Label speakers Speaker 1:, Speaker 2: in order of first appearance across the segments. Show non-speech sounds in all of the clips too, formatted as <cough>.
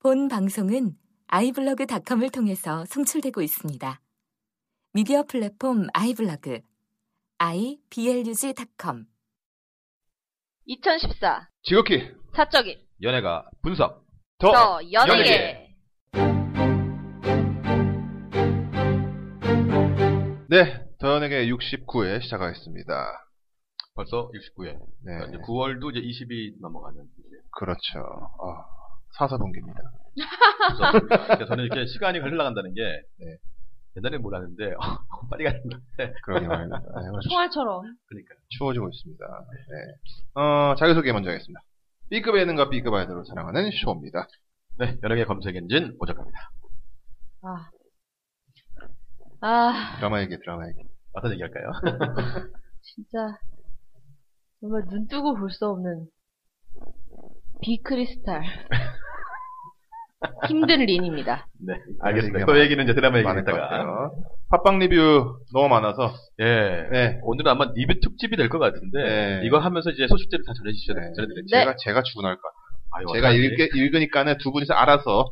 Speaker 1: 본 방송은 아이블로그닷컴을 통해서 송출되고 있습니다. 미디어 플랫폼 아이블로그 iblog.com
Speaker 2: 2014
Speaker 3: 지극히
Speaker 2: 사적인
Speaker 3: 연예가 분석
Speaker 2: 더,
Speaker 3: 더,
Speaker 2: 연예계.
Speaker 3: 어, 연예계. 네, 더 연예계 69회 시작하겠습니다.
Speaker 4: 벌써 69회.
Speaker 3: 네,
Speaker 4: 이제 9월도 이제 20이 넘어가는 이제
Speaker 3: 그렇죠. 아, 사사분기입니다.
Speaker 4: 무섭습니다. 그러니까 저는 이렇게 <laughs> 시간이 흘러간다는 게
Speaker 3: 네.
Speaker 4: 옛날에 몰랐는데 <laughs> 어, 빨리 가는 것 같아.
Speaker 3: 그러게
Speaker 4: <laughs>
Speaker 3: 말입니다. 네, 그렇죠.
Speaker 2: 총알처럼
Speaker 4: 그러니까
Speaker 3: 추워지고 있습니다. 네. 어, 자기소개 먼저 하겠습니다. B급 예능과 B급 아이돌을 사랑하는 쇼입니다.
Speaker 4: 네, 연예계 검색 엔진 오작갑니다.
Speaker 2: 아. 아
Speaker 3: 드라마 얘기, 드라마 얘기.
Speaker 4: 어떤 얘기할까요?
Speaker 2: 진짜 정말 눈 뜨고 볼 수 없는 비크리스탈
Speaker 3: <laughs>
Speaker 2: 힘든 린입니다
Speaker 4: 네,
Speaker 3: 얘기가
Speaker 4: 알겠습니다.
Speaker 3: 많-
Speaker 4: 그 얘기는 이제 드라마
Speaker 3: 많을 것
Speaker 4: 얘기했다가.
Speaker 3: 같아요. 팟빵 리뷰 너무 많아서.
Speaker 4: 예.
Speaker 3: 네.
Speaker 4: 오늘은 아마 리뷰 특집이 될 것 같은데
Speaker 3: 네.
Speaker 4: 이거 하면서 이제 소식들을 다 전해주셔야
Speaker 3: 네.
Speaker 4: 전해드렸죠.
Speaker 3: 제가, 제가 주문할 것 같아요.
Speaker 4: 아유,
Speaker 3: 제가
Speaker 4: 어떡하지? 네.
Speaker 3: 읽게, 읽으니까는 두 분이서 알아서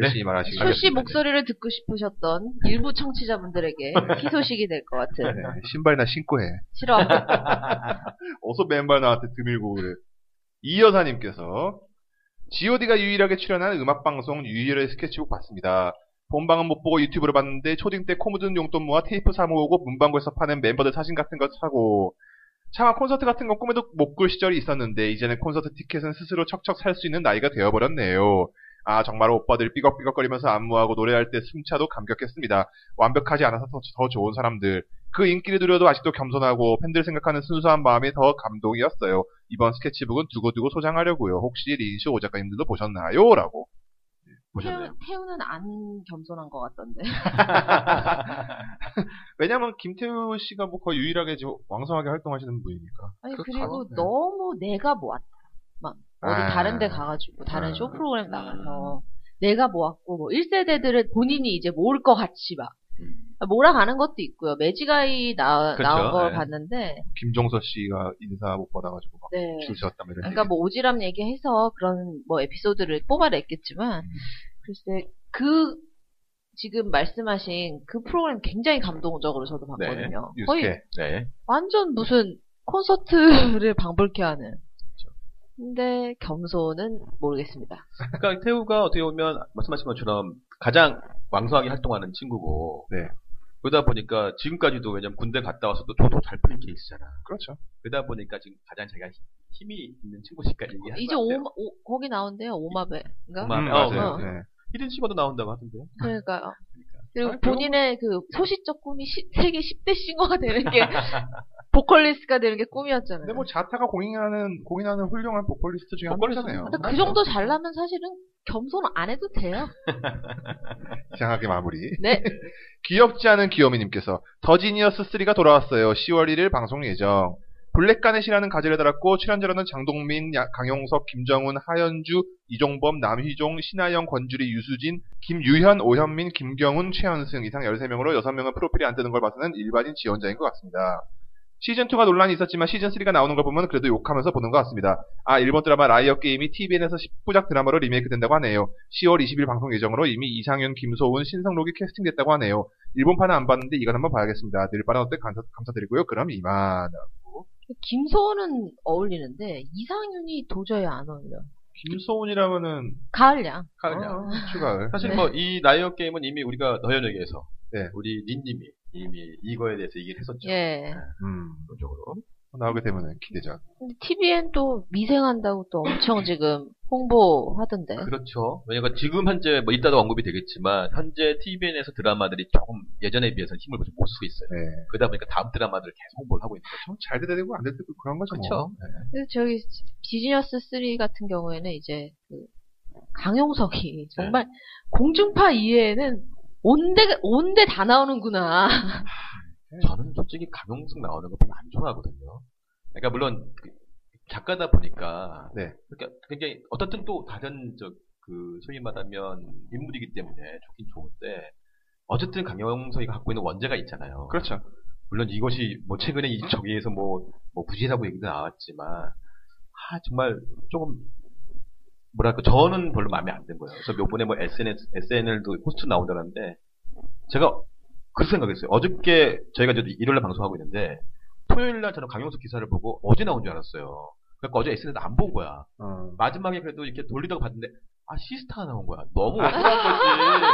Speaker 3: 열심히 말하시고.
Speaker 2: 쇼 씨
Speaker 3: 알겠습니다.
Speaker 2: 목소리를 듣고 싶으셨던 일부
Speaker 3: <laughs>
Speaker 2: 청취자분들에게 희소식이 될 것 같은
Speaker 3: 네, 신발이나 신고 해.
Speaker 2: 싫어
Speaker 3: <laughs> 어서 맨발 나한테 드밀고 그래. 이 여사님께서 G.O.D가 유일하게 출연한 음악 방송 유일의 스케치북 봤습니다. 본방은 못 보고 유튜브로 봤는데 초딩 때 코 묻은 용돈 모아 테이프 사 모으고 문방구에서 파는 멤버들 사진 같은 거 사고 차마 콘서트 같은 건 꿈에도 못 꿀 시절이 있었는데 이제는 콘서트 티켓은 스스로 척척 살 수 있는 나이가 되어버렸네요. 아 정말 오빠들 삐걱삐걱거리면서 안무하고 노래할 때 숨차도 감격했습니다. 완벽하지 않아서 더- 더 좋은 사람들. 그 인기를 누려도 아직도 겸손하고 팬들 생각하는 순수한 마음이 더 감동이었어요. 이번 스케치북은 두고두고 소장하려고요. 혹시 린쇼 오 작가님들도 보셨나요? 라고. 네,
Speaker 4: 보셨나요?
Speaker 2: 태우, 는안 겸손한 것 같던데
Speaker 3: <laughs> 왜냐면 김태우 씨가 뭐 거의 유일하게 지금 왕성하게 활동하시는 분이니까.
Speaker 2: 아니
Speaker 3: 그
Speaker 2: 그리고
Speaker 3: 가고- 네.
Speaker 2: 너무 내가 뭐 모았다 막 어디
Speaker 3: 아.
Speaker 2: 다른 데 가가지고 다른
Speaker 3: 아.
Speaker 2: 쇼 프로그램 나가서 내가 모았고 뭐 1세대들은 본인이 이제 모을 것 같이 막
Speaker 4: 음.
Speaker 2: 몰아가는 것도 있고요. 매지가이 나,
Speaker 4: 그렇죠.
Speaker 2: 나온 걸
Speaker 3: 예.
Speaker 4: 네.
Speaker 2: 봤는데,
Speaker 3: 김종서 씨가 인사 못 받아가지고 막
Speaker 2: 네.
Speaker 3: 줄서었다며
Speaker 2: 그러니까 뭐 오지랖 얘기해서 그런 뭐 에피소드를 뽑아냈겠지만,
Speaker 3: 음.
Speaker 2: 글쎄, 그, 지금 말씀하신 그 프로그램 굉장히 감동적으로 저도 봤거든요.
Speaker 3: 네,
Speaker 2: 거의
Speaker 3: 유스케.
Speaker 4: 네.
Speaker 2: 완전 무슨 콘서트를 <laughs> 방불케 하는.
Speaker 3: 그렇죠.
Speaker 2: 근데 겸손은 모르겠습니다.
Speaker 4: 그러니까 태우가 어떻게 보면 말씀하신 것처럼 가장 왕성하게 활동하는 친구고
Speaker 3: 네.
Speaker 4: 그러다 보니까 지금까지도 왜냐면 군대 갔다 와서 또 저도 잘 풀린 케이스잖아.
Speaker 3: 그렇죠.
Speaker 4: 그러다 보니까 지금 가장 제가 힘- 힘이 있는 친구니까 얘기하는
Speaker 2: 이제
Speaker 4: 것
Speaker 2: 오,
Speaker 4: 같아요.
Speaker 2: 오, 거기 나온대요. 오마베인가?
Speaker 4: 예, 오마-
Speaker 3: 음,
Speaker 4: 어,
Speaker 3: 맞아요.
Speaker 2: 어.
Speaker 3: 네.
Speaker 4: 히든 시거도 나온다고 하던데요.
Speaker 2: 그러니까요.
Speaker 4: 그러니까.
Speaker 2: 그리고
Speaker 4: 아니,
Speaker 2: 본인의 그 소시적 꿈이 시- 세계 10대 싱어가 되는 게 보컬리스트가 되는 게 꿈이었잖아요.
Speaker 3: 근데 뭐 자타가 공인하는 공인하는 훌륭한 보컬리스트 중에 한
Speaker 4: 보컬리스트.
Speaker 3: 분이잖아요.
Speaker 2: 근데 그 정도 잘나면 사실은 겸손 안 해도 돼요.
Speaker 3: 이상하게 마무리.
Speaker 2: 네.
Speaker 3: 귀엽지 않은 귀요미님께서 더지니어스 3가 돌아왔어요. 10월 1일 방송 예정. 블랙가넷이라는 가제를 달았고 출연자로는 장동민, 야- 강용석, 김정훈, 하현주, 이종범, 남희종, 신하영, 권주리, 유수진, 김유현, 오현민, 김경훈, 최현승 이상 13명으로 6명은 프로필이 안 뜨는 걸 봐서는 일반인 지원자인 것 같습니다. 시즌2가 논란이 있었지만 시즌3가 나오는 걸 보면 그래도 욕하면서 보는 것 같습니다. 아, 일본 드라마 라이어 게임이 TVN에서 10부작 드라마로 리메이크 된다고 하네요. 10월 20일 방송 예정으로 이미 이상윤, 김소훈, 신성록이 캐스팅됐다고 하네요. 일본판은 안 봤는데 이건 한번 봐야겠습니다. 늘 빠른 어택 감사, 감사드리고요. 그럼 이만.
Speaker 2: 김소은은 어울리는데 이상윤이 도저히 안 어울려.
Speaker 3: 김소훈이라면은
Speaker 2: 가을량.
Speaker 4: 가을이야.
Speaker 3: 추가을.
Speaker 4: 사실
Speaker 2: 네.
Speaker 4: 뭐 이 라이어 게임은 이미 우리가 너연에게서
Speaker 3: 네.
Speaker 4: 우리 닌님이 이미 이거에 대해서 얘기를 했었죠.
Speaker 2: 예.
Speaker 3: 음,
Speaker 4: 기본적으로.
Speaker 3: 나오게 되면은 기대작.
Speaker 2: TVN 또 미생한다고 또 엄청 지금 홍보하던데.
Speaker 4: 그렇죠. 왜냐면 지금 현재 뭐 이따도 언급이 되겠지만 현재 TVN에서 드라마들이 조금 예전에 비해서 는 힘을 좀 못 쓰고 있어요.
Speaker 3: 네. 뭐
Speaker 4: 그러다 보니까 다음 드라마들을 계속 홍보를 하고 있는 거죠.
Speaker 3: 좀잘 돼야 되고 안 돼도 되고 그런 거죠.
Speaker 4: 그렇죠.
Speaker 3: 뭐.
Speaker 2: 그래서 저기 비즈니어스 3 같은 경우에는 이제 그
Speaker 4: 네.
Speaker 2: 강용석이 정말 공중파 이외에는 온데 온데 다 나오는구나.
Speaker 4: <laughs> 저는 솔직히 강용석 나오는 거 별로 안 좋아하거든요. 그러니까 물론 그 작가다 보니까
Speaker 3: 네.
Speaker 4: 그러니까 굉장히 어떻든 또 다른 저 그 소위 말하면 인물이기 때문에 좋긴 좋은데 어쨌든 강용석이가 갖고 있는 원제가 있잖아요.
Speaker 3: 그렇죠.
Speaker 4: 물론 이것이 뭐 최근에 이 저기에서 뭐 뭐 부지라고 얘기도 나왔지만 아 정말 조금 뭐랄까 저는 별로 마음에 안 든 거예요. 그래서 요번에 뭐 SNS, SNL도 호스트 나온다는데 제가 그 생각했어요. 어저께 저희가 이제 일요일날 방송하고 있는데 토요일날 저는 강용석 기사를 보고 어제 나온 줄 알았어요. 그러니까 어제 SNS 안 본 거야.
Speaker 3: 어.
Speaker 4: 마지막에 그래도 이렇게 돌리다가 봤는데 아 시스타가 나온 거야. 너무 억울한 거지.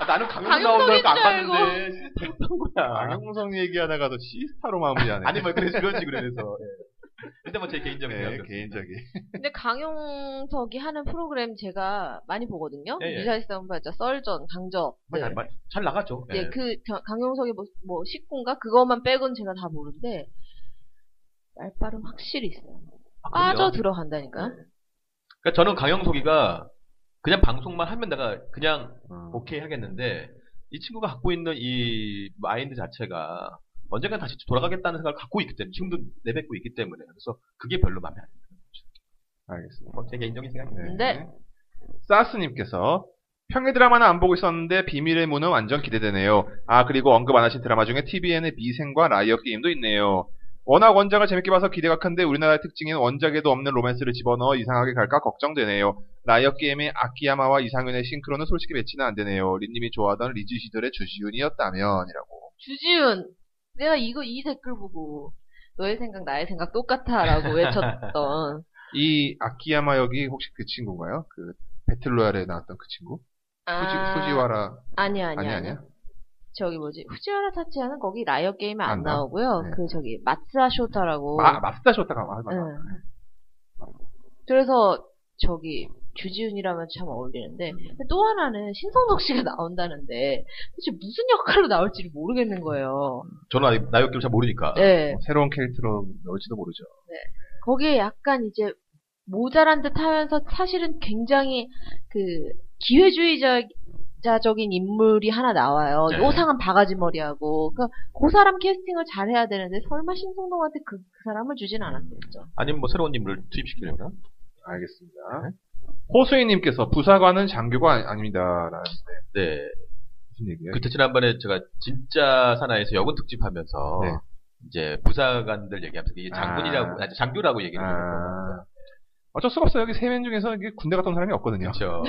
Speaker 4: 아, 나는 강용석 나온
Speaker 2: 강용석인
Speaker 4: 거니까 안
Speaker 2: 줄
Speaker 4: 봤는데 시스타 나온 거야.
Speaker 3: 강용석 아. 얘기하다가도 시스타로 마무리하네.
Speaker 4: 아니 뭐 그래서 그런 <laughs> 식으로 해서. 예. 근데 뭐 제 개인적인
Speaker 3: 네,
Speaker 4: 생각이었어요.
Speaker 3: 개인적인.
Speaker 2: 근데 강용석이 하는 프로그램 제가 많이 보거든요.
Speaker 4: 예, 예.
Speaker 2: 미사일 싸움발자, 썰전, 강적.
Speaker 4: 뭐 잘, 말- 잘 나갔죠. 예.
Speaker 2: 네, 그 겨- 강용석의 뭐, 뭐 식군가 그것만 빼고는 제가 다 모르는데 말빨은 확실히 있어요.
Speaker 4: 아, 그럼요.
Speaker 2: 빠져 들어간다니까.
Speaker 4: 그러니까 저는 강영석이가 그냥 방송만 하면 내가 그냥
Speaker 3: 어.
Speaker 4: 오케이 하겠는데 이 친구가 갖고 있는 이 마인드 자체가 언젠가 다시 돌아가겠다는 생각을 갖고 있기 때문에 지금도 내뱉고 있기 때문에 그래서 그게 별로 마음에 안 들어요.
Speaker 3: 알겠습니다.
Speaker 4: 뭐제 개인적인 생각입니다.
Speaker 2: 네.
Speaker 3: 사스님께서 평일 드라마는 안 보고 있었는데 비밀의 문은 완전 기대되네요. 아 그리고 언급 안 하신 드라마 중에 TVN의 미생과 라이어 게임도 있네요. 워낙 원작을 재밌게 봐서 기대가 큰데 우리나라의 특징인 원작에도 없는 로맨스를 집어넣어 이상하게 갈까 걱정되네요. 라이어 게임의 아키야마와 이상윤의 싱크로는 솔직히 매치는 안 되네요. 린님이 좋아하던 리즈 시절의 주시윤이었다면이라고.
Speaker 2: 주지훈, 내가 이거 이 댓글 보고 너의 생각 나의 생각 똑같아라고
Speaker 3: <laughs>
Speaker 2: 외쳤던.
Speaker 3: 이 아키야마 역이 혹시 그 친구인가요? 그 배틀로얄에 나왔던 그 친구? 후지,
Speaker 2: 아,
Speaker 3: 후지와라
Speaker 2: 아니야
Speaker 3: 아니
Speaker 2: 아니야
Speaker 3: 아니야?
Speaker 2: 아니야. 저기 뭐지 후지와라 타치야는 거기 라이어 게임에 안,
Speaker 3: 안 나와?
Speaker 2: 나오고요.
Speaker 3: 네.
Speaker 2: 그 저기 마츠아 쇼타라고.
Speaker 3: 마, 마스다 쇼타가 말
Speaker 2: 응.
Speaker 3: 맞아.
Speaker 2: 그래서 저기 주지훈이라면 참
Speaker 3: 음.
Speaker 2: 어울리는데 근데 또 하나는 신성덕 씨가 <laughs> 나온다는데 도대체 무슨 역할로 나올지를 모르겠는 거예요.
Speaker 4: 저는 아직 나이없기를 잘 모르니까.
Speaker 2: 네,
Speaker 3: 새로운 캐릭터로 나올지도 모르죠.
Speaker 2: 거기에 약간 이제 모자란 듯 하면서 사실은 굉장히 그 기회주의자적인 인물이 하나 나와요.
Speaker 4: 네.
Speaker 2: 요상한 바가지 머리하고 그, 그 사람 캐스팅을 잘 해야 되는데 설마 신성동한테 그, 그 사람을 주진
Speaker 4: <laughs>
Speaker 2: 않았겠죠.
Speaker 4: 아니면 뭐 새로운 인물을 투입시키려나?
Speaker 3: 알겠습니다. 호수희님께서 부사관은 장교가 아니- 아닙니다. 라는
Speaker 4: 네.
Speaker 3: 무슨 얘기예요?
Speaker 4: 그때 지난번에 제가 진짜 사나에서 여군 특집 하면서
Speaker 3: 네.
Speaker 4: 이제 부사관들 얘기하면서 이게 장군이라고
Speaker 3: 아.
Speaker 4: 아니, 장교라고 얘기를 했거든요.
Speaker 3: 아, 어쩔 수가 없어요. 여기 세 명 중에서 이게 군대 갔던 사람이 없거든요.
Speaker 4: 그렇죠.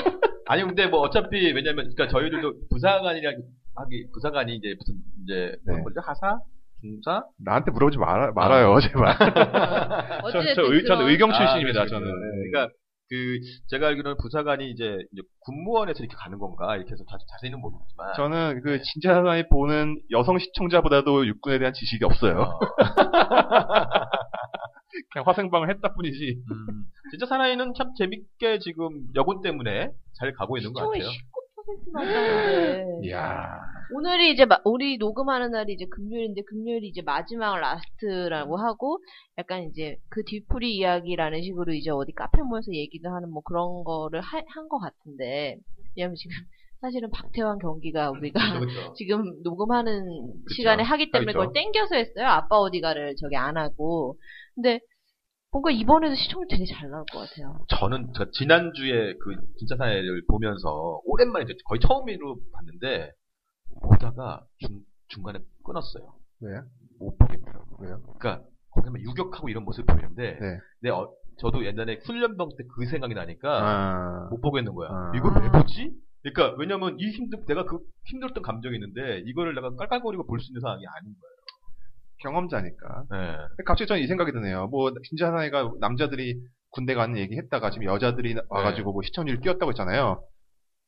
Speaker 4: 아니 근데 뭐 어차피 왜냐면 그러니까 저희들도 부사관이랑 하기 부사관이 이제 무슨 이제
Speaker 3: 네.
Speaker 4: 뭐죠 하사 중사
Speaker 3: 나한테 물어보지 말, 말아요, <laughs> 제발.
Speaker 2: 어쨌든 그런-
Speaker 3: 의경
Speaker 4: 아, 그렇죠, 그렇죠.
Speaker 3: 네.
Speaker 4: 그러니까 그 제가 알기로는 부사관이 이제, 이제 군무원에서 이렇게 가는 건가 이렇게 해서 자, 자세히는 모르지만
Speaker 3: 저는 그 진짜 사나이 보는 여성 시청자보다도 육군에 대한 지식이 없어요.
Speaker 4: 어,
Speaker 3: 그냥 화생방을 했다 뿐이지.
Speaker 4: 음, 진짜 사나이는 참 재밌게 지금 여군 때문에 잘 가고 있는 것
Speaker 2: 시청이
Speaker 4: 같아요.
Speaker 2: 19%나 네. 나오는데
Speaker 3: 이야.
Speaker 2: 오늘이 이제 마- 우리 녹음하는 날이 이제 금요일인데 금요일이 이제 마지막 라스트라고 하고 약간 이제 그 뒤풀이 이야기라는 식으로 이제 어디 카페 모여서 얘기도 하는 뭐 그런 거를 한 것 같은데 왜냐면 지금 사실은 박태환 경기가 우리가
Speaker 4: 그렇죠.
Speaker 2: <laughs> 지금 녹음하는 시간에 하기 때문에 네. 그걸
Speaker 3: 하겠죠.
Speaker 2: 땡겨서 했어요 아빠 어디가를 저기 안 하고 근데 뭔가 이번에도 시청률 되게 잘 나올 것 같아요
Speaker 4: 저는 제가 지난주에 그 진짜 사회를 보면서 오랜만에 이제 거의 처음으로 봤는데 보다가 중, 중간에 끊었어요.
Speaker 3: 왜요?
Speaker 4: 못 보겠더라고요.
Speaker 3: 왜요?
Speaker 4: 그러니까 거기만 유격하고 이런 모습 이 보이는데
Speaker 3: 네.
Speaker 4: 근데 어- 저도 옛날에 훈련병 때 그 생각이 나니까
Speaker 3: 아.
Speaker 4: 못 보겠는 거야.
Speaker 3: 아.
Speaker 4: 이걸 왜 보지? 그러니까 왜냐면 이 힘들 내가 그 힘들었던 감정이 있는데 이거를 내가 깔깔거리고 볼 수 있는 상황이 아닌
Speaker 3: 경험자니까.
Speaker 4: 거예요. 네.
Speaker 3: 근데 갑자기 저는 이 생각이 드네요. 뭐 진짜 하나이가 남자들이 군대 가는 얘기 했다가 지금 여자들이 와가지고 뭐 시청률 뛰었다고 했잖아요.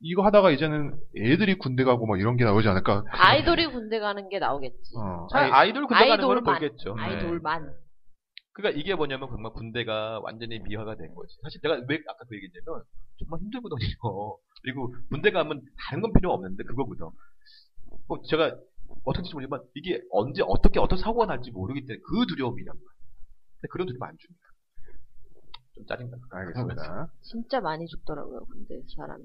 Speaker 3: 이거 하다가 이제는 애들이 군대 가고 막 이런 게 나오지
Speaker 2: 네.
Speaker 3: 않을까.
Speaker 2: 아이돌이 군대 가는 게 나오겠지
Speaker 3: 어, 아니,
Speaker 4: 아이, 돌 군대 가는 거는
Speaker 2: 아이돌만.
Speaker 4: 보겠죠. 네.
Speaker 2: 아이돌만
Speaker 4: 그러니까 이게 뭐냐면 정말 군대가 완전히 미화가 된 거지. 사실 내가 왜 아까 그 얘기했냐면 정말 힘들거든요. <laughs> 그리고 군대 가면 다른 건 필요 없는데 그거거든. 뭐 제가 어떻게 모르지만 이게 언제 어떻게 어떤 사고가 날지 모르기 때문에 그 두려움이란 말이야. 근데 그런 두려움 안 줍니다. 좀 짜증나.
Speaker 3: 알겠습니다.
Speaker 2: 진짜 많이 죽더라고요, 근데 사람이.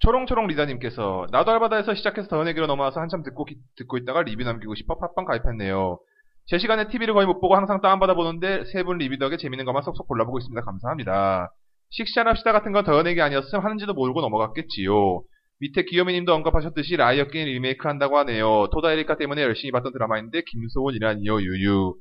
Speaker 3: 초롱초롱 리다님께서 나도 알바다에서 시작해서 더연에게로 넘어와서 한참 듣고 기- 듣고 있다가 리뷰 남기고 싶어 팟빵 가입했네요. 제 시간에 TV를 거의 못 보고 항상 다운받아 보는데 세 분 리뷰 덕에 재밌는 것만 쏙쏙 골라보고 있습니다. 감사합니다. 식시한합시다 같은 건 더연에게 아니었으면 하는지도 모르고 넘어갔겠지요. 밑에 귀요미님도 언급하셨듯이 라이어 게임 리메이크 한다고 하네요. 토다에리카 때문에 열심히 봤던 드라마인데 김소원이라니요 유유.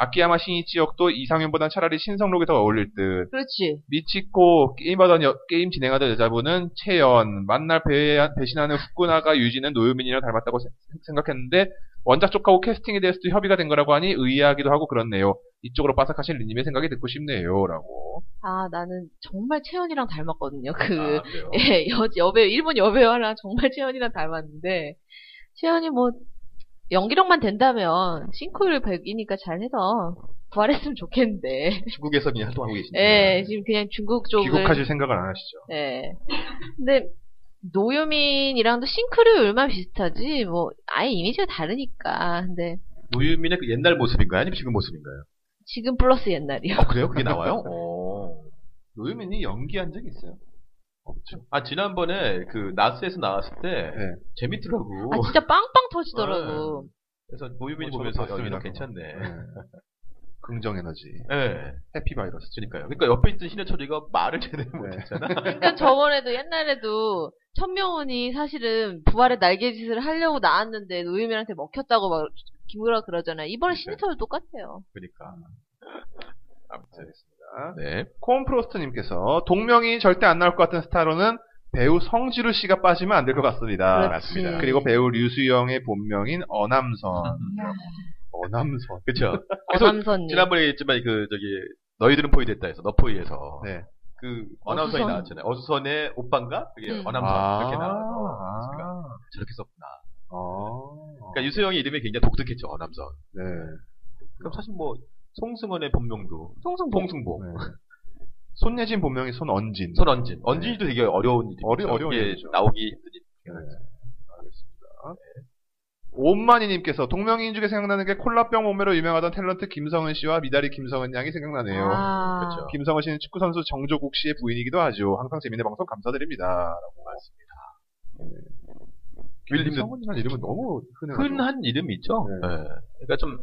Speaker 3: 아키야마 신이치 역도 이상윤보단 차라리 신성록이 더 어울릴 듯.
Speaker 2: 그렇지.
Speaker 3: 미치코 게임하던 여- 게임 진행하던 여자분은 채연, 만날 배, 배신하는 후쿠나가 유지는 노유민이랑 닮았다고 세- 생각했는데 원작 쪽하고 캐스팅에 대해서도 협의가 된 거라고 하니 의아하기도 하고 그렇네요. 이쪽으로 빠삭하신 리님의 생각이 듣고 싶네요라고.
Speaker 2: 아, 나는 정말 채연이랑 닮았거든요. 그,
Speaker 4: 아, 그래요?
Speaker 2: <laughs> 예, 여, 여배우, 일본 여배우랑 정말 채연이랑 닮았는데, 채연이 뭐, 연기력만 된다면, 싱크율 100이니까 잘해서 부활했으면 좋겠는데,
Speaker 4: 중국에서 그냥 활동하고 계신데.
Speaker 2: 예, 지금 그냥 중국 쪽을.
Speaker 3: 음. 귀국하실 생각을 안 하시죠?
Speaker 2: 예. 근데, 노유민이랑도 싱크율이 얼마나 비슷하지? 뭐, 아예 이미지가 다르니까. 근데,
Speaker 4: 노유민의 그 옛날 모습인가요? 아니면 지금 모습인가요?
Speaker 2: 지금 플러스 옛날이요.
Speaker 4: 아, 그래요? 그게
Speaker 3: <laughs>
Speaker 4: 나와요? 어.
Speaker 3: 노유민이 연기한 적이 있어요? 없죠.
Speaker 4: 아, 지난번에 그 나스에서 나왔을 때
Speaker 3: 네.
Speaker 4: 재밌더라고.
Speaker 2: 아, 진짜 빵빵
Speaker 3: 아.
Speaker 2: 터지더라고.
Speaker 4: 그래서 노유민이
Speaker 3: 어, 저도
Speaker 4: 보면서
Speaker 3: 봤습니다,
Speaker 4: 여기는
Speaker 3: 그거.
Speaker 4: 괜찮네.
Speaker 3: 네. 긍정 에너지,
Speaker 4: 예.
Speaker 3: 해피 바이러스.
Speaker 4: 그러니까요. 그러니까 옆에 있던 신해철이가 말을 제대로
Speaker 3: 네.
Speaker 4: 못했잖아.
Speaker 2: 그러니까 저번에도 옛날에도 천명훈이 사실은 부활의 날개짓을 하려고 나왔는데 노유민한테 먹혔다고 막 김구라 그러잖아요. 이번에
Speaker 4: 네.
Speaker 2: 신인터도 똑같아요.
Speaker 4: 그러니까. 아무튼
Speaker 3: 알겠습니다.
Speaker 4: 네.
Speaker 3: 콤프로스트님께서 동명이 절대 안 나올 것 같은 스타로는 배우 성지루 씨가 빠지면 안 될 것 같습니다.
Speaker 2: 그렇지. 맞습니다.
Speaker 3: 그리고 배우 류수영의 본명인 어남선.
Speaker 2: 음.
Speaker 4: 아.
Speaker 3: 어남선.
Speaker 4: 그렇죠. 그래서
Speaker 2: 어남선님.
Speaker 4: 지난번에 얘기했지만 그 저기 너희들은 포위됐다 해서 너 포위에서
Speaker 3: 네.
Speaker 4: 그 어남선이
Speaker 2: 어수선.
Speaker 4: 나왔잖아요. 어수선의 오빠인가 그게
Speaker 2: 음.
Speaker 4: 어남선 이렇게 나와서
Speaker 3: 아.
Speaker 4: 저렇게 썼구나.
Speaker 3: 아.
Speaker 4: 그러니까 유수영이 이름이 굉장히 독특했죠 어남선.
Speaker 3: 네.
Speaker 4: 그럼 사실 뭐 송승헌의 본명도 송승봉. 송승봉.
Speaker 3: 네. 손예진 본명이 손언진.
Speaker 4: 뭐. 손언진. 언진이도 되게 어려운 이름.
Speaker 3: 네. 어려- 어려운
Speaker 4: 이게
Speaker 3: 이름이죠.
Speaker 4: 나오기 힘든 이름.
Speaker 3: 네. 알겠습니다. 온만이님께서 동명이인 중에 생각나는 게 콜라병 몸매로 유명하던 탤런트 김성은 씨와 미다리 김성은 양이 생각나네요.
Speaker 2: 아,
Speaker 4: 그렇죠.
Speaker 3: 김성은 씨는 축구 선수 정조국 씨의 부인이기도 하죠. 항상 재밌는 방송 감사드립니다라고 네. 말씀입니다.
Speaker 4: 윌리엄-
Speaker 3: 김성은이라는 이름은 너무 흔해가지고.
Speaker 4: 흔한 이름이 있죠. 예.
Speaker 3: 네.
Speaker 4: 그러니까 좀,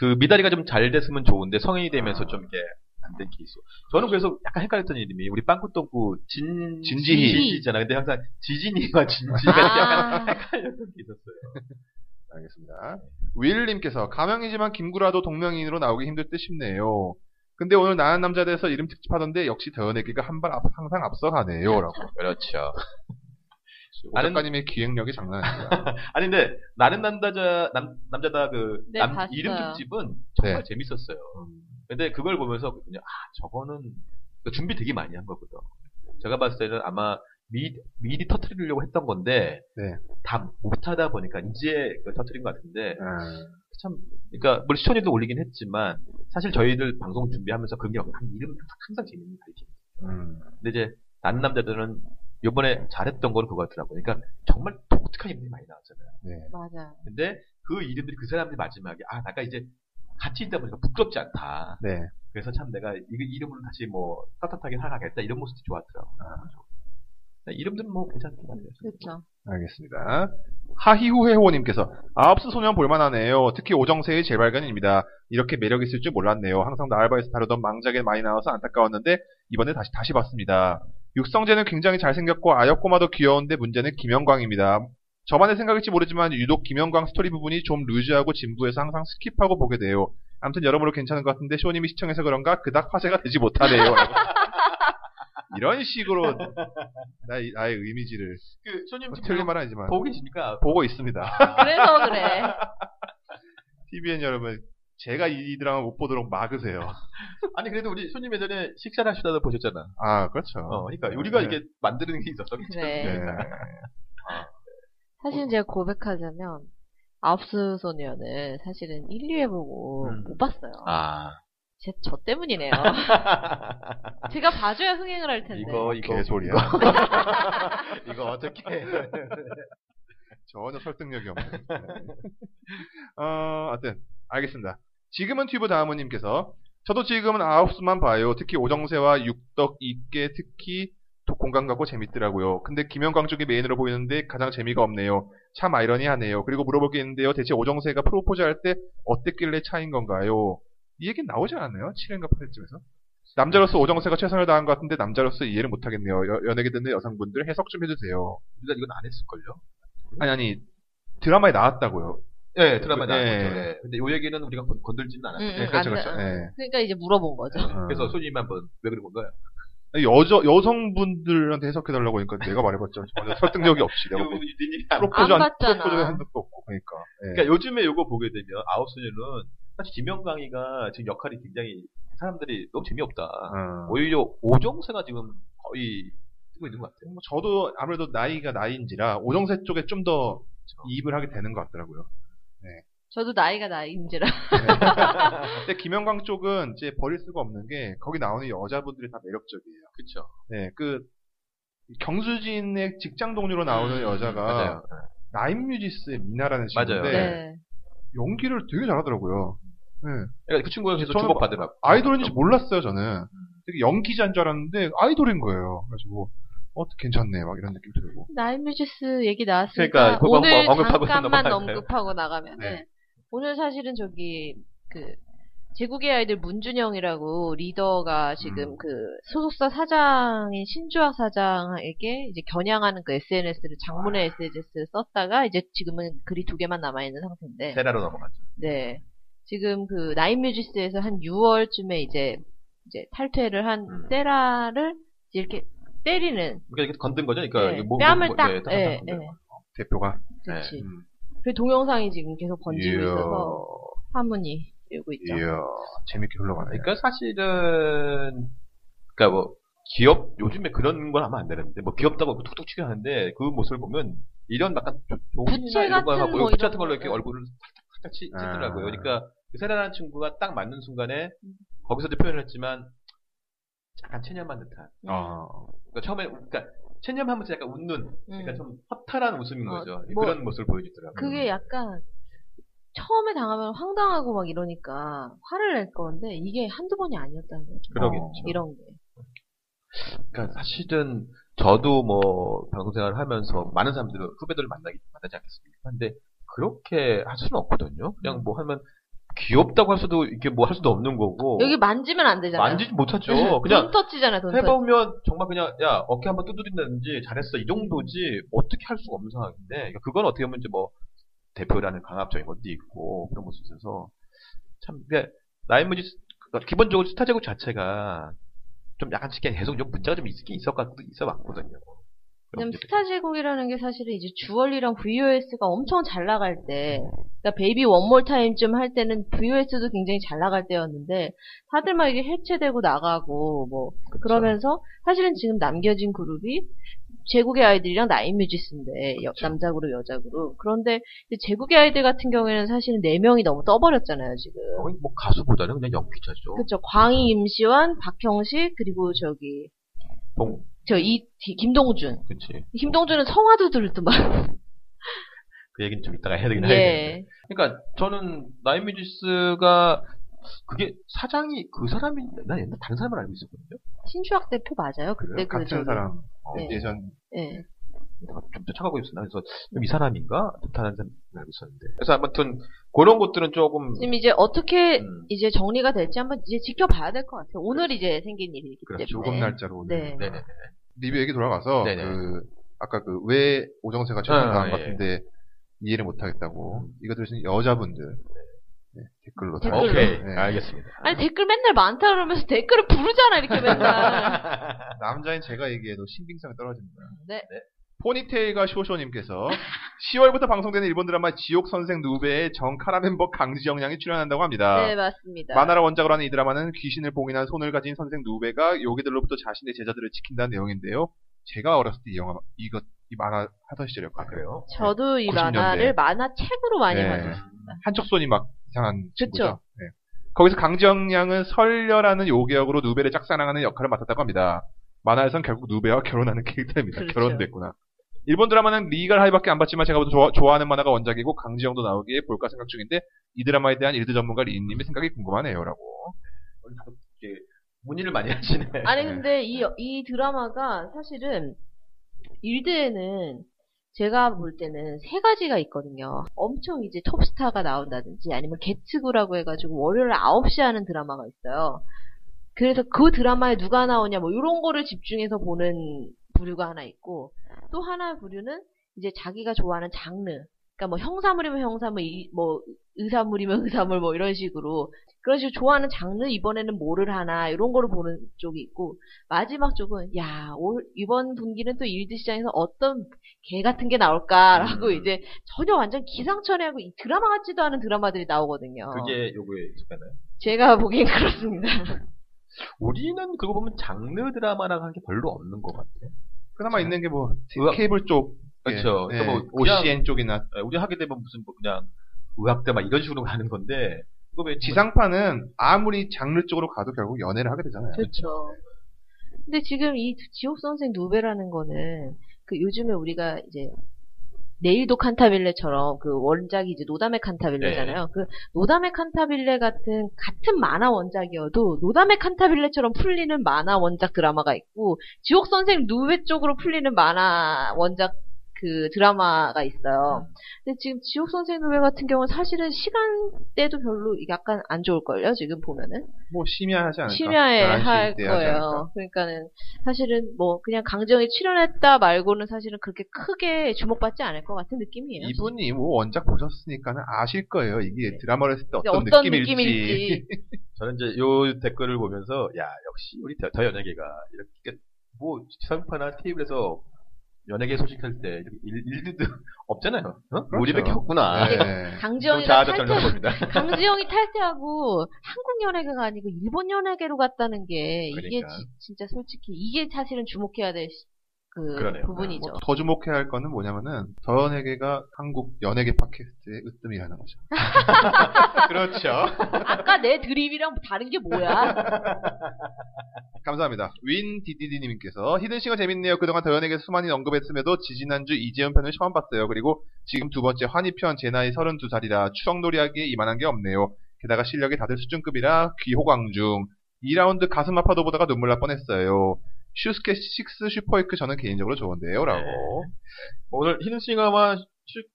Speaker 4: 그 미다리가 좀 잘 됐으면 좋은데 성인이 되면서 좀 이게 안 된 케이스. 저는 그래서 약간 헷갈렸던 이름이 우리 빵꾸똥꾸 진,
Speaker 3: 진지희.
Speaker 4: 있잖아. 근데 항상 지진이와 진지가 약간
Speaker 2: 아,
Speaker 4: <laughs> 헷갈렸던 게 있었어요.
Speaker 3: 알겠습니다. 윌님께서 가명이지만 김구라도 동명인으로 나오기 힘들 듯 싶네요. 근데 오늘 나는 남자 돼서 이름 특집 하던데 역시 더현애기가 한 발 항상 앞서가네요라고.
Speaker 4: 그렇죠.
Speaker 3: 오
Speaker 4: 나는-
Speaker 3: 작가님의 기획력이 장난 아니다.
Speaker 4: 아니, 근데, 나는 남자자, 남, 남자다 그,
Speaker 2: 네,
Speaker 4: 남-
Speaker 2: 봤어요.
Speaker 4: 이름 특집은 정말
Speaker 3: 네.
Speaker 4: 재밌었어요. 근데 그걸 보면서 그냥, 아, 저거는, 그러니까 준비 되게 많이 한 거거든. 제가 봤을 때는 아마 미, 미리 터트리려고 했던 건데,
Speaker 3: 네.
Speaker 4: 다 못하다 보니까 이제 그걸 터트린 것 같은데,
Speaker 3: 음,
Speaker 4: 참, 그러니까, 물론 시청률도 올리긴 했지만, 사실 저희들 방송 준비하면서 그게 없- 한 이름은 항상, 항상 재밌는 게 있죠.
Speaker 3: 음.
Speaker 4: 근데 이제, 난 남자들은 요번에 잘했던 건 그거 같더라고요. 그러니까, 정말 독특한 이름이 많이 나왔잖아요.
Speaker 3: 네.
Speaker 2: 맞아.
Speaker 4: 근데 그 이름들이 그 사람들이 마지막에 아 내가 이제 같이 있다 보니까 부끄럽지 않다.
Speaker 3: 네.
Speaker 4: 그래서 참 내가 이 이름으로 다시 뭐 따뜻하게 살아가겠다 이런 모습이 좋았더라고. 요 이름들은 뭐 괜찮긴 한데.
Speaker 2: 그렇죠.
Speaker 3: 알겠습니다. 하희후회호님께서 아홉수 소년 볼만하네요. 특히 오정세의 재발견입니다. 이렇게 매력 있을 줄 몰랐네요. 항상 나알바에서 다루던 망작에 많이 나와서 안타까웠는데 이번에 다시 다시 봤습니다. 육성재는 굉장히 잘생겼고 아역꼬마도 귀여운데 문제는 김영광입니다. 저만의 생각일지 모르지만 유독 김영광 스토리 부분이 좀 루즈하고 진부해서 항상 스킵하고 보게 돼요. 아무튼 여러모로 괜찮은 것 같은데 쇼님이 시청해서 그런가 그닥 화제가 되지 못하네요. 라고. 이런 식으로 나의, 나의 이미지를
Speaker 4: 그 손님
Speaker 3: 뭐
Speaker 4: 지금
Speaker 3: 틀린 말은 아니지만
Speaker 4: 보고 계시니까
Speaker 3: 보고 있습니다. <laughs>
Speaker 2: 그래서 그래.
Speaker 3: TVN 여러분, 제가 이 드라마 못 보도록 막으세요.
Speaker 4: <laughs> 아니 그래도 우리 손님 예전에 식사를 하시다가 보셨잖아.
Speaker 3: 아, 그렇죠.
Speaker 4: 어, 그러니까 우리가
Speaker 3: 네.
Speaker 4: 이게 만드는 게 있어서 그렇죠.
Speaker 2: 그래.
Speaker 3: 네.
Speaker 2: 사실 제가 고백하자면, 아홉수 소녀는 사실은 1, 2회 보고
Speaker 4: 음.
Speaker 2: 못 봤어요.
Speaker 4: 아
Speaker 2: 제, 저
Speaker 4: <laughs>
Speaker 2: 때문이네요. 제가 봐줘야 흥행을 할 텐데.
Speaker 4: 이거 이거
Speaker 3: 개소리야.
Speaker 4: <laughs> 이거 어떻게
Speaker 3: 전혀 설득력이 없네. 어, 하여튼, 알겠습니다. 지금은 튜브 다음은님께서, 저도 지금은 아홉스만 봐요. 특히 오정세와 육덕 있게 특히 독- 공감 가고 재밌더라고요. 근데 김영광 쪽이 메인으로 보이는데 가장 재미가 없네요. 참 아이러니하네요. 그리고 물어볼 게 있는데요. 대체 오정세가 프로포즈 할 때 어땠길래 차인 건가요? 이 얘기는 나오지 않았나요? 7회인가 8회쯤에서? 남자로서 오정세가 최선을 다한 것 같은데 남자로서 이해를 못하겠네요. 여- 연예계 듣는 여성분들 해석 좀 해주세요.
Speaker 4: 우리가 이건 안 했을걸요?
Speaker 3: 아니 아니 드라마에 나왔다고요.
Speaker 2: 음,
Speaker 4: 예, 예, 드라마에 나온
Speaker 3: 예.
Speaker 4: 거죠. 예. 근데 요 얘기는 우리가 건- 건들지는 않았어요.
Speaker 2: 음, 음,
Speaker 3: 그렇죠,
Speaker 2: 안
Speaker 3: 그렇죠.
Speaker 2: 나-
Speaker 3: 예.
Speaker 2: 그러니까 이제 물어본 거죠.
Speaker 4: 그래서 소님이 한번 왜 그런 건가요?
Speaker 3: 음. 여저 여성분들한테 해석해 달라고 하니까 내가 말해봤자 전혀 설득력이 없이 내가 뭐 프로포즈
Speaker 2: 안
Speaker 3: 한
Speaker 2: 봤잖아.
Speaker 3: 프로포즈 한 적도 없고 그러니까. 예.
Speaker 4: 그러니까 요즘에 요거 보게 되면 아홉소녀는 사실 김영광이가 지금 역할이 굉장히 사람들이 너무 재미없다.
Speaker 3: 어.
Speaker 4: 오히려 오정세가 지금 거의 뜨고 있는 것 같아요.
Speaker 3: 뭐 저도 아무래도 나이가 나이인지라 오정세 쪽에 좀 더 이입을 하게 되는 것 같더라고요.
Speaker 2: 저도 나이가 나이인지라.
Speaker 3: 근데 김영광 쪽은 이제 버릴 수가 없는 게 거기 나오는 여자분들이 다 매력적이에요.
Speaker 4: 그렇죠.
Speaker 3: 네, 그 경수진의 직장 동료로 나오는 여자가
Speaker 4: 맞아요.
Speaker 3: 나인뮤지스의 미나라는
Speaker 4: 맞아요.
Speaker 3: 친구인데
Speaker 2: 네.
Speaker 3: 연기를 되게 잘하더라고요. 네.
Speaker 4: 그러니까 그 친구가 계속
Speaker 3: 저는
Speaker 4: 주목받으라고.
Speaker 3: 아이돌인지 몰랐어요, 저는.
Speaker 4: 음.
Speaker 3: 되게 연기자인 줄 알았는데 아이돌인 거예요. 그래가지고 어, 괜찮네, 막 이런 느낌 들고.
Speaker 2: 나인뮤지스 얘기 나왔으니까
Speaker 4: 그러니까 그거
Speaker 2: 오늘
Speaker 4: 언급- 언급하고
Speaker 2: 잠깐만
Speaker 4: 넘어갈까요?
Speaker 2: 언급하고 나가면
Speaker 3: 네.
Speaker 2: 오늘 사실은 저기 그 제국의 아이들 문준영이라고 리더가 지금
Speaker 3: 음.
Speaker 2: 그 소속사 사장인 신주학 사장에게 이제 겨냥하는 그 SNS를 장문의 SNS를 썼다가 이제 지금은 글이 두 개만 남아 있는 상태인데
Speaker 4: 세라로 넘어갔죠.
Speaker 2: 네. 지금 그 나인뮤지스에서 한 6월쯤에 이제 이제 탈퇴를 한
Speaker 4: 음.
Speaker 2: 세라를 이제 이렇게 때리는
Speaker 4: 그러니까 이렇게 건든 거죠. 그러니까
Speaker 2: 네,
Speaker 4: 이게 뭐-
Speaker 2: 뺨을
Speaker 4: 뭐- 뭐-
Speaker 2: 딱
Speaker 4: 예, 딱
Speaker 2: 예,
Speaker 4: 건든
Speaker 2: 예.
Speaker 4: 거.
Speaker 3: 대표가.
Speaker 2: 그렇지.
Speaker 4: 네.
Speaker 3: 음.
Speaker 2: 그 동영상이 지금 계속 번지고 있어서 화문이 일고 있죠.
Speaker 3: 이야, 재밌게 흘러가네.
Speaker 2: 예.
Speaker 4: 그러니까 사실은 그러니까 뭐 기업 요즘에 그런 걸 하면 안 되는데 뭐 귀엽다고 툭툭 치게 하는데 그 모습을 보면 이런 약간 조- 종이나
Speaker 2: 부채
Speaker 4: 이런 거
Speaker 2: 같은
Speaker 4: 하고
Speaker 2: 뭐
Speaker 4: 부채
Speaker 2: 이런
Speaker 4: 같은 걸로 이렇게
Speaker 2: 거.
Speaker 4: 얼굴을 살짝 살짝 치,
Speaker 3: 아.
Speaker 4: 치더라고요. 그러니까 그 세라라는 친구가 딱 맞는 순간에 거기서도 표현을 했지만 약간 체념한 듯한.
Speaker 3: 아,
Speaker 4: 그러니까 처음에 그러니까 체념하면서 약간 웃는 그러니까
Speaker 2: 음.
Speaker 4: 좀 음. 허탈한 웃음인
Speaker 2: 어,
Speaker 4: 거죠.
Speaker 2: 뭐-
Speaker 4: 그런 모습을 보여주더라고요.
Speaker 2: 그게 약간 처음에 당하면 황당하고 막 이러니까 화를 낼 건데 이게 한두 번이 아니었다는 거죠. 어,
Speaker 4: 그러겠죠.
Speaker 2: 이런 게.
Speaker 4: 그러니까 사실은 저도 뭐 방송 생활을 하면서 많은 사람들을 후배들을 만나기 만나지 않겠습니까? 근데 그렇게 할 수는 없거든요. 그냥 뭐 하면 귀엽다고 할 수도 이렇게 뭐 할 수도 없는 거고
Speaker 2: 여기 음. 만지면 안 되잖아요.
Speaker 4: 만지지 못하죠. 그냥
Speaker 2: 돈터치잖아요. 돈터치.
Speaker 4: 해보면 정말 그냥 야 어깨 한번 두드린다든지 잘했어 이 정도지 어떻게 할 수가 없는 상황인데 그러니까 그건 어떻게 보면 이제 뭐 대표라는 강압적인 것도 있고 그런 모습이 있어서 참 그러니까 나인무지 그러니까 기본적으로 스타 제국 자체가 좀 약간씩 계속 좀 문제가 좀 있긴 있었 있어 왔거든요.
Speaker 2: 왜냐면 스타 제국이라는 게 사실은 이제 주얼리랑 VOS가 엄청 잘 나갈 때, 그러니까 베이비 원몰 타임쯤 할 때는 VOS도 굉장히 잘 나갈 때였는데 다들 막 이게 해체되고 나가고 뭐 그러면서 사실은 지금 남겨진 그룹이 제국의 아이들이랑 나인뮤지스인데 여-
Speaker 4: 그쵸.
Speaker 2: 남자 그룹 여자 그룹 그런데 이제 제국의 아이들 같은 경우에는 사실은 네 명이 너무 떠버렸잖아요 지금
Speaker 4: 거의 뭐 가수보다는 그냥 연기자죠.
Speaker 2: 그렇죠 광희 임시완 박형식 그리고 저기
Speaker 4: 봉,
Speaker 2: 저 이 김동준
Speaker 4: 그치.
Speaker 2: 김동준은 성화도 들도 막
Speaker 4: 그 얘기는 좀 이따가 해야 되긴
Speaker 3: 네.
Speaker 4: 해야겠는데.
Speaker 2: 예.
Speaker 4: 그러니까 저는 나인뮤지스가 그게 사장이 그 사람이 난 옛날 다른 사람을 알고 있었거든요.
Speaker 2: 신주학 대표 맞아요? 그때 그
Speaker 3: 그래요? 같은
Speaker 2: 저기-
Speaker 3: 사람. 어,
Speaker 2: 네.
Speaker 3: 예전
Speaker 2: 예.
Speaker 4: 좀더 착각하고 있었나 그래서 좀이 사람인가 듯한 사람을 알고 있었는데. 그래서 아무튼 그런 것들은 조금
Speaker 2: 지금 이제 어떻게
Speaker 4: 음,
Speaker 2: 이제 정리가 될지 한번 이제 지켜봐야 될 것 같아요. 오늘 이제 생긴 일이기
Speaker 4: 그렇죠.
Speaker 2: 때문에.
Speaker 3: 조금 날짜로 오늘
Speaker 2: 네.
Speaker 4: 네네.
Speaker 3: 리뷰 얘기 돌아가서
Speaker 4: 네네.
Speaker 3: 그 아까 그 왜 오정세가 최선
Speaker 4: 아,
Speaker 3: 당한 것
Speaker 4: 예. 음.
Speaker 3: 같은데 이해를 못하겠다고 이거 들으신 여자분들 네, 댓글로 다
Speaker 2: 댓글로.
Speaker 4: 오케이
Speaker 3: 네.
Speaker 4: 알겠습니다.
Speaker 2: 아니 댓글 맨날 많다 그러면서 댓글을 부르잖아 이렇게
Speaker 3: <laughs>
Speaker 2: 맨날.
Speaker 3: 남자인 제가 얘기해도 신빙성이 떨어집니다.
Speaker 2: 네.
Speaker 3: 포니테일과 쇼쇼님께서 10월부터 방송되는 일본 드라마 지옥 선생 누베의 정카라 멤버 강지영 양이 출연한다고 합니다.
Speaker 2: 네 맞습니다.
Speaker 3: 아, 만화를 원작으로 하는 이 드라마는 귀신을 봉인한 손을 가진 선생 누베가 요괴들로부터 자신의 제자들을 지킨다는 내용인데요. 제가 어렸을 때 이 영화, 이거, 이 만화 하던 시절이었거든요.
Speaker 4: 아, 그래요.
Speaker 2: 저도 이
Speaker 3: 90년대.
Speaker 2: 만화를 만화책으로 많이
Speaker 3: 네.
Speaker 2: 봤어요.
Speaker 3: 한쪽 손이 막 이상한 친구죠.
Speaker 2: 그쵸.
Speaker 3: 네. 거기서 강지영 양은 설녀라는 요괴 역으로 누베를 짝사랑하는 역할을 맡았다고 합니다. 만화에선 결국 누베와 결혼하는 캐릭터입니다.
Speaker 2: 그렇죠.
Speaker 3: 결혼됐구나. 일본 드라마는 리갈 하이밖에 안 봤지만 제가 모두 좋아, 하는 만화가 원작이고 강지영도 나오기에 볼까 생각 중인데 이 드라마에 대한 일드 전문가 리님의 생각이 궁금하네요라고.
Speaker 4: 오늘 다들 이렇게 문의를 많이 하시네.
Speaker 2: 아니 근데 이 이 드라마가 사실은 일드에는 제가 볼 때는 세 가지가 있거든요. 엄청 이제 톱스타가 나온다든지 아니면 개츠구라고 해가지고 월요일 9시 하는 드라마가 있어요. 그래서 그 드라마에 누가 나오냐 뭐 이런 거를 집중해서 보는 부류가 하나 있고 또 하나 부류는 이제 자기가 좋아하는 장르 그러니까 뭐 형사물이면 형사물, 이- 뭐 의사물이면 <laughs> 의사물 뭐 이런 식으로 그런 식으로 좋아하는 장르 이번에는 뭐를 하나 이런 거를 보는 쪽이 있고 마지막 쪽은 야 올, 이번 분기는 또 일드 시장에서 어떤 개 같은 게 나올까라고
Speaker 4: 음.
Speaker 2: 이제 전혀 완전 기상천외하고 이 드라마 같지도 않은 드라마들이 나오거든요.
Speaker 3: 어.
Speaker 4: 그게 요거에 속하나요?
Speaker 2: 제가 보기엔 <laughs> 그렇습니다.
Speaker 4: 우리는 그거 보면 장르 드라마라고 하는 게 별로 없는 것 같아.
Speaker 3: 그나마
Speaker 4: 자.
Speaker 3: 있는 게 뭐,
Speaker 4: 네. 의학-
Speaker 3: 케이블 쪽.
Speaker 4: 그쵸. 그러니까
Speaker 3: 예, 예,
Speaker 4: 뭐 그냥-
Speaker 3: OCN 쪽이나.
Speaker 4: 예, 우리 하게 되면 무슨 뭐 그냥 의학대 막 이런 식으로 가는 건데 그거 왜
Speaker 3: 지상파는 아무리 장르 쪽으로 가도 결국 연애를 하게 되잖아요.
Speaker 2: 그렇죠. 근데 지금 이 지옥 선생 누베라는 거는 그 요즘에 우리가 이제 내일도 칸타빌레처럼 그 원작이 이제 노담의 칸타빌레잖아요. 그 노담의 칸타빌레 같은 같은 만화 원작이어도 노담의 칸타빌레처럼 풀리는 만화 원작 드라마가 있고 지옥 선생 누베 쪽으로 풀리는 만화 원작 그 드라마가 있어요. 근데 지금 지옥 선생 누베 같은 경우는 사실은 시간대도 별로 약간 안 좋을걸요. 지금 보면은.
Speaker 3: 뭐, 심야하지 않을까.
Speaker 2: 심야에
Speaker 3: 11시
Speaker 2: 할
Speaker 3: 때 하지 않을까.
Speaker 2: 거예요. 그러니까는 사실은 뭐 그냥 강정이 출연했다 말고는 사실은 그렇게 크게 주목받지 않을 것 같은 느낌이에요.
Speaker 3: 이분이 뭐 원작 보셨으니까는 아실 거예요.
Speaker 2: 네.
Speaker 3: 이게 드라마를 했을 때
Speaker 2: 근데
Speaker 3: 어떤, 느낌일지.
Speaker 4: 저는 이제 요 댓글을 보면서 야 역시 우리 더, 더 연예계가 이렇게 뭐 지상파나 케이블에서 연예계 소식할 때 이렇게 일- 일들도 <laughs> 없잖아요. 어? 우리밖에 없구나.
Speaker 3: 네.
Speaker 4: 좀
Speaker 2: 강지영이가
Speaker 4: 자아자찬
Speaker 2: 탈퇴,
Speaker 4: 그런 겁니다.
Speaker 2: 강지영이 탈퇴하고 한국 연예계가 아니고 일본 연예계로 갔다는 게 이게
Speaker 4: 그러니까.
Speaker 2: 지- 진짜 솔직히 이게 사실은 주목해야 될 시- 그
Speaker 4: 그러네요.
Speaker 2: 부분이죠.
Speaker 3: 뭐더 주목해야 할 거는 뭐냐면은 더 연예계가 한국 연예계 팟캐스트의 으뜸이라는
Speaker 2: <laughs>
Speaker 3: 거죠.
Speaker 4: 그렇죠.
Speaker 2: 아까 내 드립이랑 다른 게 뭐야?
Speaker 3: 감사합니다. 윈디디디님께서 히든싱어 재밌네요. 그동안 더 연예계 수많이 언급했음에도 지지난주 이재현 편을 처음 봤어요. 그리고 지금 두 번째 환희편 제 나이 32살이라 추억놀이하기에 이만한 게 없네요. 게다가 실력이 다들 수준급이라 귀호강중. 2라운드 가슴 아파도 보다가 눈물 날 뻔했어요. 슈스케 6 슈퍼이크 저는 개인적으로 좋은데요. 라고.
Speaker 4: <laughs> 오늘 히든싱어와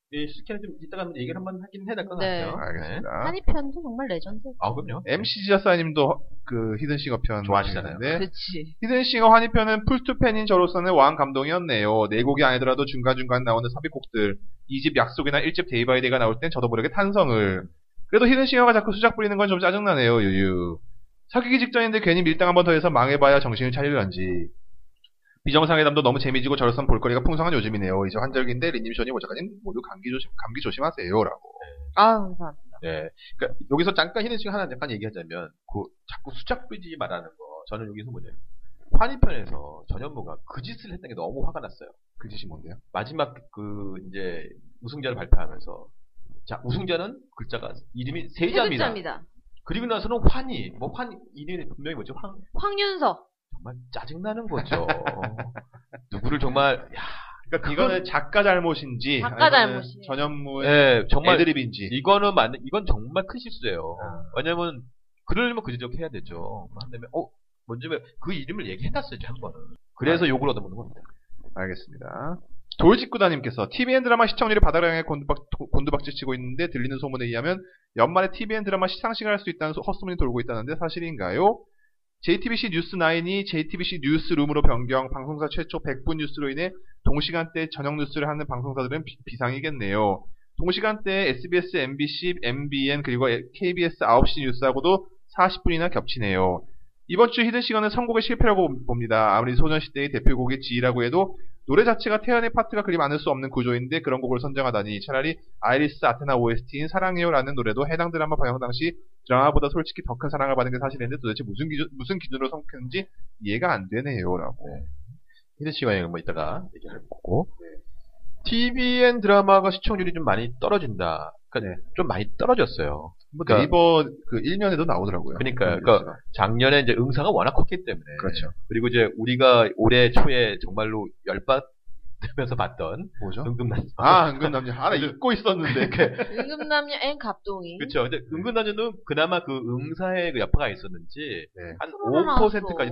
Speaker 4: 시캔 좀 이따가 한번 얘기를 한번 하긴 해야 될 것
Speaker 2: 네.
Speaker 4: 같아요.
Speaker 3: 알겠습니다.
Speaker 2: 한이편도 정말 레전드.
Speaker 4: 아 그럼요.
Speaker 3: MC 지자사님도 그 히든싱어 편
Speaker 4: 좋아하시잖아요.
Speaker 3: 좋아하시는데
Speaker 2: 그렇지.
Speaker 3: 히든싱어 환희편은 풀투팬인 저로서는 왕 감동이었네요. 네 곡이 아니더라도 중간중간 나오는 삽입곡들, 2집 약속이나 1집 데이바이데이가 나올 땐 저도 모르게 탄성을. 그래도 히든싱어가 자꾸 수작 부리는 건 좀 짜증나네요, 유유. 사귀기 직전인데 괜히 밀당 한 번 더 해서 망해봐야 정신을 차릴런지. 비정상회담도 너무 재미지고 저로선 볼거리가 풍성한 요즘이네요. 이제 환절기인데 리님션이 모자가님 모두 감기 조심, 감기 조심하세요. 라고.
Speaker 2: 아, 감사합니다.
Speaker 4: 예. 그러니까 여기서 잠깐 히든싱어 하나 잠깐 얘기하자면 그 자꾸 수작 부리지 말라는 거. 저는 여기서 뭐냐면 환희편에서 전현무가 그 짓을 했던 게 너무 화가 났어요.
Speaker 3: 그 짓이 뭔데요?
Speaker 4: 마지막 그 이제 우승자를 발표하면서 자 우승자는 글자가 이름이 세 자입니다.
Speaker 2: 태극자입니다.
Speaker 4: 그리고 나서는 환희 뭐 환 이름이 분명히 뭐죠? 황
Speaker 2: 황윤석.
Speaker 4: 정말 짜증 나는
Speaker 3: <laughs>
Speaker 4: 거죠. 누구를 정말 야 그러니까
Speaker 3: 이거는
Speaker 4: 이거는
Speaker 3: 작가 잘못인지,
Speaker 2: 아, 작가
Speaker 3: 아니면은
Speaker 2: 잘못이에요.
Speaker 3: 전현무의
Speaker 4: 예 정말
Speaker 3: 애드립인지.
Speaker 4: 이거는 맞는 이건 정말 큰 실수예요.
Speaker 3: 아.
Speaker 4: 왜냐면 그러려면 그 지적해야 되죠. 한다면 어 먼저 그 이름을 얘기해놨어야지 한 번은. 그래서 욕을 얻어먹는 겁니다.
Speaker 3: 알겠습니다. 돌직구다님께서 TVN 드라마 시청률이 바닥에 곤두박, 곤두박질 치고 있는데 들리는 소문에 의하면 연말에 TVN 드라마 시상식을 할 수 있다는 소- 헛소문이 돌고 있다는데 사실인가요? JTBC 뉴스9이 JTBC 뉴스룸으로 변경, 방송사 최초 100분 뉴스로 인해 동시간대 저녁 뉴스를 하는 방송사들은 비, 상이겠네요 동시간대에 SBS, MBC, MBN 그리고 KBS 9시 뉴스하고도 40분이나 겹치네요. 이번 주 히든 시간은 선곡의 실패라고 봅니다. 아무리 소년시대의 대표곡의 지이라고 해도 노래 자체가 태연의 파트가 그리 많을 수 없는 구조인데 그런 곡을 선정하다니 차라리 아이리스 아테나 OST인 사랑해요라는 노래도 해당 드라마 방영 당시 드라마보다 솔직히 더 큰 사랑을 받은 게 사실인데 도대체 무슨 기준 무슨 기준으로 선택했는지 이해가 안 되네요라고.
Speaker 4: 히든 시간에 뭐 이따가 얘기할 거고.
Speaker 3: 네.
Speaker 4: TVN 드라마가 시청률이 좀 많이 떨어진다.
Speaker 3: 네.
Speaker 4: 그러니까 좀 많이 떨어졌어요.
Speaker 3: 뭐
Speaker 4: 그러니까-
Speaker 3: 네이버 그 1년에도 나오더라고요.
Speaker 4: 그러니까요.
Speaker 3: 그
Speaker 4: 그러니까 작년에 이제 응사가 워낙 컸기 때문에.
Speaker 3: 그렇죠.
Speaker 4: 그리고 이제 우리가 올해 초에 정말로 열받으면서 봤던
Speaker 3: 뭐죠?
Speaker 4: 은근난.
Speaker 3: 아 은근남녀
Speaker 4: 음.
Speaker 3: 하나
Speaker 4: <laughs>
Speaker 3: 잊고 있었는데
Speaker 2: 응급남녀 앤 갑동이.
Speaker 4: 그렇죠. 근데 은근난은 그나마 그 응사의 그 여파가 있었는지
Speaker 3: 네.
Speaker 4: 한
Speaker 2: 코로나
Speaker 4: 5%까지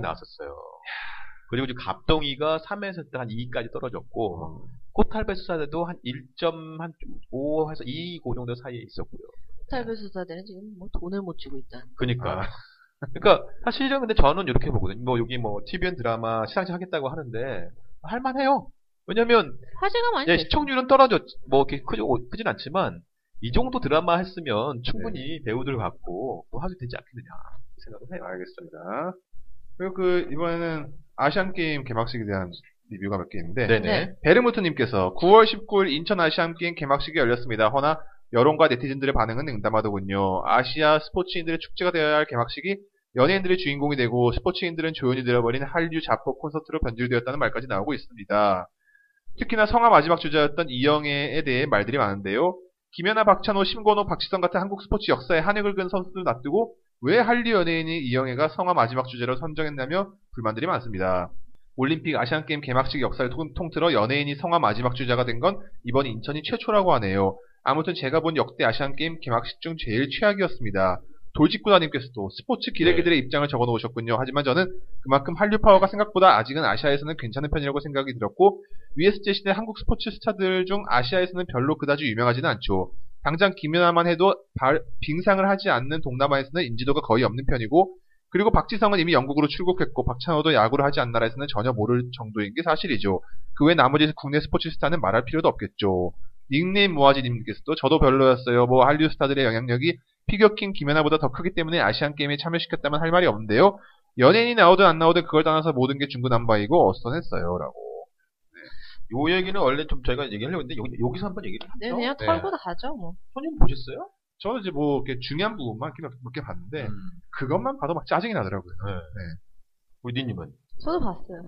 Speaker 2: 나왔어.
Speaker 4: 나왔었어요. 그리고 이제 갑동이가 3에서 한 2까지 떨어졌고 코탈베 수사대도 한 1.5에서 2, 그 정도 사이에 있었고요.
Speaker 2: 탈배 수사대는 지금 뭐 돈을 못 주고 있다.
Speaker 4: 그러니까.
Speaker 3: 아.
Speaker 4: 그러니까 사실은 근데 저는 이렇게 보거든요. 뭐 여기 뭐 TVN 드라마 시상식 하겠다고 하는데 할만해요. 왜냐면
Speaker 2: 화제가 많이
Speaker 4: 예,
Speaker 2: 됐어요.
Speaker 4: 시청률은 떨어졌 뭐 이렇게 크지 크진 않지만 이 정도 드라마 했으면 충분히 배우들 갖고 또 하게 되지 않겠느냐 생각을 해요.
Speaker 3: 네. 알겠습니다. 그리고 그 이번에는 아시안 게임 개막식에 대한 리뷰가 몇 개 있는데
Speaker 2: 네.
Speaker 3: 베르무트님께서 9월 19일 인천 아시안게임 개막식이 열렸습니다. 허나 여론과 네티즌들의 반응은 냉담하더군요. 아시아 스포츠인들의 축제가 되어야 할 개막식이 연예인들의 주인공이 되고 스포츠인들은 조연이 되어버린 한류 자포 콘서트로 변질되었다는 말까지 나오고 있습니다. 특히나 성화 마지막 주자였던 이영애에 대해 말들이 많은데요. 김연아, 박찬호, 심건호, 박지성 같은 한국 스포츠 역사에 한획을 끈 선수들 놔두고 왜 한류 연예인이 이영애가 성화 마지막 주제로 선정했냐며 불만들이 많습니다. 올림픽 아시안게임 개막식 역사를 통, 틀어 연예인이 성화 마지막 주자가 된 건 이번 인천이 최초라고 하네요. 아무튼 제가 본 역대 아시안게임 개막식 중 제일 최악이었습니다. 돌직구다님께서도 스포츠 기레기들의 입장을 적어 놓으셨군요. 하지만 저는 그만큼 한류 파워가 생각보다 아직은 아시아에서는 괜찮은 편이라고 생각이 들었고, USJ 시대 한국 스포츠 스타들 중 아시아에서는 별로 그다지 유명하지는 않죠. 당장 김연아만 해도 발- 빙상을 하지 않는 동남아에서는 인지도가 거의 없는 편이고, 그리고 박지성은 이미 영국으로 출국했고 박찬호도 야구를 하지 않는 나라에서는 전혀 모를 정도인 게 사실이죠. 그 외 나머지 국내 스포츠 스타는 말할 필요도 없겠죠. 닉네임 모아지님께서도 저도 별로였어요. 뭐 한류 스타들의 영향력이 피겨킹 김연아보다 더 크기 때문에 아시안 게임에 참여시켰다면 할 말이 없는데요. 연예인이 나오든 안 나오든 그걸 떠나서 모든 게 중구난방이고 어선했어요라고.
Speaker 4: 네. 요 얘기는 원래 좀 저희가 얘기하려고 했는데 여기, 서 한번 얘기를
Speaker 2: 네,
Speaker 4: 하죠.
Speaker 2: 그냥
Speaker 3: 네.
Speaker 2: 털고 가죠, 뭐.
Speaker 4: 손님 보셨어요?
Speaker 3: 저는 이제 뭐 이렇게 중요한 부분만 몇 개 봤는데
Speaker 4: 음.
Speaker 3: 그것만 봐도 막 짜증이 나더라고요.
Speaker 4: 네.
Speaker 3: 네.
Speaker 4: 우디님은
Speaker 2: 저도 봤어요.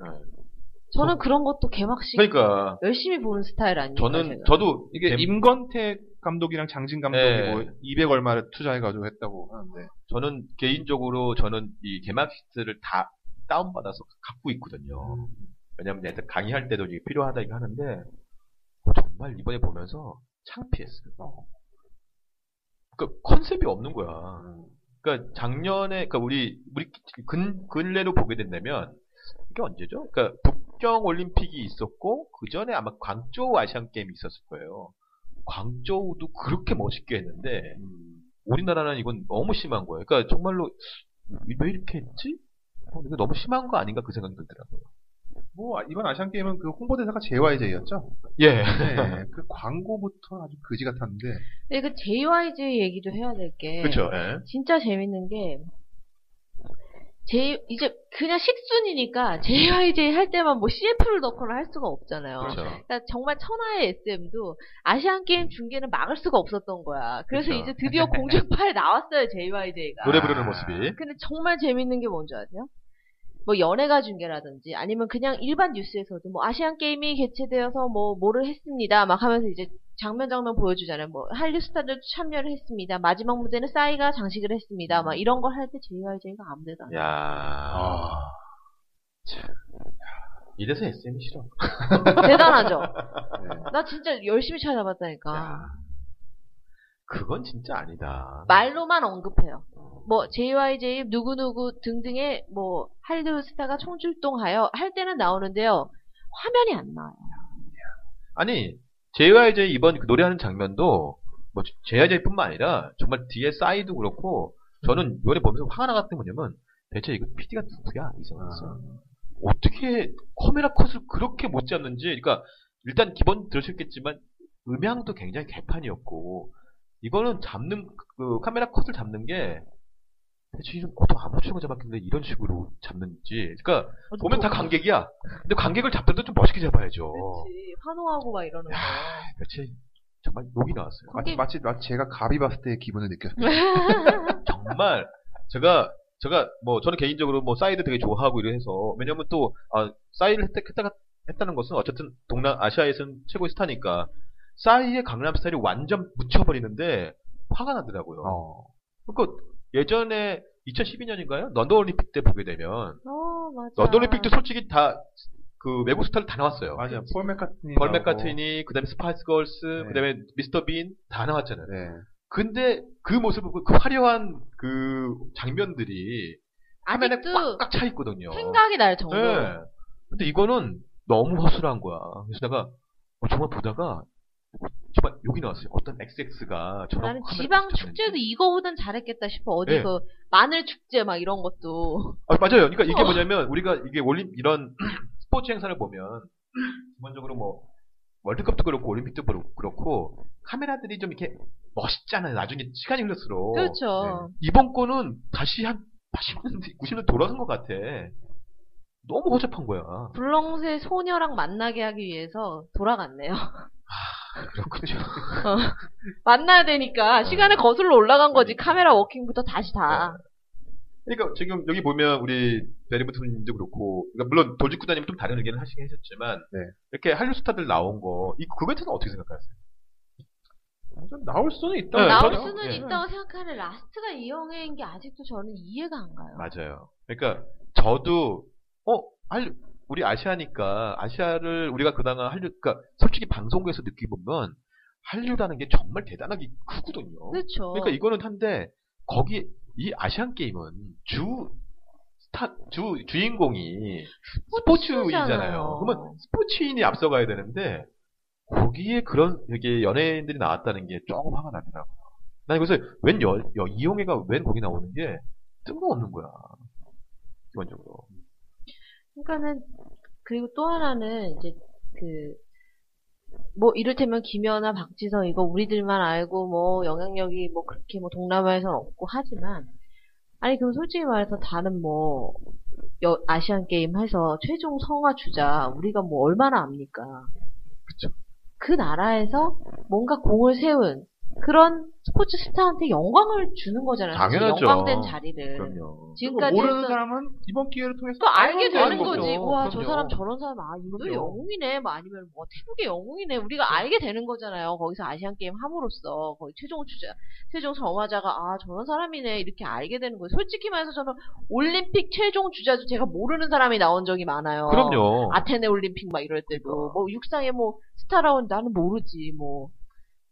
Speaker 2: 저는 그런 것도 개막식
Speaker 4: 네. 그러니까
Speaker 2: 열심히 보는 스타일 아니에요.
Speaker 4: 저는 저도
Speaker 3: 이게
Speaker 4: 이게 임,
Speaker 3: 임건택 감독이랑 장진 감독이
Speaker 4: 네.
Speaker 3: 뭐 200 얼마를 투자해가지고 했다고 하는데
Speaker 4: 저는 개인적으로 저는 이 개막시트를 다 다운 받아서 갖고 있거든요.
Speaker 3: 음.
Speaker 4: 왜냐면 내가 강의할 때도 이게 필요하다 이거 하는데 어, 정말 이번에 보면서 창피했어요. 그 컨셉이 없는 거야. 그러니까 작년에 그러니까 우리 우리 근 근래로 보게 된다면 이게 언제죠? 그러니까 북경 올림픽이 있었고 그 전에 아마 광저우 아시안 게임이 있었을 거예요. 광저우도 그렇게 멋있게 했는데 우리나라는 이건 너무 심한 거예요. 그러니까 정말로 왜 이렇게 했지? 어, 이거 너무 심한 거 아닌가 그 생각이 들더라고요.
Speaker 3: 뭐 이번 아시안 게임은 그 홍보대사가 JYJ였죠.
Speaker 4: 예.
Speaker 3: 네,
Speaker 4: <laughs>
Speaker 3: 그 광고부터 아주 그지 같았는데
Speaker 2: 근데 그 JYJ 얘기도 해야 될 게.
Speaker 4: 그렇죠. 예.
Speaker 2: 진짜 재밌는 게, 제, 이제 그냥 식순이니까 JYJ 할 때만 뭐 CF를 넣거나 할 수가 없잖아요.
Speaker 4: 그렇죠.
Speaker 2: 그러니까 정말 천하의 SM도 아시안 게임 중계는 막을 수가 없었던 거야. 그래서
Speaker 4: 그쵸.
Speaker 2: 이제 드디어 공중파에 나왔어요, JYJ가.
Speaker 4: 노래 부르는 모습이.
Speaker 2: 근데 정말 재밌는 게 뭔지 아세요? 뭐 연예가 중계라든지 아니면 그냥 일반 뉴스에서도 뭐 아시안 게임이 개최되어서 뭐 뭐를 했습니다 막 하면서 이제 장면 장면 보여주잖아요. 뭐 한류 스타들도 참여를 했습니다. 마지막 무대는 싸이가 장식을 했습니다. 막 이런 걸 할 때 JYJ가 아무데도 안
Speaker 4: 야. 참. 이래서 SM 이 싫어.
Speaker 2: 해. 대단하죠.
Speaker 3: 네.
Speaker 2: 나 진짜 열심히 찾아봤다니까.
Speaker 4: 야. 그건 진짜 아니다.
Speaker 2: 말로만 언급해요. 뭐 JYJ 누구누구 등등의 뭐 한류 스타가 총출동하여 할 때는 나오는데요. 화면이 안 나와요.
Speaker 4: 아니, JYJ 이번 그 노래하는 장면도, 뭐, JYJ뿐만 아니라, 정말 뒤에 싸이도 그렇고,
Speaker 3: 음.
Speaker 4: 저는 요번에 보면서 화가 나갔던 게 뭐냐면, 대체 이거 PD가 누구야?
Speaker 3: 아.
Speaker 4: 이상했어. 어떻게 카메라 컷을 그렇게 못 잡는지, 그러니까, 일단 기본 들으셨겠지만, 음향도 굉장히 개판이었고, 이거는 잡는, 그, 카메라 컷을 잡는 게, 대체 이런, 어떤 아무추가 잡았겠는데 이런 식으로 잡는지. 그러니까, 보면 다 관객이야. 근데 관객을 잡더라도 좀 멋있게 잡아야죠.
Speaker 2: 그렇지. 환호하고 막 이러는 거.
Speaker 4: 어. 야, 며칠 정말 욕이 나왔어요.
Speaker 3: 마치,
Speaker 2: 거기-
Speaker 3: 마치 마치 제가 가비 봤을 때의 기분을 느꼈어요.
Speaker 4: 정말 제가 제가 뭐 저는 개인적으로 뭐 사이드 되게 좋아하고 이래서 왜냐면 또 아, 사이를 했다, 했다가 했다는 것은 어쨌든 동남 아시아에서는 최고의 스타니까 싸이의 강남 스타일이 완전 묻혀버리는데 화가 나더라고요.
Speaker 3: 어.
Speaker 4: 그러니까 예전에 2012년인가요? 런던 올림픽 때 보게 되면
Speaker 2: 어, 맞아.
Speaker 4: 런던 올림픽도 솔직히 다 그 외국 스타일 다 나왔어요.
Speaker 3: 맞아요. 폴 맥카트니.
Speaker 4: 벌맥 같으니 그다음에 스파이스 걸스
Speaker 3: 네.
Speaker 4: 그다음에 미스터 빈 다 나왔잖아요.
Speaker 3: 네.
Speaker 4: 근데 그 모습 보고 그 화려한 그 장면들이 화면에
Speaker 2: 아직도
Speaker 4: 꽉꽉 차 있거든요.
Speaker 2: 생각이 날 정도.
Speaker 4: 네. 근데 이거는 너무 허술한 거야. 그래서 내가 어, 정말 보다가 정말 욕이 나왔어요. 어떤 XX가 저런
Speaker 2: 나는
Speaker 4: 화면에
Speaker 2: 지방
Speaker 4: 비춰졌는지. 네.
Speaker 2: 축제도 이거보단 잘했겠다 싶어. 어디서 그 마늘 축제 막 이런 것도. <laughs>
Speaker 4: 아, 맞아요. 그러니까 이게
Speaker 2: 어.
Speaker 4: <clears throat> 뭐냐면 우리가 이게 올림 이런 스포츠 행사를 보면 기본적으로 뭐 월드컵도 그렇고 올림픽도 그렇- 그렇고 카메라들이 좀 이렇게 멋있잖아요. 나중에 시간이 흘러수록 네.
Speaker 2: 그렇죠.
Speaker 4: 이번 거는 다시 한 80년대, 90년대 돌아선 것 같아. 너무 허접한 거야.
Speaker 2: 블렁스의 소녀랑 만나게 하기 위해서 돌아갔네요. <laughs>
Speaker 4: 그렇군요.
Speaker 2: 만나야 되니까
Speaker 4: 네.
Speaker 2: 시간을 거슬러 올라간 거지. 카메라 워킹부터 다시 다.
Speaker 4: 그러니까 지금 여기 보면 우리 베리부트님도 그렇고, 그러니까 물론 돌직구단님은 좀 다른 의견을 하시긴 하셨지만,
Speaker 3: 네.
Speaker 4: 이렇게 한류 스타들 나온 거, 이, 그거에 대해서는 어떻게 생각하세요?
Speaker 3: 좀 나올 수는 있다.
Speaker 4: 네,
Speaker 2: 그 나올
Speaker 4: 저는-
Speaker 2: 수는
Speaker 4: 예.
Speaker 2: 있다고 생각하는 라스트가 이 영화인 게 아직도 저는 이해가 안 가요.
Speaker 4: 맞아요. 그러니까 저도, 어, 한류, 우리 아시아니까, 아시아를 우리가 그나마 한류, 그러니까 솔직히 방송국에서 느끼보면, 한류라는 게 정말 대단하게 크거든요.
Speaker 2: 그렇죠.
Speaker 4: 그러니까 이거는 한데 거기 이 아시안 게임은 주 스타 주 주인공이 스포츠인이잖아요.
Speaker 2: 스포츠잖아요.
Speaker 4: 그러면 스포츠인이 앞서가야 되는데 거기에 그런 이게 연예인들이 나왔다는 게 조금 화가 나더라고요. 난 그래서 웬 여, 여- 이용해가 웬 거기 나오는 게 뜬금없는 거야. 기본적으로.
Speaker 2: 그러니까는 그리고 또 하나는 이제 그 뭐 이를테면 김연아, 박지성 이거 우리들만 알고 뭐 영향력이 뭐 그렇게 뭐 동남아에선 없고 하지만 아니 그럼 솔직히 말해서 다른 뭐 여- 아시안 게임 해서 최종 성화 주자 우리가 뭐 얼마나 압니까?
Speaker 4: 그쵸.
Speaker 2: 그 나라에서 뭔가 공을 세운 그런 스포츠 스타한테 영광을 주는 거잖아요. 사실
Speaker 4: 당연하죠.
Speaker 2: 영광된 자리를.
Speaker 4: 그럼요.
Speaker 2: 지금까지
Speaker 3: 모르는
Speaker 2: 했던-
Speaker 3: 사람은 이번 기회를 통해서
Speaker 2: 또 알게
Speaker 3: 알면
Speaker 2: 되는
Speaker 3: 거죠.
Speaker 2: 거지. 와, 저
Speaker 4: 아, 그럼요.
Speaker 2: 사람 저런 사람 아, 인도
Speaker 4: 그럼요.
Speaker 2: 영웅이네. 뭐 아니면 뭐 태국의 영웅이네. 우리가 알게 되는 거잖아요. 거기서 아시안 게임 함으로써 거기 최종 주자, 최종 정화자가 아, 저런 사람이네. 이렇게 알게 되는 거예요. 솔직히 말해서 저는 올림픽 최종 주자도 제가 모르는 사람이 나온 적이 많아요.
Speaker 4: 그럼요.
Speaker 2: 아테네 올림픽 막 이럴 때도 뭐 육상에 뭐 스타라운 나는 모르지 뭐.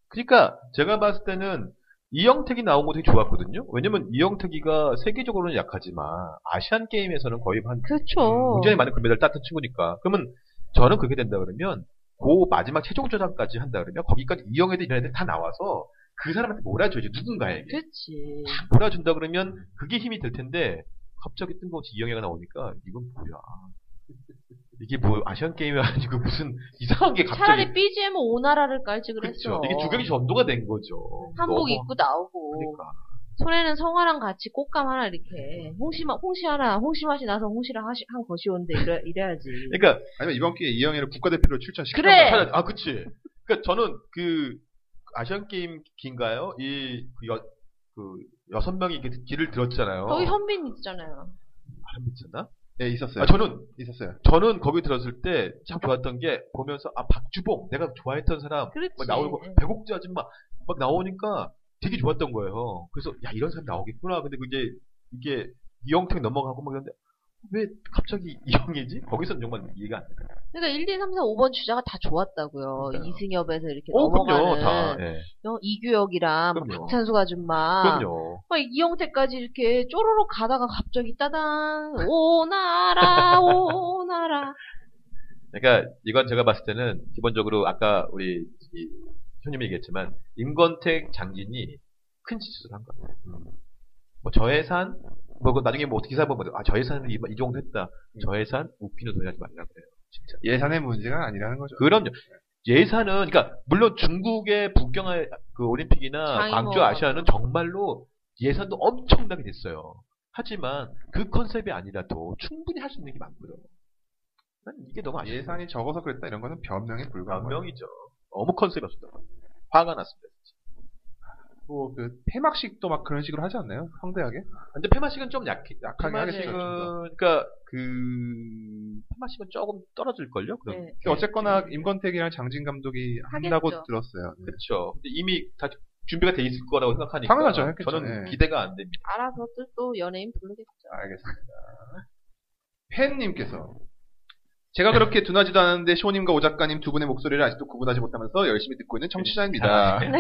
Speaker 4: 그러니까 제가 봤을 때는 이영택이 나온 거 되게 좋았거든요. 왜냐면 이영택이가 세계적으로는 약하지만 아시안 게임에서는 거의 한
Speaker 2: 그렇죠.
Speaker 4: 음, 굉장히 많은 금메달 땄던 친구니까. 그러면 저는 그게 된다 그러면 그 마지막 최종 저장까지 한다 그러면 거기까지 이영애들 이런 애들 다 나와서 그 사람한테 몰아줘야지 누군가에게
Speaker 2: 그렇지.
Speaker 4: 몰아준다 그러면 그게 힘이 될 텐데 갑자기 뜬금없이 이영애가 나오니까 이건 뭐야? 이게 뭐 아시안 게임이 아니고 무슨 이상한 게 갑자기
Speaker 2: 차라리 BGM 오나라를 깔지 그랬어.
Speaker 4: 그렇죠. 이게 주경이 전도가 된 거죠.
Speaker 2: 한복
Speaker 4: 너무-
Speaker 2: 입고 나오고.
Speaker 4: 그러니까.
Speaker 2: 손에는 성화랑 같이 꽃감 하나 이렇게 홍시 마- 홍시 하나 홍시 맛이 나서 홍시랑 하시, 한 것이 온데 이래, 이래야지.
Speaker 4: 그러니까
Speaker 3: 아니면 이번 기회에 이영애를 국가대표로 출전시키는
Speaker 2: 그래!
Speaker 3: 거야.
Speaker 4: 차라리- 아, 그치.
Speaker 3: 그러니까
Speaker 4: 그니까 저는 그, 아시안 게임 긴가요? 이, 그 여, 그, 여섯 명이 이렇게 길을 들었잖아요.
Speaker 2: 거기 현빈 있잖아요.
Speaker 4: 사람 미쳤나?
Speaker 3: 예, 있었어요.
Speaker 4: 아, 저는,
Speaker 3: 있었어요.
Speaker 4: 저는 거기 들었을 때 참 좋았던 게 보면서, 아, 박주봉, 내가 좋아했던 사람,
Speaker 2: 그렇지.
Speaker 4: 막뭐 나오고,
Speaker 2: 예.
Speaker 4: 배곡지 아줌마, 막 나오니까 되게 좋았던 거예요. 그래서, 야, 이런 사람 나오겠구나. 근데 그게, 이게, 이영택 넘어가고 막 이런데, 왜 갑자기 이영이지? 거기서는 정말 이해가 안 돼.
Speaker 2: 그러니까 1, 2, 3, 4, 5번 주자가 다 좋았다고요.
Speaker 4: 그러니까요.
Speaker 2: 이승엽에서 이렇게
Speaker 4: 어, 그럼요,
Speaker 2: 넘어가는
Speaker 4: 다. 예.
Speaker 2: 어, 이규혁이랑 뭐
Speaker 4: 그럼요.
Speaker 2: 박찬숙 아줌마,
Speaker 4: 그럼요.
Speaker 2: 막 이영태까지 이렇게 쪼로록 가다가 갑자기 따단 오나라 오나라.
Speaker 4: 그러니까 이건 제가 봤을 때는 기본적으로 아까 우리 이 형님이 얘기했지만 임건택 장진이 큰 실수를 한 것 같아요.
Speaker 3: 음.
Speaker 4: 뭐 저예산 뭐 그거 나중에 뭐 어떻게 기사 한번 보아 저예산을 이, 이 정도 했다. 저예산 웃기는 소리 하지 말라고 해요. 진짜.
Speaker 3: 음. 예산의 문제가 아니라는 거죠.
Speaker 4: 그럼요. 예산은 그러니까 물론 중국의 북경의 그 올림픽이나
Speaker 2: 장이고.
Speaker 4: 광주 아시아는 정말로 예산도 엄청나게 됐어요. 하지만 그 컨셉이 아니라도 충분히 할 수 있는 게 많고요. 난 이게 너무 아쉽다.
Speaker 3: 예산이 적어서 그랬다 이런 거는 변명에 불과한 거예요.
Speaker 4: 변명이죠. 너무 컨셉이었습니다. 화가 났습니다.
Speaker 3: 뭐그 폐막식도 막 그런 식으로 하지 않나요? 상대하게?
Speaker 4: 근데 페마식은 좀 약,
Speaker 3: 약하게
Speaker 4: 페마식은-
Speaker 3: 하겠죠, 좀
Speaker 4: 그러니까 그 페마식은 조금 떨어질걸요? 그럼
Speaker 2: 네.
Speaker 3: 어쨌거나 임건택이랑 장진 감독이 한다고
Speaker 2: 하겠죠.
Speaker 3: 들었어요. 네.
Speaker 4: 그렇죠. 근데 이미 다 준비가 돼 있을 거라고 생각하니까
Speaker 3: 당연하죠. 했겠죠.
Speaker 4: 저는
Speaker 3: 예.
Speaker 4: 기대가 안 됩니다.
Speaker 2: 알아서 또- 또 연예인 부르겠죠.
Speaker 3: 알겠습니다. 팬님께서 제가 그렇게 둔하지도 않은데 쇼님과 오 작가님 두 분의 목소리를 아직도 구분하지 못하면서 열심히 듣고 있는 청취자입니다.
Speaker 4: 네.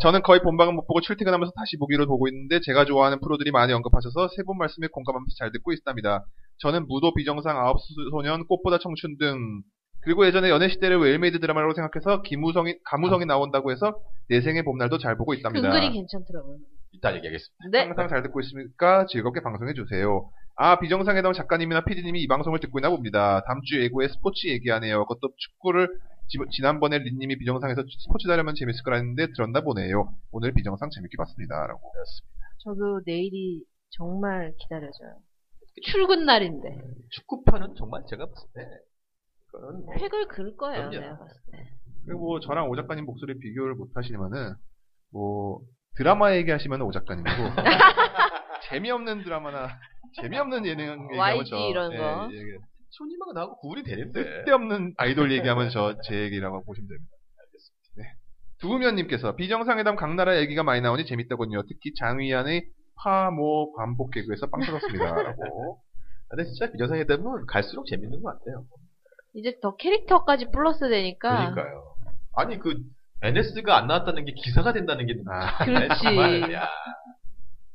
Speaker 3: 저는 거의 본방은 못 보고 출퇴근하면서 다시 보기로 보고 있는데 제가 좋아하는 프로들이 많이 언급하셔서 세 분 말씀에 공감하면서 잘 듣고 있답니다. 저는 무도 비정상 아홉소년 꽃보다 청춘 등 그리고 예전에 연애 시대를 웰메이드 드라마라고 생각해서 김우성이 가무성이 나온다고 해서 내생의 봄날도 잘 보고
Speaker 2: 그
Speaker 3: 있답니다.
Speaker 2: 은근히 괜찮더라고요.
Speaker 4: 이따 얘기하겠습니다.
Speaker 2: 네.
Speaker 3: 항상 잘 듣고 있으니까 즐겁게 방송해 주세요. 아, 비정상회담 작가님이나 PD님이 이 방송을 듣고 있나 봅니다. 다음 주 예고에 스포츠 얘기하네요. 그것도 축구를 지, 지난번에 린님이 비정상에서 스포츠 다루면 재밌을 거라는데 들었나 보네요. 오늘 비정상 재밌게 봤습니다. 라고.
Speaker 2: 저도 내일이 정말 기다려져요. 출근 날인데.
Speaker 4: 음. 축구판은 정말 제가 봤을 때 그거는 뭐
Speaker 2: 획을 그을 거예요,
Speaker 4: 그럼요.
Speaker 2: 내가 봤을 때.
Speaker 3: 그리고 뭐 저랑 오 작가님 목소리 비교를 못 하시면은 뭐 드라마 얘기하시면 오
Speaker 2: <laughs>
Speaker 3: 작가님이고 재미없는 드라마나 재미없는 예능 얘기하면
Speaker 2: YG
Speaker 3: 저
Speaker 2: 이런
Speaker 3: 예,
Speaker 2: 거.
Speaker 3: 예, 예.
Speaker 4: 손님하고 나하고 구분이 되는데
Speaker 3: 쓸데없는 아이돌 얘기하면 저 제 얘기라고 보시면 됩니다. 네. 두우면님께서 비정상회담 각 나라 얘기가 많이 나오니 재밌더군요. 특히 장위안의 파모 반복 개그에서 빵 터졌습니다라고.
Speaker 4: 어? 아, 근데 진짜 비정상회담은 갈수록 재밌는 것 같아요
Speaker 2: 이제 더 캐릭터까지 플러스 되니까.
Speaker 4: 그러니까요 아니 그 NS가 안 나왔다는 게 기사가 된다는 게
Speaker 3: 아,
Speaker 2: 그렇지.
Speaker 4: <laughs> 정말, 야,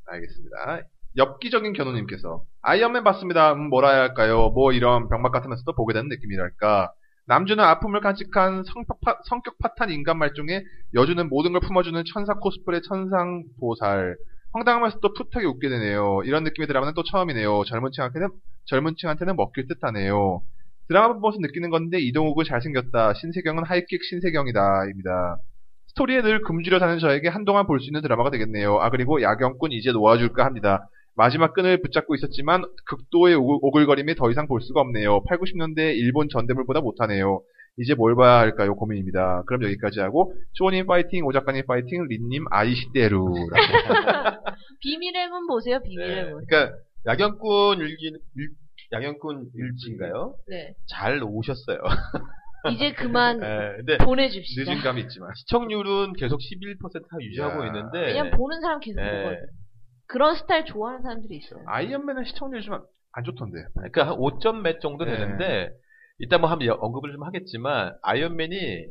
Speaker 3: 알겠습니다. 엽기적인 견우님께서 아이언맨 봤습니다. 음, 뭐라 해야 할까요? 뭐 이런 병맛 같으면서도 보게 되는 느낌이랄까. 남주는 아픔을 간직한 성격, 파, 성격 파탄 인간 말종에 여주는 모든 걸 품어주는 천사 코스프레 천상 보살. 황당하면서도 풋하게 웃게 되네요. 이런 느낌의 드라마는 또 처음이네요. 젊은 층한테는 젊은 층한테는 먹힐 듯하네요. 드라마 보면서 느끼는 건데 이동욱은 잘생겼다. 신세경은 하이킥 신세경이다입니다. 스토리에 늘 금주려 사는 저에게 한동안 볼 수 있는 드라마가 되겠네요. 아 그리고 야경꾼 이제 놓아줄까 합니다. 마지막 끈을 붙잡고 있었지만 극도의 오글- 오글거림에 더 이상 볼 수가 없네요. 8, 90년대 일본 전대물보다 못하네요. 이제 뭘 봐야 할까요? 고민입니다. 그럼 여기까지 하고 쇼님 파이팅, 오 작가님 파이팅, 린님 아이시대루. <laughs>
Speaker 2: 비밀의 문 보세요, 비밀의
Speaker 4: 네.
Speaker 2: 문.
Speaker 4: 그러니까 야경꾼 일기 일, 야경꾼 일지인가요? <laughs>
Speaker 2: 네.
Speaker 4: 잘 오셨어요.
Speaker 2: 이제 그만
Speaker 4: 예, <laughs> 근데
Speaker 2: 보내줍시다.
Speaker 3: 늦은 감이 있지만.
Speaker 4: 시청률은 계속 11% 유지하고
Speaker 3: 야.
Speaker 4: 있는데
Speaker 2: 왜냐면 보는 사람 계속
Speaker 4: 예.
Speaker 2: 보거든. 그런 스타일 좋아하는 사람들이 있어요.
Speaker 3: 아이언맨은 시청률이 좀 안 좋던데.
Speaker 4: 그러니까 한 5점 몇 정도
Speaker 3: 네.
Speaker 4: 되는데 이따 뭐 한번 여- 언급을 좀 하겠지만 아이언맨이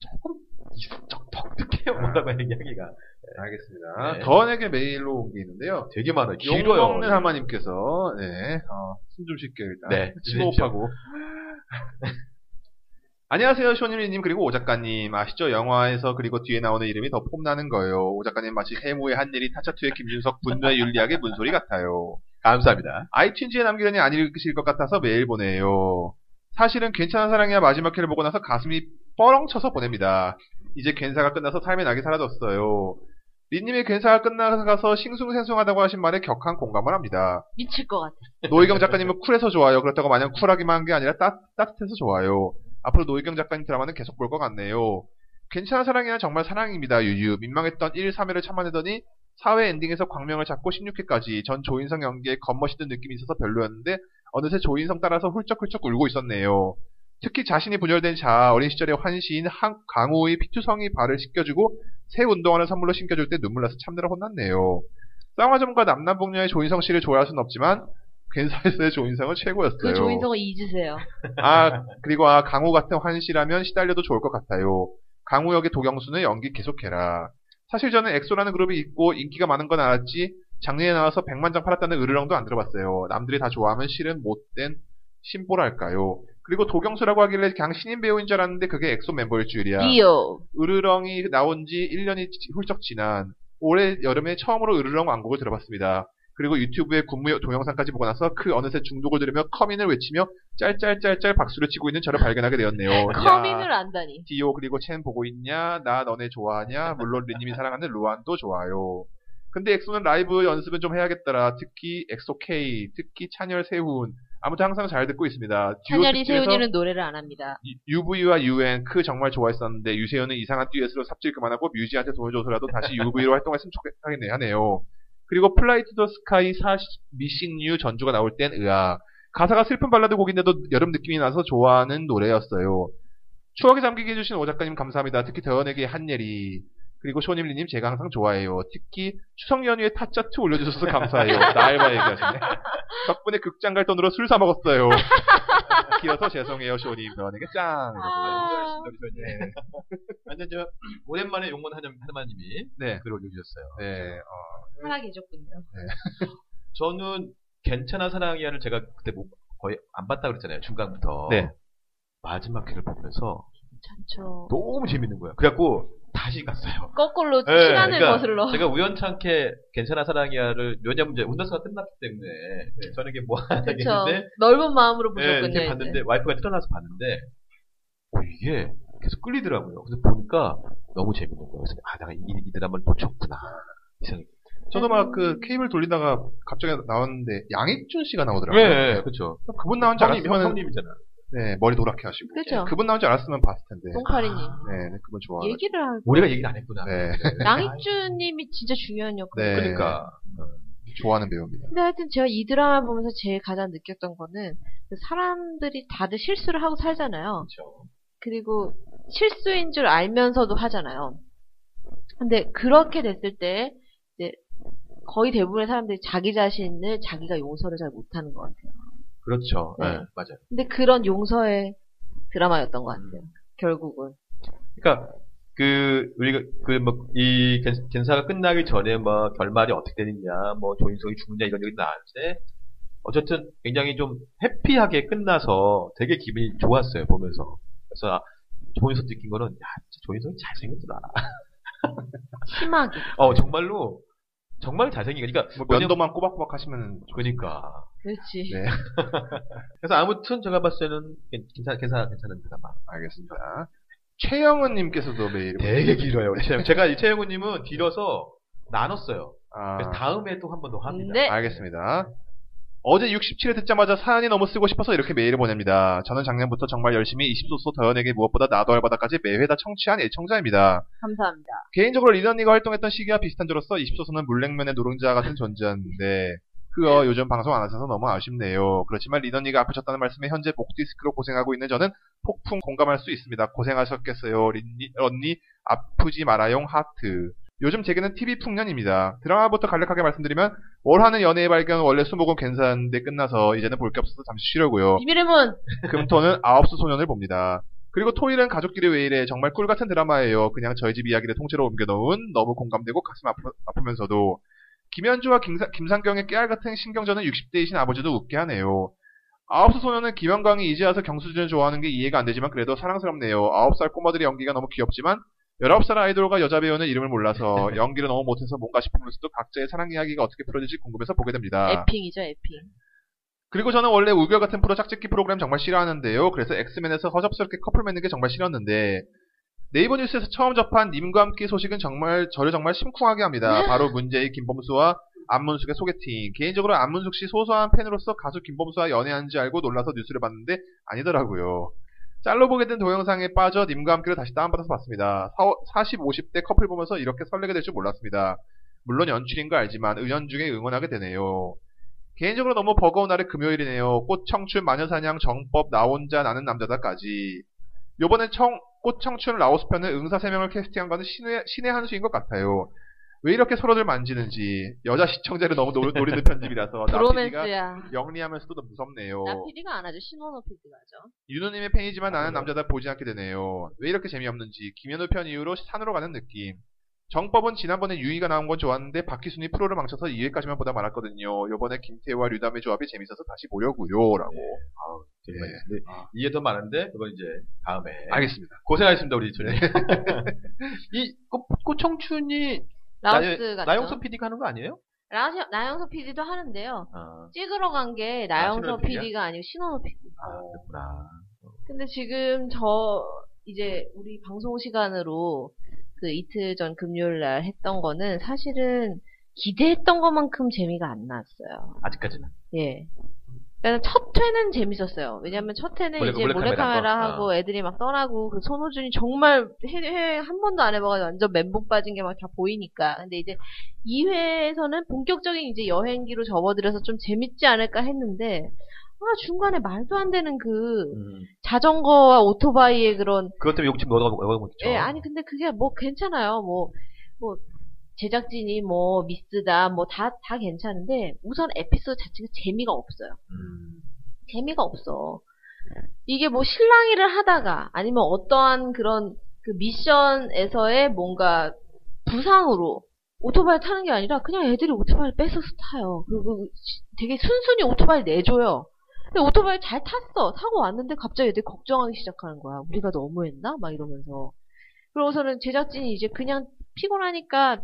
Speaker 4: 조금 있- 적- 독특해요 뭐라고 얘기하기가
Speaker 3: 알겠습니다.
Speaker 4: 네.
Speaker 3: 더원에게 메일로 온 게 있는데요.
Speaker 4: 되게 많아요 길어요
Speaker 3: 용먹는 하마님께서 네, 어, 숨좀 쉴게 일단.
Speaker 4: 네,
Speaker 3: 심호흡하고. 안녕하세요, 쇼님님 그리고 오 작가님 아시죠? 영화에서 그리고 뒤에 나오는 이름이 더 폼나는 거예요. 오 작가님 마치 해무의 한일이 타차투의 김준석, 분노의 윤리학의 문소리 같아요.
Speaker 4: 감사합니다
Speaker 3: 아이튠즈에 남기려니 안 읽으실 것 같아서 메일 보내요. 사실은 괜찮은 사랑이야 마지막 회를 보고 나서 가슴이 뻐렁쳐서 보냅니다. 이제 괜사가 끝나서 삶의 낙이 사라졌어요. 리님의 괜사가 끝나가서 싱숭생숭하다고 하신 말에 격한 공감을 합니다.
Speaker 2: 미칠 것 같아.
Speaker 3: 노희경 작가님은 쿨해서 좋아요. 그렇다고 마냥 쿨하기만 한 게 아니라 따, 따뜻해서 좋아요. 앞으로 노희경 작가님 드라마는 계속 볼 것 같네요. 괜찮은 사랑이야 정말 사랑입니다. 유유. 민망했던 1, 3회를 참아내더니 4회 엔딩에서 광명을 잡고 16회까지 전 조인성 연기에 겁멋있는 느낌이 있어서 별로였는데 어느새 조인성 따라서 훌쩍훌쩍 울고 있었네요. 특히 자신이 분열된 자아 어린 시절의 환시인 한- 강우의 피투성이 발을 씻겨주고 새 운동화를 선물로 신겨줄 때 눈물 나서 참느라 혼났네요. 쌍화점과 남남북녀의 조인성 씨를 좋아할 순 없지만 괜사에서의 조인성은 최고였어요.
Speaker 2: 그 조인성을 잊으세요.
Speaker 3: 아, 그리고 아, 강우 같은 환시라면 시달려도 좋을 것 같아요. 강우 역의 도경수는 연기 계속해라. 사실 저는 엑소라는 그룹이 있고 인기가 많은 건 알았지, 작년에 나와서 100만 장 팔았다는 으르렁도 안 들어봤어요. 남들이 다 좋아하면 실은 못된 신보랄까요. 그리고 도경수라고 하길래 그냥 신인 배우인 줄 알았는데 그게 엑소 멤버일 줄이야.
Speaker 2: 리오.
Speaker 3: 으르렁이 나온 지 1년이 훌쩍 지난 올해 여름에 처음으로 으르렁 왕국을 들어봤습니다. 그리고 유튜브에 군무 동영상까지 보고 나서 그 어느새 중독을 들으며 커민을 외치며 짤짤짤짤 박수를 치고 있는 저를 발견하게
Speaker 2: <laughs>
Speaker 3: 되었네요. 야,
Speaker 2: 커밍을 안다니.
Speaker 3: 디오 그리고 첸 보고 있냐? 나 너네 좋아하냐? 물론 리님이 사랑하는 루안도 좋아요. 근데 엑소는 라이브 연습은 좀 해야겠더라. 특히 엑소 K, 특히 찬열 세훈. 아무튼 항상 잘 듣고 있습니다. 듀오
Speaker 2: 찬열이
Speaker 3: 특집에서
Speaker 2: 세훈이는 노래를 안 합니다.
Speaker 3: UV와 UN 크 정말 좋아했었는데 유세윤은 이상한 듀엣으로 삽질 그만하고 뮤지한테 돈을 줘서라도 다시 UV로 활동했으면 좋겠네 하네요. 그리고 플라이 투 더 스카이 사 미싱 유 전주가 나올 땐 으아 가사가 슬픈 발라드 곡인데도 여름 느낌이 나서 좋아하는 노래였어요. 추억에 잠기게 해주신 오 작가님 감사합니다. 특히 대원에게 한예리 그리고 쇼님리님 제가 항상 좋아해요. 특히 추석 연휴에 타짜트 올려주셔서 감사해요. 나알바 얘기하시네. 덕분에 극장 갈 돈으로 술 사 먹었어요. 기어서 죄송해요 쇼님 대원에게 짱.
Speaker 2: 아.
Speaker 3: 네.
Speaker 4: 완전 아, 저 오랜만에 용문 하남- 하나마님이
Speaker 3: 네.
Speaker 4: 글 올려주셨어요
Speaker 3: 네.
Speaker 2: 살아 계셨군요.
Speaker 4: 저는 괜찮아 사랑이야를 제가 그때 못- 거의 안 봤다 그랬잖아요 중간부터
Speaker 3: 네.
Speaker 4: 마지막 회를 보면서
Speaker 2: 괜찮죠.
Speaker 4: 너무 재밌는 거야 그래갖고 다 다시 갔어요.
Speaker 2: 거꾸로
Speaker 3: 네,
Speaker 2: 시간을
Speaker 4: 그러니까
Speaker 2: 거슬러.
Speaker 4: 제가 우연찮게 괜찮아 사랑이야를 왜냐면 이제 운전수가 끝났기 때문에
Speaker 3: 네.
Speaker 4: 저녁에 뭐 하나
Speaker 2: 그렇죠.
Speaker 4: 했는데
Speaker 2: 넓은 마음으로
Speaker 4: 예,
Speaker 2: 보셨군요.
Speaker 4: 이렇게
Speaker 2: 이제.
Speaker 3: 네.
Speaker 4: 봤는데 와이프가 틀어놔서 봤는데 어, 이게 계속 끌리더라고요. 그래서 보니까 너무 재밌는 거예요. 그래서 아 내가 이, 이 드라마를 놓쳤구나. 이상하게.
Speaker 3: 저도
Speaker 2: 음.
Speaker 3: 막 그 케이블 돌리다가 갑자기 나왔는데 양익준 씨가 나오더라고요.
Speaker 4: 예, 예, 그렇죠.
Speaker 3: 그분 네. 나온 줄
Speaker 4: 형님,
Speaker 3: 알았으면
Speaker 4: 형님이잖아.
Speaker 3: 네, 머리 노랗게 하시고
Speaker 2: 그죠?
Speaker 3: 예, 그분 나온 줄 알았으면 봤을 텐데.
Speaker 2: 똥파리님.
Speaker 4: 아,
Speaker 2: 예.
Speaker 3: 네, 네, 그분 좋아.
Speaker 2: 얘기를 한.
Speaker 4: 우리가 얘기를 안 했구나.
Speaker 3: 네,
Speaker 2: 양익주님이 진짜 중요한 역할.
Speaker 3: 네.
Speaker 4: 그러니까
Speaker 3: 좋아하는 배우입니다.
Speaker 2: 근데 하여튼 제가 이 드라마 보면서 제일 가장 느꼈던 거는 그 사람들이 다들 실수를 하고 살잖아요.
Speaker 4: 그렇죠.
Speaker 2: 그리고 실수인 줄 알면서도 하잖아요. 근데 그렇게 됐을 때 이제 거의 대부분의 사람들이 자기 자신을 자기가 용서를 잘 못하는 것 같아요.
Speaker 4: 그렇죠.
Speaker 2: 네.
Speaker 4: 예, 맞아요.
Speaker 2: 근데 그런 용서의 드라마였던 것 같아요.
Speaker 4: 음.
Speaker 2: 결국은.
Speaker 4: 그러니까 그 우리가 그 뭐 이 겐사가 끝나기 전에 뭐 결말이 어떻게 되느냐, 뭐 조인성이 죽느냐 이런 얘기 나왔는데 어쨌든 굉장히 좀 해피하게 끝나서 되게 기분이 좋았어요 보면서. 그래서 아, 조인성 느낀 거는 야 진짜 조인성이 잘생겼더라.
Speaker 2: 심하게.
Speaker 4: 어 정말로 정말 잘생긴 거. 그러니까
Speaker 3: 뭐
Speaker 4: 왜냐면-
Speaker 3: 면도만 꼬박꼬박 하시면
Speaker 4: 그러니까.
Speaker 2: 그렇지.
Speaker 3: 네.
Speaker 4: 그래서 아무튼 제가 봤을 때는 괜- 괜찮 괜찮 괜찮은 드라마.
Speaker 3: 알겠습니다. 최영은님께서도 메일
Speaker 4: 되게 길어요. 제가 이 최영우님은 길어서 나눴어요.
Speaker 3: 아,
Speaker 4: 그래서 다음에 또 한 번 더 합니다.
Speaker 2: 네.
Speaker 3: 알겠습니다. 어제 67회 듣자마자 사연이 너무 쓰고 싶어서 이렇게 메일을 보냅니다. 저는 작년부터 정말 열심히 20소소 더연에게 무엇보다 나도 알바다까지 매회 다 청취한 애청자입니다.
Speaker 2: 감사합니다.
Speaker 3: 개인적으로 리언니가 활동했던 시기와 비슷한 저로서 20소서는 물냉면의 노른자 같은 존재였는데 그거 요즘 방송 안 하셔서 너무 아쉽네요. 그렇지만 리언니가 아프셨다는 말씀에 현재 목 디스크로 고생하고 있는 저는 폭풍 공감할 수 있습니다. 고생하셨겠어요. 린니, 언니 아프지 말아용 하트. 요즘 제게는 TV 풍년입니다. 드라마부터 간략하게 말씀드리면 월하는 연애의 발견 원래 수목은 괜찮은데 끝나서 이제는 볼 게 없어서 잠시 쉬려고요.
Speaker 2: 비밀의 문!
Speaker 3: 금토는 아홉수 소년을 봅니다. 그리고 토일은 가족끼리 왜 이래 정말 꿀 같은 드라마예요. 그냥 저희 집 이야기를 통째로 옮겨놓은 너무 공감되고 가슴 아프, 면서도 김현주와 김사- 김상경의 깨알 같은 신경전은 60대이신 아버지도 웃게 하네요. 아홉수 소년은 김현광이 이제 와서 경수진을 좋아하는 게 이해가 안 되지만 그래도 사랑스럽네요. 아홉 살 꼬마들의 연기가 너무 귀엽지만 19살 아이돌과 여자 배우는 이름을 몰라서 연기를 너무 못해서 뭔가 싶으면서도 각자의 사랑 이야기가 어떻게 풀어질지 궁금해서 보게
Speaker 4: 아.
Speaker 3: 됩니다.
Speaker 2: 에핑이죠, 에핑.
Speaker 3: 그리고 저는 원래 우결 같은 프로 짝짓기 프로그램 정말 싫어하는데요. 그래서 엑스맨에서 허접스럽게 커플 맺는 게 정말 싫었는데 네이버 뉴스에서 처음 접한 님과 함께 소식은 정말 저를 정말 심쿵하게 합니다. 바로 문제의 김범수와 안문숙의 소개팅. 개인적으로 안문숙 씨 소소한 팬으로서 가수 김범수와 연애한 지 알고 놀라서 뉴스를 봤는데 아니더라고요. 짤로 보게 된 동영상에 빠져 님과 함께를 다시 다운받아서 봤습니다. 40, 50대 커플 보면서 이렇게 설레게 될 줄 몰랐습니다. 물론 연출인 거 알지만 의연 중에 응원하게 되네요. 개인적으로 너무 버거운 날의 금요일이네요. 꽃청춘, 마녀사냥, 정법, 나 혼자, 나는 남자다까지. 요번에 청, 꽃청춘 라오스 편은 응사 3명을 캐스팅한 거는 신의, 신의 한 수인 것 같아요. 왜 이렇게 서로들 만지는지. 여자 시청자를 너무 노, 노리는
Speaker 4: 어,
Speaker 3: 편집이라서. 나 PD가
Speaker 2: 브로맨스야.
Speaker 3: 영리하면서도 너무 무섭네요.
Speaker 2: 나 PD가 안 하죠. 신원호 PD가 하죠.
Speaker 3: 윤호님의 팬이지만 나는
Speaker 4: 그래요?
Speaker 3: 남자다 보지 않게 되네요. 왜 이렇게 재미없는지 김현우 편 이후로 산으로 가는 느낌. 정법은 지난번에 유희가 나온 건 좋았는데 박희순이 프로를 망쳐서 2회까지만 보다 말았거든요. 요번에 김태우와 류담의 조합이 재밌어서 다시 보려고요. 라고.
Speaker 4: 되게
Speaker 3: 예.
Speaker 4: 많이 있는데 네. 이해 더 많은데 그건 이제 다음에
Speaker 3: 알겠습니다.
Speaker 4: 고생하셨습니다 우리 전에 <laughs> 이 꽃, 꽃청춘이
Speaker 2: 라오스 같죠.
Speaker 4: 나영선 PD가 하는 거 아니에요?
Speaker 2: 라오스- 나영석 PD도 하는데요.
Speaker 4: 아,
Speaker 2: 찍으러 간 게
Speaker 4: 신원호
Speaker 2: 나영석
Speaker 4: PD 야?
Speaker 2: PD가 아니고 신원호 PD.
Speaker 4: 그렇구나
Speaker 2: 근데 지금 저 이제 우리 방송 시간으로 그 이틀 전 금요일 날 했던 거는 사실은 기대했던 것만큼 재미가 안 났어요.
Speaker 4: 아직까지는
Speaker 2: 예. 일단 첫 회는 재밌었어요. 왜냐면 첫 회는
Speaker 4: 몰래-
Speaker 2: 이제
Speaker 4: 몰래카메라
Speaker 2: 몰래카메라
Speaker 4: 거. 아.
Speaker 2: 하고 애들이 막 떠나고 그 손호준이 정말 해외 한 번도 안 해봐가지고 완전 멘붕 빠진 게 막 다 보이니까. 근데 이제 2회에서는 본격적인 이제 여행기로 접어들어서 좀 재밌지 않을까 했는데 아 중간에 말도 안 되는 그
Speaker 4: 음.
Speaker 2: 자전거와 오토바이의 그런
Speaker 4: 그것 때문에 욕심 넣어가고 넣어가고 있죠
Speaker 2: 예 아니 근데 그게 뭐 괜찮아요 뭐 뭐 제작진이 뭐 미스다 뭐 다 다 괜찮은데 우선 에피소드 자체가 재미가 없어요
Speaker 4: 음.
Speaker 2: 재미가 없어 이게 뭐 실랑이를 하다가 아니면 어떠한 그런 그 미션에서의 뭔가 부상으로 오토바이 타는 게 아니라 그냥 애들이 오토바이를 뺏어서 타요 그리고 시- 되게 순순히 오토바이 내줘요 근데 오토바이 잘 탔어. 타고 왔는데 갑자기 애들이 걱정하기 시작하는 거야. 우리가 너무했나? 막 이러면서. 그러고서는 제작진이 이제 그냥 피곤하니까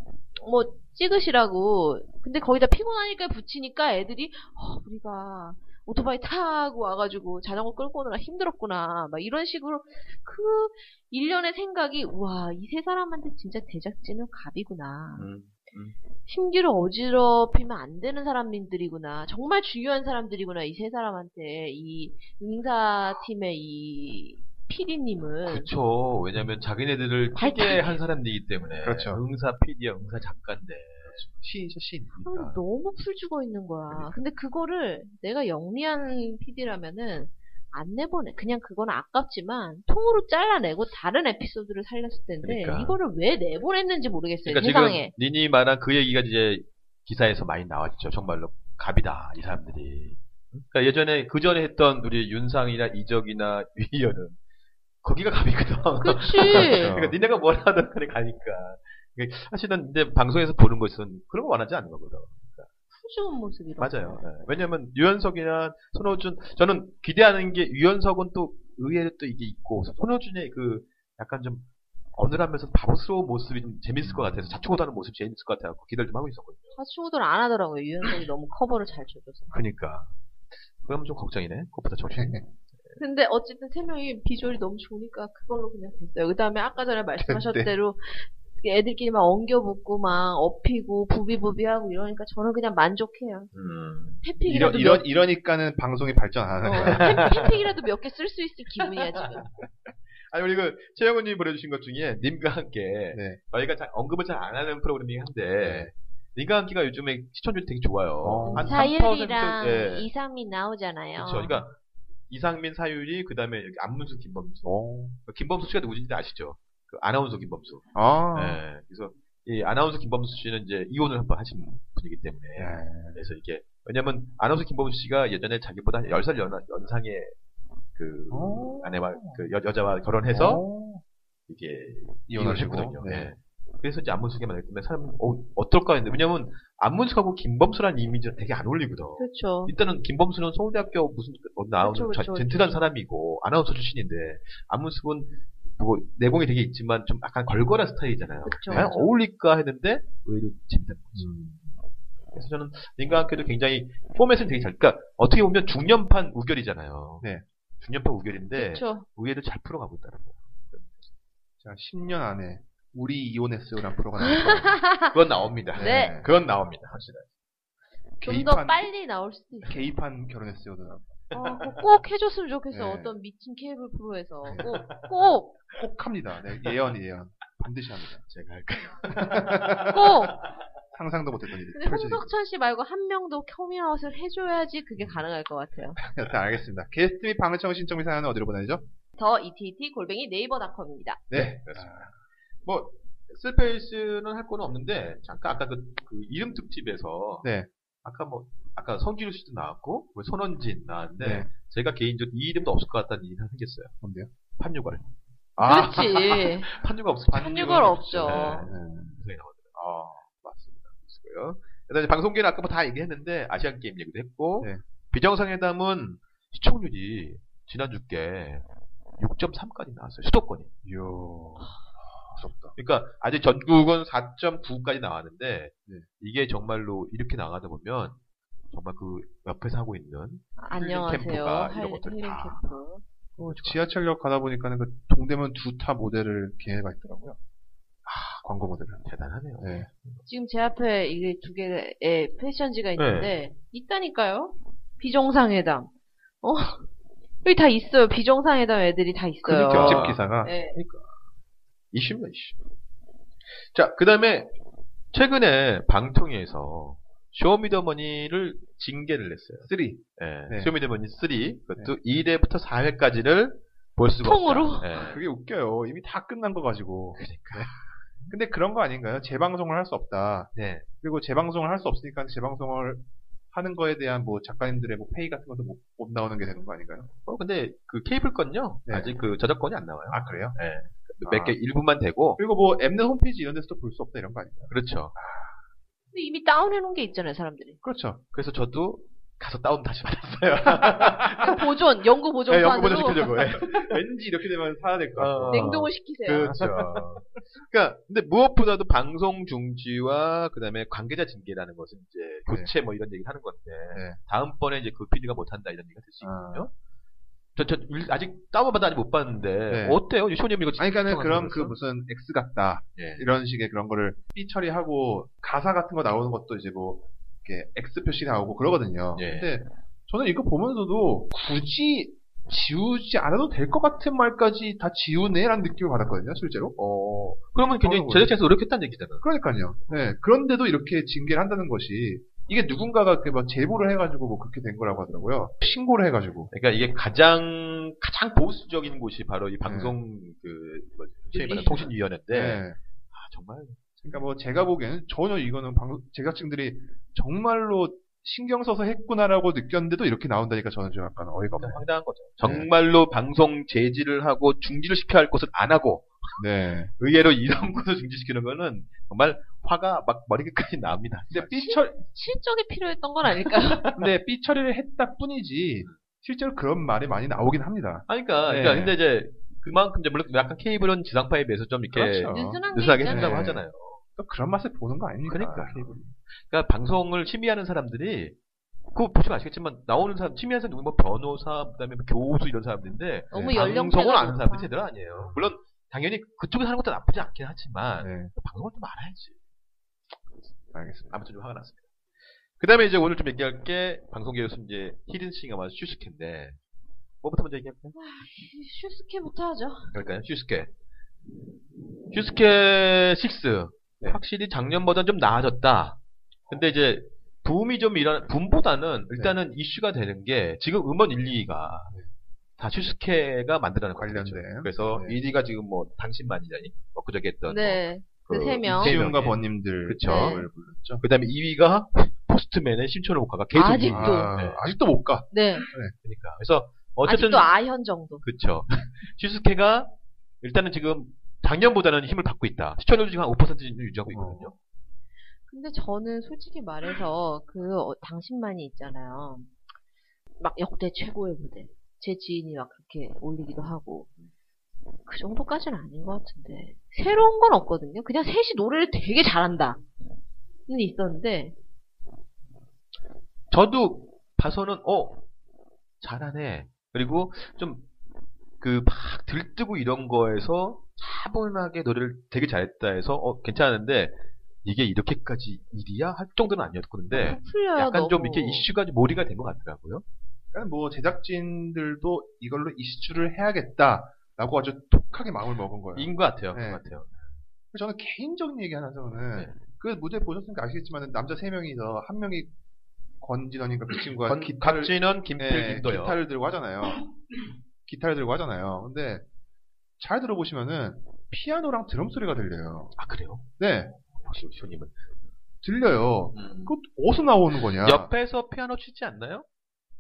Speaker 2: 뭐 찍으시라고. 근데 거기다 피곤하니까 붙이니까 애들이 어, 우리가 오토바이 타고 와가지고 자전거 끌고 오느라 힘들었구나. 막 이런 식으로 그 일련의 생각이 우와 이 세 사람한테 진짜 제작진은 갑이구나.
Speaker 4: 음.
Speaker 2: 심기를 어지럽히면 안 되는 사람들이구나. 정말 중요한 사람들이구나. 이 세 사람한테 이 응사팀의 이 PD님은
Speaker 4: 그렇죠. 왜냐하면 자기네들을
Speaker 2: 아, 그-
Speaker 4: 크게 한 사람들이기 때문에.
Speaker 3: 그렇죠.
Speaker 4: 응사 PD야, 응사 작가인데. 시인이죠, 시인.
Speaker 2: 아, 너무 풀 죽어 있는 거야.
Speaker 4: 그러니까.
Speaker 2: 근데 그거를 내가 영리한 PD라면은 안 내보내. 그냥 그건 아깝지만 통으로 잘라내고 다른 에피소드를 살렸을 텐데
Speaker 4: 그러니까.
Speaker 2: 이거를 왜 내보냈는지 모르겠어요.
Speaker 4: 그러니까
Speaker 2: 세상에.
Speaker 4: 지금 니니 말한 그 얘기가 이제 기사에서 많이 나왔죠. 정말로 갑이다 이 사람들이. 그러니까 예전에 그 전에 했던 우리 윤상이나 이적이나 <laughs> 위희연은 거기가 갑이거든. <laughs>
Speaker 2: 그치.
Speaker 4: 그러니까 니네가 뭘 하든 간에 가니까. 그러니까 사실은 이제 방송에서 보는 것은 그런 거 원하지 않는 거거든.
Speaker 2: 풀 죽은 모습이라.
Speaker 4: 맞아요. 예. 왜냐면 유연석이나 손호준 저는 기대하는 게 유연석은 또 의외로 또 이게 있고 손호준의 그 약간 좀 어눌하면서 바보스러운 모습이 좀 재밌을 것 같아서 자축고다는 모습이 재밌을 것 같아서 기대를 좀 하고 있었거든요.
Speaker 2: 사추구들 안 하더라고요. 유연석이 너무 커버를 잘 줘줘서.
Speaker 4: 그러니까 그러면 좀 걱정이네. 그것보다 정신.
Speaker 2: 근데 어쨌든 세 명이 비주얼이 너무 좋으니까 그걸로 그냥 됐어요. 그 다음에 아까 전에
Speaker 4: 네.
Speaker 2: 말씀하셨대로 애들끼리 막 엉겨붙고 막 업히고 부비부비하고 이러니까 저는 그냥 만족해요.
Speaker 4: 음.
Speaker 2: 해픽이라도
Speaker 3: 이러, 이러, 이러니까는 방송이 발전 안 하는 거야.
Speaker 2: 해픽, 이라도 몇 개 쓸 수 있을
Speaker 4: <laughs>
Speaker 2: 기분이야 지금.
Speaker 4: 아니 우리 그 최영훈님이 보내주신 것 중에 님과 함께
Speaker 3: 네.
Speaker 4: 저희가 잘- 언급을 잘 안 하는 프로그램이긴 한데 님과 함께가 요즘에 시청률이 되게 좋아요.
Speaker 3: 어.
Speaker 4: 한 3%,
Speaker 2: 사율이랑
Speaker 4: 예.
Speaker 2: 이삼이 나오잖아요.
Speaker 4: 그렇죠. 그러니까 이상민, 사유리, 그 다음에 여기 안문수, 김범수. 김범수 씨가 누구인지 아시죠? 그 아나운서 김범수.
Speaker 3: 아.
Speaker 4: 예, 그래서 이 아나운서 김범수 씨는 이제 이혼을 한 번 하신 분이기 때문에
Speaker 3: 네.
Speaker 4: 그래서 이게 왜냐면 아나운서 김범수 씨가 예전에 자기보다 한 10살 연, 연상의 그
Speaker 3: 오.
Speaker 4: 아내와 그 여, 자와 결혼해서
Speaker 3: 오.
Speaker 4: 이게
Speaker 3: 어. 이혼을
Speaker 4: 이혼을 했거든요.
Speaker 3: 하고, 네.
Speaker 4: 예. 그래서 이제 안문숙이 만났기 때문에 사람은 어, 어떨까 했는데 왜냐면 안문숙하고 김범수라는 이미지는 되게 안 어울리거든.
Speaker 2: 그렇죠.
Speaker 4: 일단은 김범수는 서울대학교 무슨 어, 나오는
Speaker 2: 그쵸, 그쵸,
Speaker 4: 자- 젠틀한
Speaker 2: 그쵸.
Speaker 4: 사람이고 아나운서 출신인데 안문숙은 뭐 내공이 되게 있지만 좀 약간 걸걸한 스타일이잖아요.
Speaker 2: 그쵸,
Speaker 4: 과연
Speaker 2: 그쵸.
Speaker 4: 어울릴까 했는데 의외로 재밌는 거죠. 그래서 저는 인간 학교도 굉장히 포맷은 되게 잘. 그러니까 어떻게 보면 중년판 우결이잖아요.
Speaker 3: 네.
Speaker 4: 중년판 우결인데
Speaker 2: 그렇죠.
Speaker 4: 의외로 잘 풀어가고 있다는 거.
Speaker 3: 자, 10년 안에 우리 이혼했어요라는 프로가 나올 거예요.
Speaker 4: 그건 나옵니다.
Speaker 2: 네.
Speaker 4: 그건 나옵니다. 확실히.
Speaker 2: 좀 더
Speaker 3: 개입한-
Speaker 2: 빨리 나올 수도
Speaker 4: <laughs>
Speaker 2: 있어.
Speaker 3: 개입한 결혼했어요도 나올 거예요.
Speaker 2: 아, 그거 꼭 해줬으면 좋겠어.
Speaker 3: 네.
Speaker 2: 어떤 미친 케이블
Speaker 4: <laughs>
Speaker 2: 프로에서 꼭 꼭,
Speaker 3: 꼭 합니다. 네, 예언 예언. 반드시 합니다.
Speaker 4: 제가 할까요?
Speaker 2: 꼭.
Speaker 3: 상상도 못했던 일이
Speaker 2: 근데
Speaker 3: 펼쳐지고
Speaker 2: 홍석천 씨 말고 한 명도 커밍아웃을 해줘야지 그게 가능할 것 같아요.
Speaker 3: 있습니다. 네, 자, 알겠습니다. 게스트 및 방청 신청 및 사연은 어디로 보내죠?
Speaker 2: 더 이티이티 골뱅이 네이버닷컴입니다.
Speaker 3: 네.
Speaker 4: 뭐 스페이스는 할 거는 없는데 잠깐 아까 그, 그 이름 특집에서
Speaker 3: 네.
Speaker 4: 아까 뭐 아까 성기루 씨도 나왔고 뭐 손원진 나왔는데
Speaker 3: 네.
Speaker 4: 제가 개인적으로 이 이름도 없을 것 같다는 얘기가 생겼어요.
Speaker 3: 뭔데요?
Speaker 4: 판유걸.
Speaker 3: 아,
Speaker 2: <laughs> 그렇지.
Speaker 4: 판유가 없을
Speaker 2: 판유걸 없죠.
Speaker 4: 네. 아 맞습니다. 그리고요. 일단 이제 방송계는 아까 뭐다 얘기했는데 아시안 게임 얘기도 했고
Speaker 3: 네.
Speaker 4: 비정상회담은 시청률이 지난주께 6.3까지 나왔어요. 수도권이.
Speaker 3: 이야. 무섭다.
Speaker 4: 그러니까 아직 전국은 4.9까지 나왔는데
Speaker 3: 네.
Speaker 4: 이게 정말로 이렇게 나가다 보면 정말 그 옆에서 하고 있는
Speaker 2: 안녕하세요.
Speaker 4: 캠프가
Speaker 2: 할-
Speaker 4: 이런 것들
Speaker 2: 힐링
Speaker 4: 다.
Speaker 2: 캠프.
Speaker 4: 어,
Speaker 3: 지하철역 가다 보니까 그 동대문 두타 모델을 걔네가 있더라고요. 아, 광고 모델을.
Speaker 4: 대단하네요.
Speaker 3: 네.
Speaker 2: 지금 제 앞에 이게 두 개의
Speaker 4: 네.
Speaker 2: 패션지가 있는데 있다니까요. 비정상회담. 어? <laughs> 여기 다 있어요. 비정상회담 애들이 다 있어요.
Speaker 3: 그
Speaker 4: 그러니까.
Speaker 3: 옆집 기사가
Speaker 2: 네.
Speaker 4: 이슈입니다, 이슈. 자, 그 다음에, 최근에 방통위에서 쇼미더머니를 징계를 냈어요.
Speaker 3: 3.
Speaker 4: 예,
Speaker 3: 네.
Speaker 4: 쇼미더머니 3, 그것도 1회부터 4회까지를 볼 수가
Speaker 2: 통으로?
Speaker 4: 없다. 예.
Speaker 3: 그게 웃겨요. 이미 다 끝난 거 가지고. 네. 근데 그런 거 아닌가요? 재방송을 할 수 없다.
Speaker 4: 네.
Speaker 3: 그리고 재방송을 할 수 없으니까 재방송을 하는 거에 대한 뭐 작가님들의 뭐 페이 같은 것도 못, 못 나오는 게 되는 거 아닌가요?
Speaker 4: 어, 근데 그 케이블 건요,
Speaker 3: 네.
Speaker 4: 아직 그 저작권이 안 나와요. 예.
Speaker 3: 아 그래요? 아.
Speaker 4: 몇 개, 일부만 되고,
Speaker 3: 그리고 뭐 엠넷 홈페이지 이런 데서도 볼 수 없다 이런 거 아닌가요?
Speaker 4: 그렇죠.
Speaker 2: 근데 이미 다운해놓은 게 있잖아요, 사람들이.
Speaker 3: 그렇죠.
Speaker 4: 그래서 저도 가서 다운 다시 받았어요.
Speaker 2: 그 보존, 연구
Speaker 4: 네,
Speaker 2: 보존판으로
Speaker 3: 예, 연구
Speaker 4: 아,
Speaker 3: 보존 시키려고. 예. <laughs> 왠지 이렇게 되면 사야 될 것 같고.
Speaker 4: 어.
Speaker 2: 냉동을 시키세요.
Speaker 3: 그렇죠.
Speaker 4: 그러니까 근데 무엇보다도 방송 중지와 그다음에 관계자 징계라는 것은 이제 교체 뭐 이런 얘기를 하는 건데
Speaker 3: 네.
Speaker 4: 다음번에 이제 그 PD가 못한다 이런 얘기가 될 수 있거든요. 저, 저 일- 아직 다운받아 아직 못 봤는데
Speaker 3: 네.
Speaker 4: 어때요? 쇼님 이거
Speaker 3: 아니, 그러니까는 그런 그
Speaker 4: 그
Speaker 3: 무슨 X 같다.
Speaker 4: 예.
Speaker 3: 이런 식의 그런 거를 삐 처리하고 가사 같은 거 나오는 것도 이제 뭐 이렇게 X 표시 나오고 그러거든요.
Speaker 4: 예.
Speaker 3: 근데 저는 이거 보면서도 굳이 지우지 않아도 될 것 같은 말까지 다 지우네라는 느낌을 받았거든요, 실제로.
Speaker 4: 어 그러면 굉장히
Speaker 3: 그러는
Speaker 4: 제작진에서 노력했다는 얘기잖아.
Speaker 3: 그러니까요. 네. 그런데도 이렇게 징계를 한다는 것이 이게 누군가가 이렇게 막 제보를 해가지고 뭐 그렇게 된 거라고 하더라고요. 신고를 해가지고.
Speaker 4: 그러니까 이게 가장 가장 보수적인 곳이 바로 이 방송 그 뭐지? 소위 말하는 통신위원회인데
Speaker 3: 네.
Speaker 4: 아, 정말
Speaker 3: 그러니까 뭐 제가 보기에는 전혀 이거는 방, 제작진들이 정말로 신경 써서 했구나라고 느꼈는데도 이렇게 나온다니까 저는 좀 약간 어이가 없네요.
Speaker 4: 황당한 거죠. 정말로 방송 제지를 하고 중지를 시켜야 할 것을 안 하고
Speaker 3: 네.
Speaker 4: 의외로 이런 <laughs> 것을 중지시키는 거는 정말 화가 막 머리끝까지 납니다.
Speaker 3: 근데 삐처,
Speaker 2: 실적이 필요했던 건
Speaker 4: <laughs>
Speaker 2: 아닐까요?
Speaker 3: 근데 삐처리를 했다 뿐이지, 실제로 그런 말이 많이 나오긴 합니다.
Speaker 4: 아니, 그러니까,
Speaker 3: 네.
Speaker 4: 그러니까 근데 이제 그만큼 이제 물론 약간 케이블은 지상파에 비해서 좀 이렇게
Speaker 2: <laughs>
Speaker 3: 그렇죠.
Speaker 2: 느슨한 게
Speaker 4: 어, 느슨하게
Speaker 2: 있잖아요.
Speaker 4: 한다고
Speaker 3: 네.
Speaker 4: 하잖아요.
Speaker 3: 또 그런 맛을 보는 거 아닙니까?
Speaker 4: 그러니까. 그러니까 방송을 취미하는 사람들이 그거 보시면 아시겠지만 나오는 사람 취미하는 사람 누구 뭐 변호사 그다음에 뭐 교수 이런 사람들인데
Speaker 2: 너무
Speaker 3: 네,
Speaker 2: 연령대가
Speaker 4: 방송을 아는
Speaker 2: 높아.
Speaker 4: 사람들이 제대로 아니에요. 물론 당연히 그쪽에서 하는 것도 나쁘지 않긴 하지만
Speaker 3: 네,
Speaker 4: 방송을 좀 알아야지.
Speaker 3: 알겠습니다.
Speaker 4: 아무튼 좀 화가 났습니다. 그 다음에 이제 오늘 좀 얘기할 게, 방송계에서 이제 히든 싱어와 슈스케인데, 뭐부터 먼저 얘기할까요?
Speaker 2: 슈스케부터 하죠.
Speaker 4: 그럴까요? 슈스케. 슈스케 6.
Speaker 3: 네.
Speaker 4: 확실히 작년보다 좀 나아졌다. 근데 이제, 붐이 좀 일어나,
Speaker 3: 네.
Speaker 4: 붐보다는 일단은 이슈가 되는 게, 지금 음원 1, 2가 다 슈스케가 만들어낸 거죠.
Speaker 3: 관련된.
Speaker 4: 그래서
Speaker 3: 네.
Speaker 4: 1위가 지금 뭐, 당신만이라니, 엊그저께 했던.
Speaker 2: 네.
Speaker 4: 그
Speaker 2: 그세 명.
Speaker 4: 이재명.
Speaker 3: 세윤과 번님들.
Speaker 4: 그쵸.
Speaker 2: 네.
Speaker 3: 을 불렀죠.
Speaker 4: 그 다음에 2위가 포스트맨의 신촌을 못 가가 계속.
Speaker 2: 아직도.
Speaker 4: 이위. 네.
Speaker 3: 아, 직도못 가.
Speaker 2: 네.
Speaker 4: 그러니까. 그래서, 어쨌든.
Speaker 2: 아직도 아현 정도.
Speaker 4: 그쵸. <laughs> 슈스케가 일단은 지금 작년보다는 힘을 받고 있다. 시청률도 지금 한 5% 유지하고 있거든요.
Speaker 2: 근데 저는 솔직히 말해서 그 어, 당신만이 있잖아요. 막 역대 최고의 무대. 제 지인이 막 그렇게 올리기도 하고. 그 정도까지는 아닌 것 같은데. 새로운 건 없거든요. 그냥 셋이 노래를 되게 잘한다. 는 있었는데.
Speaker 4: 저도 봐서는 어 잘하네. 그리고 좀 그 막 들뜨고 이런 거에서 차분하게 노래를 되게 잘했다 해서 어 괜찮은데 이게 이렇게까지 일이야 할 정도는 아니었는데
Speaker 2: 풀려요,
Speaker 4: 약간
Speaker 2: 너무.
Speaker 4: 좀 이렇게 이슈가 좀 몰이가 된 것 같더라고요.
Speaker 3: 그러니까 뭐 제작진들도 이걸로 이슈를 해야겠다라고 아주 독하게 마음을 먹은 거예요.
Speaker 4: 인것 같아요. 그런
Speaker 3: 네.
Speaker 4: 것 같아요.
Speaker 3: 저는 개인적인 얘기 하나 저는
Speaker 4: 네.
Speaker 3: 그 무대 보셨으니까 아시겠지만 남자 세 명이서 한 명이 권진원인가 그 친구가
Speaker 4: 건-
Speaker 3: 기타를
Speaker 4: 박진원, 김필,
Speaker 3: 네,
Speaker 4: 김도요.
Speaker 3: 기타를
Speaker 4: <clears throat>
Speaker 3: 들고 하잖아요. 기타를 들고 하잖아요. 근데 잘 들어보시면은 피아노랑 드럼 소리가 들려요.
Speaker 4: 아 그래요?
Speaker 3: 네,
Speaker 4: 역시 우리 쇼님은.
Speaker 3: 들려요.
Speaker 4: 음.
Speaker 3: 그것 어디서 나오는 거냐? 뭐
Speaker 4: 옆에서 피아노 치지 않나요?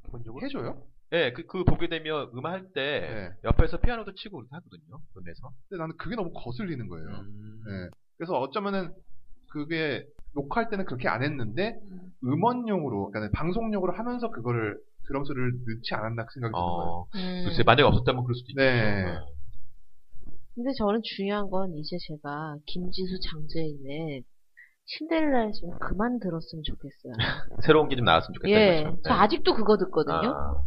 Speaker 4: 기본적으로?
Speaker 3: 해줘요?
Speaker 4: 예, 그, 그 보게 되면 음악 할 때,
Speaker 3: 네.
Speaker 4: 옆에서 피아노도 치고 그렇게 하거든요, 음에서.
Speaker 3: 근데 나는 그게 너무 거슬리는 거예요.
Speaker 4: 네.
Speaker 3: 네. 그래서 어쩌면은 그게 녹화할 때는 그렇게 안 했는데 음원용으로, 그러니까 방송용으로 하면서 그거를 드럼 소리를 넣지 않았나 그 생각이 드는 거예요.
Speaker 4: 어,
Speaker 2: 음.
Speaker 4: 글쎄, 만약에 없었다면 그럴 수도 있죠. 어.
Speaker 3: 네.
Speaker 2: 근데 저는 중요한 건 이제 제가 김지수 장재인의 신데렐라를 좀 그만 들었으면 좋겠어요.
Speaker 4: <laughs> 새로운 게 좀 나왔으면 좋겠다는
Speaker 2: 예.
Speaker 4: 거죠.
Speaker 2: 저 아직도 그거 듣거든요.
Speaker 4: 네, 아,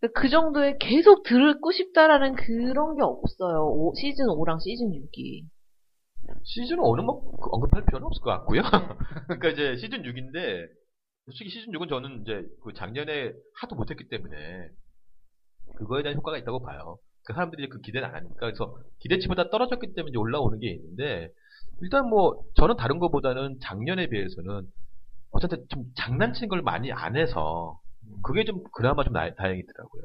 Speaker 2: 근데 그 정도에 계속 듣고 싶다라는 그런 게 없어요. 오- 시즌 5랑 시즌 6이.
Speaker 4: 시즌 5는 뭐, 그 언급할 필요는 없을 것 같고요. <laughs> 그러니까 이제 시즌 6인데, 솔직히 시즌 6은 저는 이제 그 작년에 하도 못했기 때문에, 그거에 대한 효과가 있다고 봐요. 그 사람들이 이제 그 기대를 안 하니까. 그래서 기대치보다 떨어졌기 때문에 이제 올라오는 게 있는데, 일단 뭐, 저는 다른 것보다는 작년에 비해서는, 어쨌든 좀 장난친 걸 많이 안 해서, 그게 좀 그나마 좀 나- 다행이더라고요.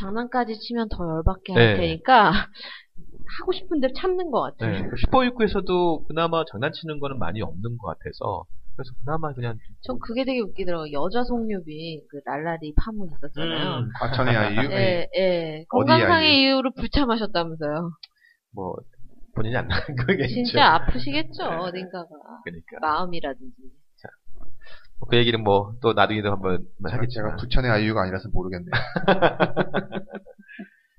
Speaker 2: 장난까지 치면 더 열받게
Speaker 4: 네.
Speaker 2: 할 테니까 <laughs> 하고 싶은 대로 참는 것 같아요.
Speaker 4: 네. 슈퍼6에서도 그나마 장난치는 거는 많이 없는 것 같아서, 그래서 그나마 그냥
Speaker 2: 전 그게 되게 웃기더라고요. 여자 송유빈 그 랄라리 파문 있었잖아요.
Speaker 4: 음,
Speaker 3: 과천의 아이유.
Speaker 2: 예, 예.
Speaker 3: 어디
Speaker 2: 건강상의 이유로 불참하셨다면서요.
Speaker 4: 뭐, 본인이 안 나간 거겠죠.
Speaker 2: 진짜 아프시겠죠, 어딘가가.
Speaker 4: 그러니까.
Speaker 2: 마음이라든지.
Speaker 4: 그 얘기는 뭐 또 나중에도 한번
Speaker 3: 제가
Speaker 4: 하겠지만
Speaker 3: 부천의 아이유가 아니라서 모르겠네요.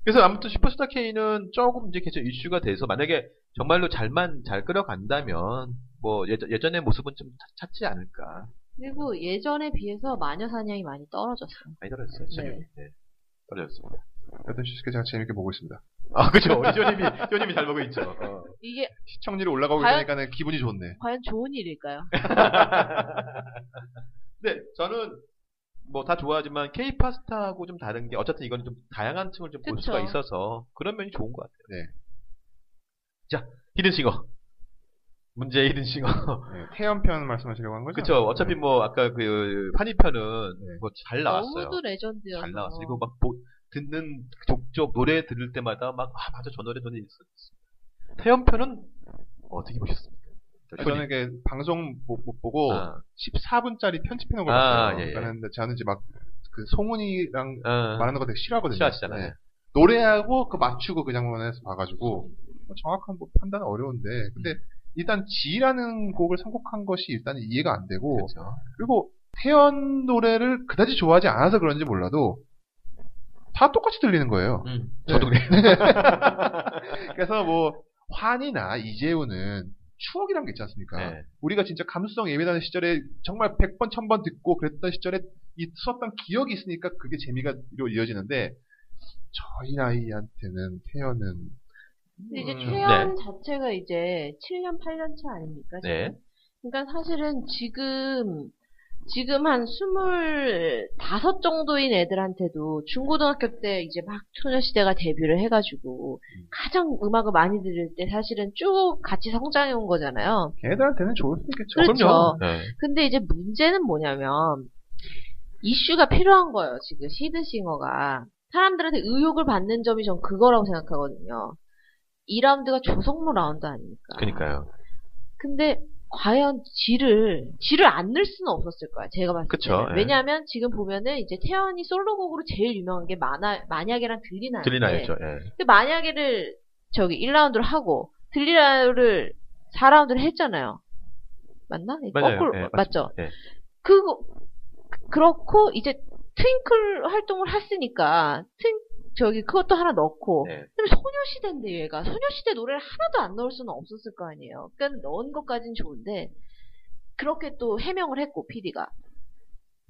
Speaker 4: 그래서 아무튼 슈퍼스타 K는 조금 이제 계속 이슈가 돼서 만약에 정말로 잘만 잘 끌어간다면 뭐 예전, 예전의 모습은 좀 찾- 찾지 않을까
Speaker 2: 그리고 예전에 비해서 마녀 사냥이 많이 떨어졌어요.
Speaker 4: 많이 떨어졌어요.
Speaker 2: 네.
Speaker 4: 네. 네. 떨어졌습니다. <laughs>
Speaker 3: 여튼 슈스케 제가 재밌게 보고 있습니다.
Speaker 4: 아 그죠. 우리 쇼님이 쇼님이 잘 보고 있죠. 어.
Speaker 2: 이게
Speaker 3: 시청률이 올라가고
Speaker 2: 과연-
Speaker 3: 있으니까는 기분이 좋네.
Speaker 2: 과연 좋은 일일까요?
Speaker 4: 근데 네, 저는 뭐 다 좋아하지만 K 파스타하고 좀 다른 게 어쨌든 이건 좀 다양한 층을 좀 볼
Speaker 2: 그쵸.
Speaker 4: 수가 있어서 그런 면이 좋은 것 같아요.
Speaker 3: 네.
Speaker 4: 자 히든싱어 문제 의 히든싱어. <laughs>
Speaker 3: 네, 태연편 말씀하시려고 한 거죠?
Speaker 4: 그쵸. 어차피
Speaker 3: 네.
Speaker 4: 뭐 아까 그 판이편은
Speaker 3: 네.
Speaker 4: 뭐잘 나왔어요.
Speaker 2: 너무도 레전드여서.
Speaker 4: 잘 나왔어. 이거 막 보- 듣는 족족 노래 들을 때마다 막 아 맞아 저 노래 전에 있었어. 태연편은 어떻게 보셨습니까?
Speaker 3: 아, 저는 이게 방송 못, 못 보고
Speaker 4: 뭐 아,
Speaker 3: 14분짜리 편집해놓은 거
Speaker 4: 아,
Speaker 3: 봤어요.
Speaker 4: 예, 예.
Speaker 3: 그러니까 저는 이제 막 그 송은이랑
Speaker 4: 아,
Speaker 3: 말하는 거 되게 싫어하거든요.
Speaker 4: 싫어하시잖아요.
Speaker 3: 네. 노래하고 그 맞추고 그 장면에서 봐가지고 뭐 정확한 뭐 판단은 어려운데 근데
Speaker 4: 음.
Speaker 3: 일단 지라는 곡을 선곡한 것이 일단 이해가 안 되고
Speaker 4: 그렇죠.
Speaker 3: 그리고 태연 노래를 그다지 좋아하지 않아서 그런지 몰라도 다 똑같이 들리는 거예요.
Speaker 4: 음, 저도
Speaker 3: 네.
Speaker 4: 그래요.
Speaker 3: 그래서 뭐 환이나 이재훈은 추억이란 게 있지 않습니까?
Speaker 4: 네.
Speaker 3: 우리가 진짜 감수성 예민하는 시절에 정말 100번, 1000번 듣고 그랬던 시절에 이 썼던 기억이 있으니까 그게 재미가 이로 이어지는데 저희 나이한테는 태연은
Speaker 2: 근데 이제
Speaker 3: 음,
Speaker 2: 태연 자체가 이제 7년, 8년 차 아닙니까?
Speaker 4: 네.
Speaker 2: 지금? 그러니까 사실은 지금, 지금 한 25 정도인 애들한테도 중고등학교 때 이제 막 소녀시대가 데뷔를 해가지고
Speaker 4: 음.
Speaker 2: 가장 음악을 많이 들을 때 사실은 쭉 같이 성장해온 거잖아요.
Speaker 3: 걔들한테는 좋을 수 있겠죠.
Speaker 2: 그렇죠.
Speaker 4: 그럼요. 네.
Speaker 2: 근데 이제 문제는 뭐냐면 이슈가 필요한 거예요. 지금 히든싱어가 사람들한테 의혹을 받는 점이 전 그거라고 생각하거든요. 2라운드가 조성모 라운드 아닙니까?
Speaker 4: 그니까요.
Speaker 2: 근데 과연 지를 지를 안 넣을 수는 없었을 거야. 제가 봤을
Speaker 4: 그쵸,
Speaker 2: 때는.
Speaker 4: 예.
Speaker 2: 왜냐하면 지금 보면은 이제 태연이 솔로곡으로 제일 유명한 게 만화 만약에랑 들리나요? 네.
Speaker 4: 들리나요죠. 예.
Speaker 2: 근데 그 만약에를 저기 1라운드를 하고 들리나요를 4라운드를 했잖아요. 맞나?
Speaker 4: 맞아요.
Speaker 2: 거꾸로
Speaker 4: 예,
Speaker 2: 맞죠?
Speaker 4: 예.
Speaker 2: 그거 그렇고 이제 트윙클 활동을 했으니까 트윙 저기 그것도 하나 넣고
Speaker 4: 네.
Speaker 2: 근데 소녀시대인데 얘가 소녀시대 노래를 하나도 안 넣을 수는 없었을 거 아니에요. 그러니까 넣은 것까진 좋은데 그렇게 또 해명을 했고 PD가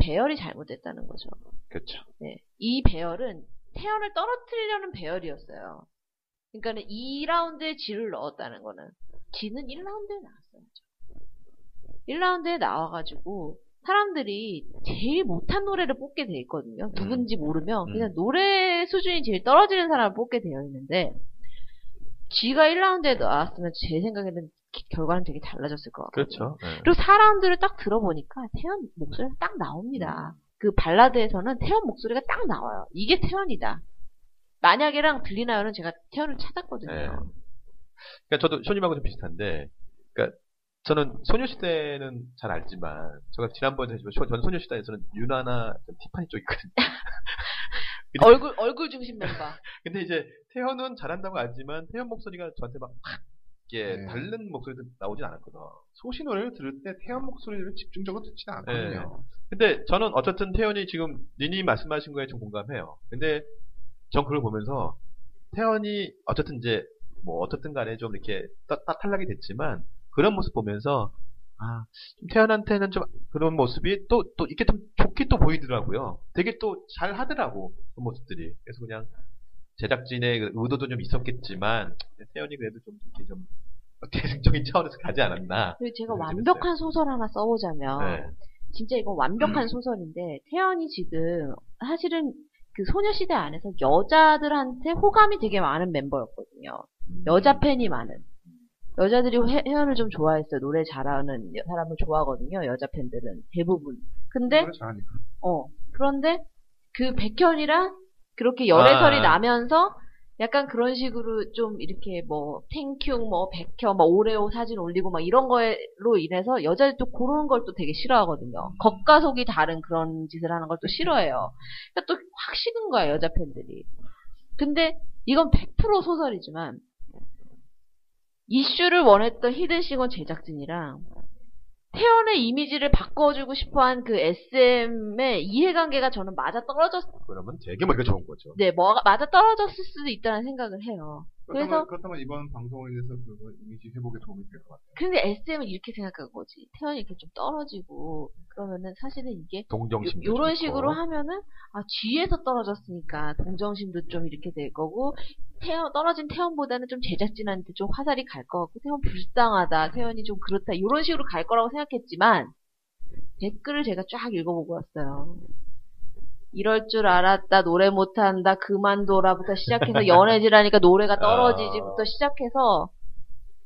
Speaker 2: 배열이 잘못됐다는 거죠.
Speaker 4: 그렇죠.
Speaker 2: 네. 이 배열은 태연을 떨어뜨리려는 배열이었어요. 그러니까 2라운드에 지를 넣었다는 거는 지는 1라운드에 나왔어야죠. 1라운드에 나와가지고 사람들이 제일 못한 노래를 뽑게 돼 있거든요. 누군지 모르면
Speaker 4: 음.
Speaker 2: 그냥 노래 수준이 제일 떨어지는 사람을 뽑게 되어 있는데 지가 1라운드에 나왔으면 제 생각에는 기- 결과는 되게 달라졌을 것 같아요.
Speaker 4: 그렇죠. 예.
Speaker 2: 그리고 4라운드를 딱 들어보니까 태연 목소리가 딱 나옵니다. 그 발라드에서는 태연 목소리가 딱 나와요. 이게 태연이다. 만약에랑 들리나요는 제가 태연을 찾았거든요.
Speaker 4: 예. 그러니까 저도 쇼님하고 좀 비슷한데, 그러니까 저는 소녀시대는 잘 알지만, 제가 지난번에 했지만, 쇼- 저는 소녀시대에서는 유나나 좀 티파니 쪽이거든요. <laughs> 근데-
Speaker 2: 얼굴 얼굴 중심 멤버.
Speaker 4: 근데 이제 태현은 잘한다고 알지만 태현 목소리가 저한테 막 확, 이게
Speaker 3: 네.
Speaker 4: 다른 목소리도 나오진 않았거든.
Speaker 3: 소시 노래를 들을 때 태연 목소리를 집중적으로 듣지 않거든요.
Speaker 4: 근데 저는 어쨌든 태연이 지금 니니 말씀하신 거에 좀 공감해요. 근데 전 그걸 보면서 태연이 어쨌든 이제 뭐 어쨌든 간에 좀 이렇게 따, 따- 탈락이 됐지만 그런 모습 보면서 아, 좀 태연한테는 좀 그런 모습이 또, 또 이렇게 좀 좋게 또 보이더라고요. 되게 또 잘 하더라고. 그 모습들이. 그래서 그냥 제작진의 그 의도도 좀 있었겠지만 태연이 그래도 좀 이렇게 좀 <laughs> 대승적인 차원에서 가지 않았나.
Speaker 2: 그리고 제가
Speaker 4: 네,
Speaker 2: 완벽한 소설 하나 써보자면
Speaker 4: 네.
Speaker 2: 진짜 이건 완벽한 소설인데 태연이 지금 사실은 그 소녀시대 안에서 여자들한테 호감이 되게 많은 멤버였거든요.
Speaker 4: 음,
Speaker 2: 여자 팬이 많은. 여자들이 혜- 혜연을 좀 좋아했어요. 노래 잘하는 여- 사람을 좋아하거든요. 여자 팬들은 대부분.
Speaker 4: 네.
Speaker 2: 근데
Speaker 3: 노래 잘하니까.
Speaker 2: 어 그런데 그 백현이랑 그렇게 열애설이
Speaker 4: 아.
Speaker 2: 나면서 약간 그런 식으로 좀 이렇게 뭐 탱큐 뭐 백현 막 오레오 사진 올리고 막 이런 거로 인해서 여자들 또 그런 걸 또 되게 싫어하거든요. 겉과 속이 다른 그런 짓을 하는 걸 또 싫어해요. 그러니까 또 확 식은 거야 여자 팬들이. 근데 이건 100% 소설이지만 이슈를 원했던 히든싱어 제작진이랑 태연의 이미지를 바꿔주고 싶어한 그 SM의 이해관계가 저는 맞아 떨어졌
Speaker 4: 그러면 되게 머리가 좋은 거죠.
Speaker 2: 네 뭐- 맞아 떨어졌을 수도 있다는 생각을 해요. 그래서-
Speaker 3: 그렇다면, 그렇다면 이번 방송에 대해서 그거 이미지 회복에 도움이 될 것 같아요.
Speaker 2: 근데 SM은 이렇게 생각한 거지. 태연이 이렇게 좀 떨어지고 그러면은 사실은 이게
Speaker 4: 동정심.
Speaker 2: 요, 런 식으로 하면은 아 뒤에서 떨어졌으니까 동정심도 좀 이렇게 될 거고 태연 떨어진 태연보다는 좀 제작진한테 좀 화살이 갈 것 같고 태연 불쌍하다 태연이 좀 그렇다 이런 식으로 갈 거라고 생각했지만 댓글을 제가 쫙 읽어보고 왔어요. 이럴 줄 알았다 노래 못한다 그만둬라부터
Speaker 4: <laughs>
Speaker 2: 시작해서 연애질하니까
Speaker 4: 아.
Speaker 2: 노래가 떨어지지부터 시작해서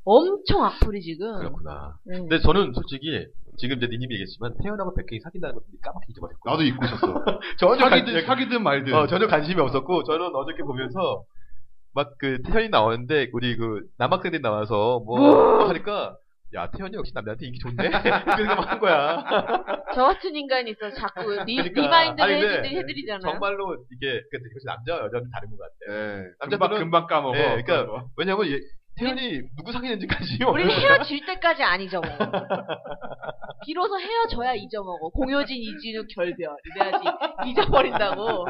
Speaker 2: 엄청 악플이 지금.
Speaker 4: 그렇구나.
Speaker 2: 네.
Speaker 4: 근데 저는 솔직히 지금 이제 니님이 얘기했지만 태연하고 백혜이 사귄다는 걸 까맣게 잊어버렸고
Speaker 3: 나도 잊고 있었어.
Speaker 4: 전혀
Speaker 3: 사귀든,
Speaker 4: 관심-
Speaker 3: 사귀든 말든.
Speaker 4: 어, 전혀 관심이 없었고 저는 어저께 보면서 막 그 태연이 나오는데 우리 그 남학생들이 나와서 뭐 하니까 야 태연이 역시 남자한테 인기 좋네. <laughs> 그러니까 막한
Speaker 2: 아,
Speaker 4: 거야.
Speaker 2: 저 같은 인간이 있어 자꾸 리,
Speaker 4: 그러니까.
Speaker 2: 리마인드를
Speaker 4: 아니, 근데
Speaker 2: 해드리, 해드리잖아요.
Speaker 4: 정말로 이게 그러니까 이것이 남자와 여자는 다른 것 같아.
Speaker 3: 예. 금방,
Speaker 4: 남자들은-
Speaker 3: 금방 까먹어.
Speaker 4: 예, 그러니까
Speaker 3: 그런 거.
Speaker 4: 왜냐면 얘- 태연이 누구 사귀는지 관심이
Speaker 2: 네. 우리는
Speaker 4: 없는 거야.
Speaker 2: 헤어질 때까지 안 잊어먹어.
Speaker 4: <laughs>
Speaker 2: 비로소 헤어져야 잊어먹어. 공효진, 이진우, 결별. 이래야지 잊어버린다고.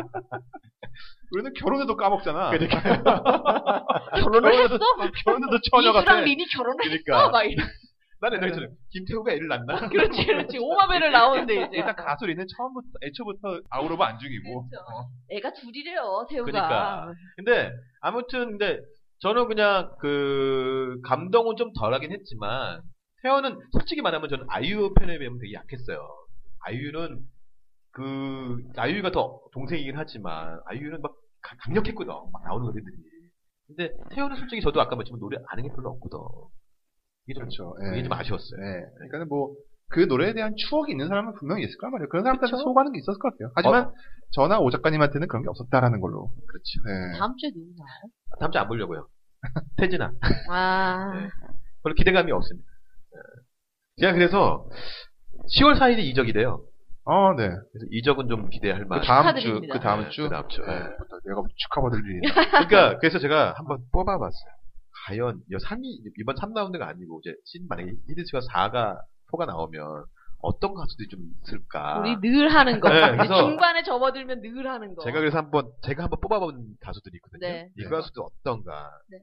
Speaker 3: 우리는 결혼해도 까먹잖아.
Speaker 4: 그러니까
Speaker 2: 결혼을 했어?
Speaker 4: 결혼도 처녀 같아.
Speaker 2: 이수랑 린이 결혼을 했어?
Speaker 4: 그러니까.
Speaker 2: 막 이러.
Speaker 4: 나는 옛날에 김태우가 애를 낳나?
Speaker 2: 그렇지,
Speaker 4: <laughs>
Speaker 2: 그렇지. 오마배를 나오는데 이제.
Speaker 3: 일단 가수리는 처음부터, 애초부터 아우로브 안 죽이고.
Speaker 2: 그렇죠. 애가 둘이래요, 태우가.
Speaker 4: 그러니까. 근데 아무튼 근데 저는 그냥 그 감동은 좀 덜하긴 했지만 태연은 솔직히 말하면 저는 아이유 팬에 비하면 되게 약했어요. 아이유는 그 아이유가 더 동생이긴 하지만 아이유는 막 가- 강력했거든. 막 나오는 노래들이. 근데 태연은 솔직히 저도 아까 말했지만 노래 아는 게 별로 없거든. 이게 좀,
Speaker 3: 그렇죠.
Speaker 4: 이게 좀
Speaker 3: 예.
Speaker 4: 아쉬웠어요.
Speaker 3: 그러니까 뭐, 그 노래에 대한 추억이 있는 사람은 분명히 있을 거란 말이에요. 그런 사람한테
Speaker 4: 그쵸.
Speaker 3: 소화하는 게 있었을 것 같아요. 하지만, 저나 오 작가님한테는 그런 게 없었다라는 걸로.
Speaker 4: 어. 그렇죠.
Speaker 3: 예.
Speaker 2: 다음 주에 누구 나와?
Speaker 4: 다음 주에 안 보려고요. <laughs> 태진아.
Speaker 2: 아.
Speaker 4: 네. 별로 기대감이 없습니다. 예. 제가 그래서 10월 4일이 이적이래요.
Speaker 3: 어, 네.
Speaker 4: 그래서 이적은 좀 기대할 만.
Speaker 3: 그 다음 주,
Speaker 2: 축하드립니다.
Speaker 3: 그 다음
Speaker 4: 네,
Speaker 3: 주.
Speaker 4: 그 다음 주.
Speaker 3: 예.
Speaker 4: 예.
Speaker 3: 내가 축하받을 일이 있나.
Speaker 2: <laughs>
Speaker 4: 그러니까 그래서 제가 한번 뽑아봤어요. 과연 이 3위 이번 3라운드가 아니고 이제 신 만약에 1위가 4가 4가 나오면 어떤 가수들이 좀 있을까?
Speaker 2: 우리 뭐. 늘 하는 거.
Speaker 4: 네,
Speaker 2: 근데
Speaker 4: 그래서-
Speaker 2: 중반에 접어들면 늘 하는 거.
Speaker 4: 제가 그래서 한번 제가 한번 뽑아본 가수들이 있거든요.
Speaker 2: 네.
Speaker 4: 이
Speaker 3: 네.
Speaker 4: 가수들 어떤가?
Speaker 2: 네.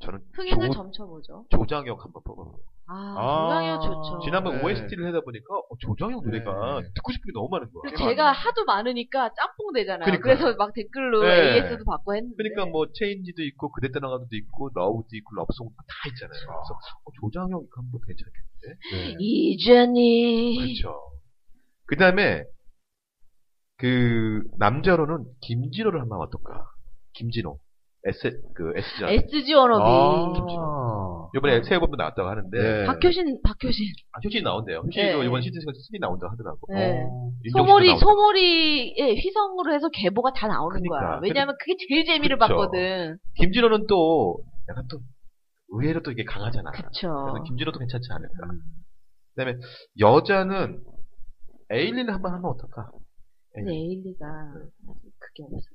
Speaker 4: 저는
Speaker 2: 흥행을
Speaker 4: 조,
Speaker 2: 점쳐보죠.
Speaker 4: 조장혁 한번 뽑아봤어요.
Speaker 2: 아,
Speaker 3: 아.
Speaker 2: 조장혁 좋죠.
Speaker 4: 지난번
Speaker 3: 네.
Speaker 4: OST를 하다 보니까 어, 조정혁 노래가
Speaker 3: 네.
Speaker 4: 듣고 싶은 게 너무 많은 거야.
Speaker 2: 그리고 제가 하도 많으니까 짬뽕 되잖아요.
Speaker 4: 그러니까요.
Speaker 2: 그래서막 댓글로
Speaker 4: 네.
Speaker 2: AS도 받고 했는데.
Speaker 4: 그러니까 뭐 체인지도 있고 그대 떠나가도도 있고 러브도 있고 러브송도 다 있잖아요. 그래서 어, 조장혁 한번 괜찮겠는데?
Speaker 2: 네.
Speaker 3: 예.
Speaker 2: 이jenny
Speaker 4: 그렇죠. 그 다음에 그 남자로는 김진호를 한번 어떨까? 김진호 S 그 S 자
Speaker 2: SG 워너비.
Speaker 3: 아.
Speaker 4: 이번에 새해 봄도 나왔다고 하는데
Speaker 3: 네.
Speaker 2: 박효신, 박효신.
Speaker 4: 아, 효진이 나온대요.
Speaker 2: 네.
Speaker 4: 효진이도 이번 시즌 3 나온다 고 하더라고.
Speaker 2: 네.
Speaker 3: 어.
Speaker 4: 윤종신도
Speaker 2: 소몰이,
Speaker 4: 나온다고.
Speaker 2: 소몰이의 휘성으로 해서 개보가 다 나오는
Speaker 4: 그러니까. 그렇죠.
Speaker 2: 거야. 왜냐면 그게 제일 재미를
Speaker 4: 그쵸.
Speaker 2: 봤거든.
Speaker 4: 김진호는 또 약간 또 의외로 또 이게 강하잖아. 그래서
Speaker 2: 그쵸.
Speaker 4: 김진호도 괜찮지 않을까. 그다음에 여자는 에일린 한번 하면 어떨까? 네.
Speaker 2: 근데 에일리가 음, 아직 그게 없어.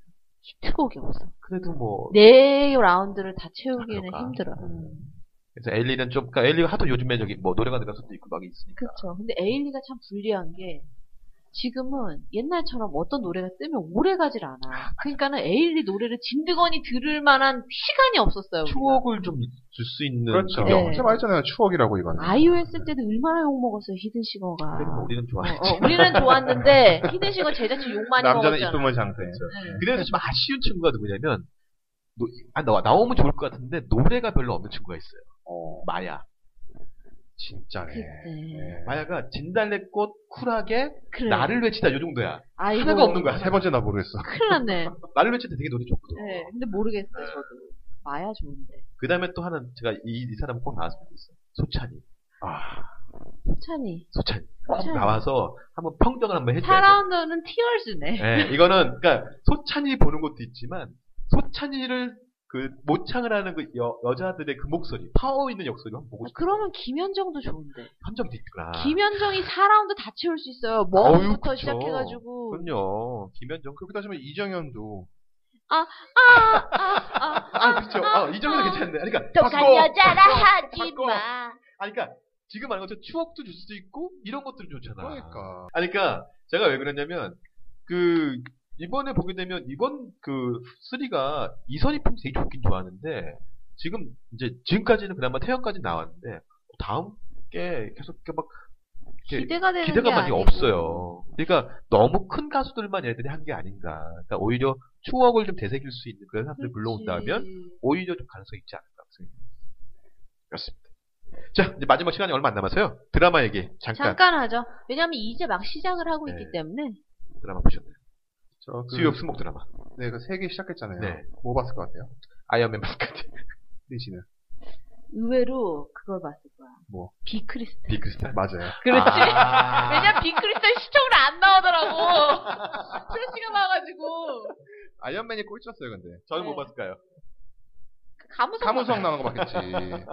Speaker 2: 히트곡이 없어.
Speaker 4: 그래도 뭐 아,
Speaker 2: 네 라운드를 다 채우기에는
Speaker 4: 그럴까?
Speaker 2: 힘들어.
Speaker 4: 음. 그래서 에일리는 좀 그러니까 에일리가 하도 요즘에 저기 뭐 노래가 들어가서도 있고 막 있으니까
Speaker 2: 그쵸. 근데 에일리가 참 불리한 게 지금은 옛날처럼 어떤 노래가 뜨면 오래 가질 않아. 그러니까는 에일리 노래를 진드건이 들을 만한 시간이 없었어요. 우리가.
Speaker 4: 추억을 좀 줄 수 있는
Speaker 3: 그렇죠.
Speaker 4: 그런
Speaker 2: 네.
Speaker 3: 진짜 말했잖아요. 추억이라고 이거는.
Speaker 2: 아이유 했을 때도 얼마나 욕먹었어요, 히든싱어가.
Speaker 4: 그래서 뭐 우리는 좋아하지.
Speaker 2: 어, 우리는 좋았는데, 히든싱어 제작진 욕 많이
Speaker 3: 남자는
Speaker 2: 먹었잖아.
Speaker 3: 이쁨을 장세.
Speaker 2: 네.
Speaker 4: 그래서 좀 아쉬운 친구가 누구냐면 노, 아, 나, 나오면 좋을 것 같은데 노래가 별로 없는 친구가 있어요.
Speaker 3: 어,
Speaker 4: 마야.
Speaker 3: 진짜네.
Speaker 2: 그때.
Speaker 3: 네.
Speaker 4: 마야가 진달래꽃 쿨하게
Speaker 2: 그래.
Speaker 4: 나를 외치다 요 정도야.
Speaker 2: 네. 아이고,
Speaker 4: 하나가 없는 거야.
Speaker 3: 세 번째 나
Speaker 4: 아.
Speaker 3: 모르겠어.
Speaker 2: 큰일 났네.
Speaker 4: 나를 외칠 때 되게 노래 좋거든.
Speaker 2: 네, 근데 모르겠어요, 저도. 마야 좋은데.
Speaker 4: 그 다음에 또 하나는 제가 이, 이 사람은 꼭 나왔으면 좋겠어요. 소찬이.
Speaker 3: 아,
Speaker 2: 소찬이.
Speaker 4: 소찬이. 꼭
Speaker 2: 소찬이.
Speaker 4: 나와서 한번 평정을 한번 해줘야 돼.
Speaker 2: 4라운드는 티얼즈네.
Speaker 4: 예, 이거는 그러니까 소찬이 보는 것도 있지만 소찬이를 그 모창을 하는 그 여, 여자들의 그 목소리, 파워 있는 역소리 한번 보고
Speaker 2: 아,
Speaker 4: 싶어요.
Speaker 2: 그러면 김현정도 좋은데.
Speaker 4: 함정도 있구나.
Speaker 2: 김현정이 4라운드 다 채울 수 있어요.
Speaker 4: 어휴,
Speaker 2: 머리부터
Speaker 4: 아. 그쵸.
Speaker 2: 시작해가지고.
Speaker 4: 그럼요. 김현정 그
Speaker 3: 그렇게 따지면 이정현도.
Speaker 2: 아, 아, 아.
Speaker 4: 아, 그렇죠. 아, 이 정도 괜찮네. 아니, 그러니까
Speaker 2: 똑같은
Speaker 4: 바꿔.
Speaker 2: 여자라
Speaker 4: 바꿔.
Speaker 2: 하지 마.
Speaker 4: 아니, 그러니까 지금 말한 것처럼 추억도 줄 수도 있고 이런 것들은 좋잖아.
Speaker 3: 그러니까.
Speaker 4: 아니, 그러니까 제가 왜 그랬냐면 그 이번에 보게 되면 이번 그 3가 이선이 평이 되게 좋긴 좋았는데 지금 이제 지금까지는 그나마 태양까지 나왔는데 다음 게 계속 이렇게 막 이렇게
Speaker 2: 기대가 되는
Speaker 4: 기대가
Speaker 2: 게
Speaker 4: 많이
Speaker 2: 아니고.
Speaker 4: 없어요. 그러니까 너무 큰 가수들만 얘들이 한 게 아닌가. 그러니까 오히려 추억을 좀 되새길 수 있는 그런 사람들 을
Speaker 2: 그렇지.
Speaker 4: 불러온다면 오히려 좀 가능성이 있지 않을까 생각습니다 자, 이제 마지막 시간이 얼마 안 남아서요. 드라마 얘기 잠깐,
Speaker 2: 잠깐 하죠. 왜냐면 이제 막 시작을 하고 있기
Speaker 4: 그러니까 네.
Speaker 2: 때문에
Speaker 4: 드라마 보셨나요?
Speaker 3: 저 그,
Speaker 4: 수요 수목 드라마.
Speaker 3: 네, 그 세 개 시작했잖아요.
Speaker 4: 네.
Speaker 3: 뭐 봤을 것 같아요?
Speaker 4: 아이언맨 마스카드.
Speaker 3: 린 씨는.
Speaker 2: 의외로 그걸 봤을 거야.
Speaker 3: 뭐?
Speaker 2: 비크리스탈.
Speaker 3: 비크스타? 맞아요.
Speaker 2: <laughs> 그렇지.
Speaker 4: 아.
Speaker 2: <laughs> 왜냐면 비크리스탈 시청률 안
Speaker 4: <laughs>
Speaker 2: 나오더라고. 출시가 나와가지고.
Speaker 3: 아이언맨이 꼴찌였어요, 근데.
Speaker 4: 저는 못
Speaker 2: 네.
Speaker 4: 봤을까요?
Speaker 2: 그 감우성.
Speaker 3: 사무성 나오는 거 봤겠지. <laughs> 네.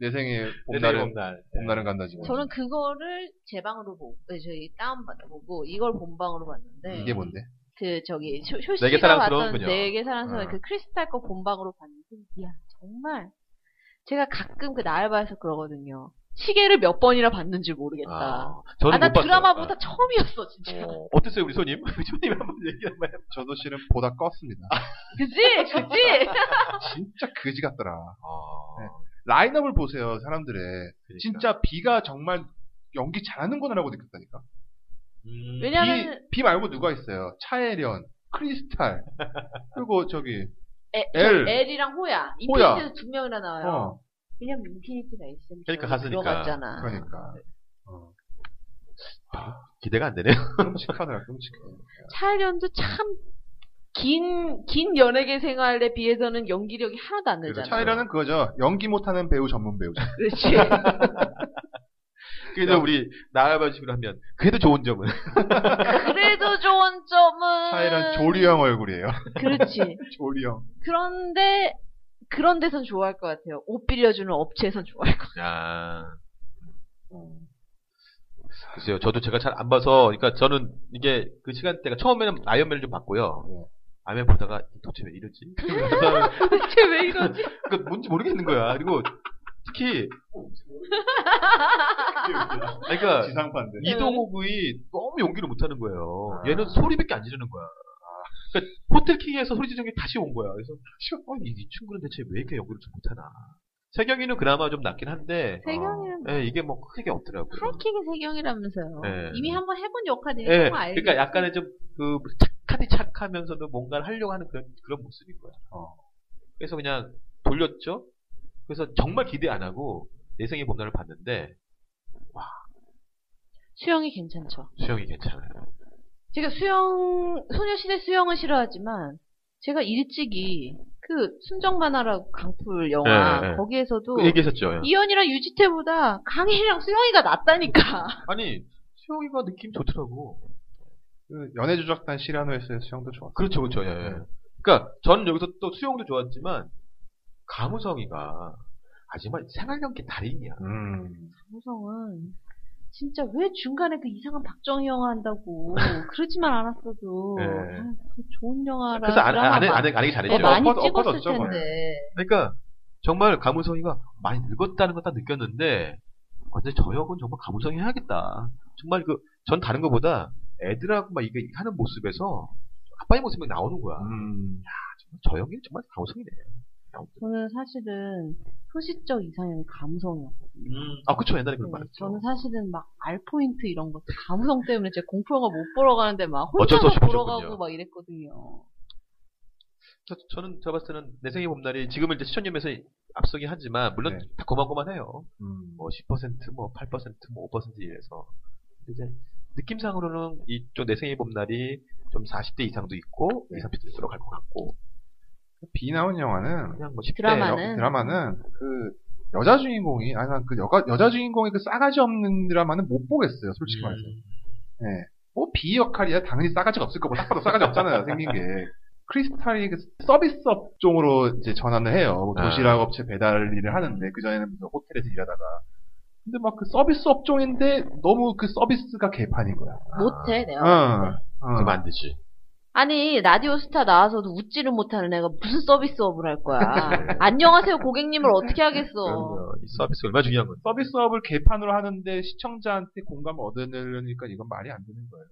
Speaker 3: 내 생에
Speaker 2: 네,
Speaker 4: 내
Speaker 3: 봄날은,
Speaker 4: 날.
Speaker 3: 봄날은 간다, 지금.
Speaker 2: 저는 그거를 제 방으로 보고, 네, 저희 다운받아 보고, 이걸 본방으로 봤는데,
Speaker 3: 이게 뭔데?
Speaker 2: 그, 저기, 쇼-
Speaker 4: 뭐 내게
Speaker 2: 쇼씨가
Speaker 4: 사랑스러운
Speaker 2: 봤던
Speaker 4: 그녀.
Speaker 2: 네개 사랑스러운
Speaker 4: 어.
Speaker 2: 그 크리스탈 거 본방으로 봤는데, 이야, 정말, 제가 가끔 그 나알바에서 그러거든요. 시계를 몇 번이나 봤는지 모르겠다.
Speaker 4: 아, 저는
Speaker 2: 아, 나
Speaker 4: 못 봤어요.
Speaker 2: 드라마보다 처음이었어, 진짜.
Speaker 4: 아. 어, 어땠어요, 우리 손님? <laughs> 우리 손님 한번 얘기 한번 해봐.
Speaker 3: 저도 실은 보다 껐습니다.
Speaker 2: 그지?
Speaker 4: <laughs>
Speaker 2: 그지?
Speaker 3: 아, 진짜 그지 같더라.
Speaker 4: 네.
Speaker 3: 라인업을 보세요, 사람들의.
Speaker 4: 그러니까.
Speaker 3: 진짜 비가 정말 연기 잘하는구나라고 느꼈다니까.
Speaker 4: 음.
Speaker 2: 왜냐- 왜냐면은-
Speaker 3: 비, 비 말고 누가 있어요? 차혜련, 크리스탈, 그리고 저기,
Speaker 2: 에,
Speaker 3: 엘.
Speaker 2: 이랑 호야.
Speaker 3: 호야.
Speaker 2: 인피니트에서 두 명이나 나와요.
Speaker 3: 어,
Speaker 2: 왜냐면 인피니트가 있으니까.
Speaker 4: 그러니까 갔으니까.
Speaker 2: 들어갔잖아.
Speaker 3: 그러니까. 어,
Speaker 4: 기대가 안 되네요.
Speaker 3: 끔찍하더라, 끔찍해.
Speaker 2: 차일현도 참, 긴, 긴 연예계 생활에 비해서는 연기력이 하나도 안
Speaker 3: 그래서
Speaker 2: 늘잖아.
Speaker 3: 차혜련은 그거죠. 연기 못하는 배우 전문 배우죠.
Speaker 2: 그렇지.
Speaker 4: <laughs> <laughs> 그래서 우리 나알바식으로 하면 그래도 좋은 점은
Speaker 2: 그래도 좋은 점은.
Speaker 3: 차혜련 조리형 얼굴이에요. <laughs>
Speaker 2: 그렇지.
Speaker 3: 조리형.
Speaker 2: 그런데, 그런 데선 좋아할 것 같아요. 옷 빌려주는 업체에선 좋아할 것 같아요.
Speaker 4: 야. 음. 글쎄요, 저도 제가 잘 안 봐서, 그러니까 저는 이게 그 시간대가 처음에는 아이언맨을 좀 봤고요.
Speaker 3: 네.
Speaker 4: 아이언맨 보다가 도대체
Speaker 2: <laughs>
Speaker 4: 왜 이러지? 그래서
Speaker 2: 대체 왜 이러지?
Speaker 4: 그 뭔지 모르겠는 거야. 그리고 특히
Speaker 3: 아,
Speaker 4: 그러니까
Speaker 3: 지상파인데.
Speaker 2: 예.
Speaker 4: 이동욱이 너무 연기를 못하는 거예요.
Speaker 3: 아.
Speaker 4: 얘는 소리밖에 안 지르는 거야. 그러니까 호텔킹에서 소리 지르는 게 다시 온 거야. 그래서 어, 이, 이 친구는 대체 왜 이렇게 연기를 좀 못하나? 세경이는 그나마 좀 낫긴 한데
Speaker 2: 세경이는
Speaker 4: 예, 이게 뭐 크게 없더라고요.
Speaker 2: 하이킥의 세경이라면서요.
Speaker 4: 네.
Speaker 2: 이미 한번 해본 역할이니까
Speaker 4: 예,
Speaker 2: 정말 알지.
Speaker 4: 그러니까 약간의 좀그 착하디 착하면서도 뭔가를 하려고 하는 그런 그런 모습인 거야.
Speaker 3: 어.
Speaker 4: 그래서 그냥 돌렸죠. 그래서 정말 기대 안 하고 내생의 봄날을 봤는데
Speaker 2: 수영이 괜찮죠.
Speaker 4: 수영이 괜찮아요.
Speaker 2: 제가 수영 소녀시대 수영은 싫어하지만 제가 일찍이 그 순정 만화라고 강풀 영화
Speaker 4: 네, 네.
Speaker 2: 거기에서도
Speaker 4: 그 얘기했었죠. 예.
Speaker 2: 이연이랑 유지태보다 강희랑 수영이가 <laughs> 낫다니까.
Speaker 4: 아니 수영이가 느낌 좋더라고.
Speaker 3: 그 연애조작단 시라노에서의 수영도 좋았어.
Speaker 4: 그렇죠, 그렇죠. 예, 예. 그러니까 저는 여기서 또 수영도 좋았지만 가무성이가 하지만 생활경기 달인이야.
Speaker 3: 음.
Speaker 2: 무성은 진짜 왜 중간에 그 이상한 박정희 영화 한다고 그러지만 않았어도
Speaker 4: 네.
Speaker 2: 아, 그 좋은 영화라
Speaker 4: 그래서 안, 안, 안,
Speaker 2: 드라마
Speaker 4: 안, 안 하기 잘했죠.
Speaker 2: 네, 많이
Speaker 3: 엎어져-
Speaker 2: 찍었을
Speaker 3: 엎어졌죠,
Speaker 2: 텐데
Speaker 4: 그러니까 정말 가무성이가 많이 늙었다는 걸 딱 느꼈는데 아, 근데 저 형은 정말 가무성이 해야겠다. 정말 그 전 다른 것보다 애들하고 막 이게 하는 모습에서 아빠의 모습이 나오는 거야.
Speaker 3: 음.
Speaker 4: 저 형이 정말 가무성이네.
Speaker 2: 저는 사실은 소시적 이상형이 감성이요.
Speaker 4: 아 그쵸 옛날에 그런
Speaker 2: 네,
Speaker 4: 말 했죠.
Speaker 2: 저는 사실은 막 알포인트 이런 것도 감성 때문에 제가 공포영화 못 보러 가는데 막
Speaker 4: 어쩔
Speaker 2: 혼자서
Speaker 4: 수 없이
Speaker 2: 보러
Speaker 4: 보셨군요.
Speaker 2: 가고 막 이랬거든요.
Speaker 4: 저, 저는 제가 봤을 때는 내 생의 봄날이 지금은 이제 시청률에서 앞서긴 하지만 물론
Speaker 3: 네.
Speaker 4: 다 고만고만해요.
Speaker 3: 음.
Speaker 4: 뭐 10%, 뭐 8%, 뭐 5% 이래서 근데 이제 느낌상으로는 이쪽 내 생의 봄날이 좀 40대 이상도 있고
Speaker 3: 네.
Speaker 4: 20, 30대로 갈 것 같고
Speaker 3: 비 나온 영화는 예,
Speaker 4: 그냥 뭐 10대
Speaker 2: 드라마는?
Speaker 3: 여- 드라마는 그 여자 주인공이 아니 난그 여가 여자 주인공의 그 싸가지 없는 드라마는 못 보겠어요
Speaker 4: 음.
Speaker 3: 솔직히 말해서 예. 뭐비 역할이야 당연히 싸가지가 없을 거고 딱 봐도 싸가지 없잖아요 생긴 게 크리스탈이 그 서비스 업종으로 이제 전환을 해요 뭐 도시락 업체 배달 일을 하는데 그 전에는 호텔에서 일하다가 근데 막 그 서비스 업종인데 너무 그 서비스가 개판인 거야
Speaker 4: 아.
Speaker 3: 어.
Speaker 2: 못해 내가.
Speaker 3: 응.
Speaker 2: 봤을 때.
Speaker 3: 응.
Speaker 4: 그러면 안 되지.
Speaker 2: 아니 라디오스타 나와서도 웃지를 못하는 애가 무슨 서비스업을 할 거야.
Speaker 4: <laughs>
Speaker 2: 안녕하세요 고객님을 어떻게 하겠어.
Speaker 4: 그럼요. 이 서비스가 얼마나 중요한 건데.
Speaker 3: 서비스업을 개판으로 하는데 시청자한테 공감을 얻으려니까 이건 말이 안 되는 거예요.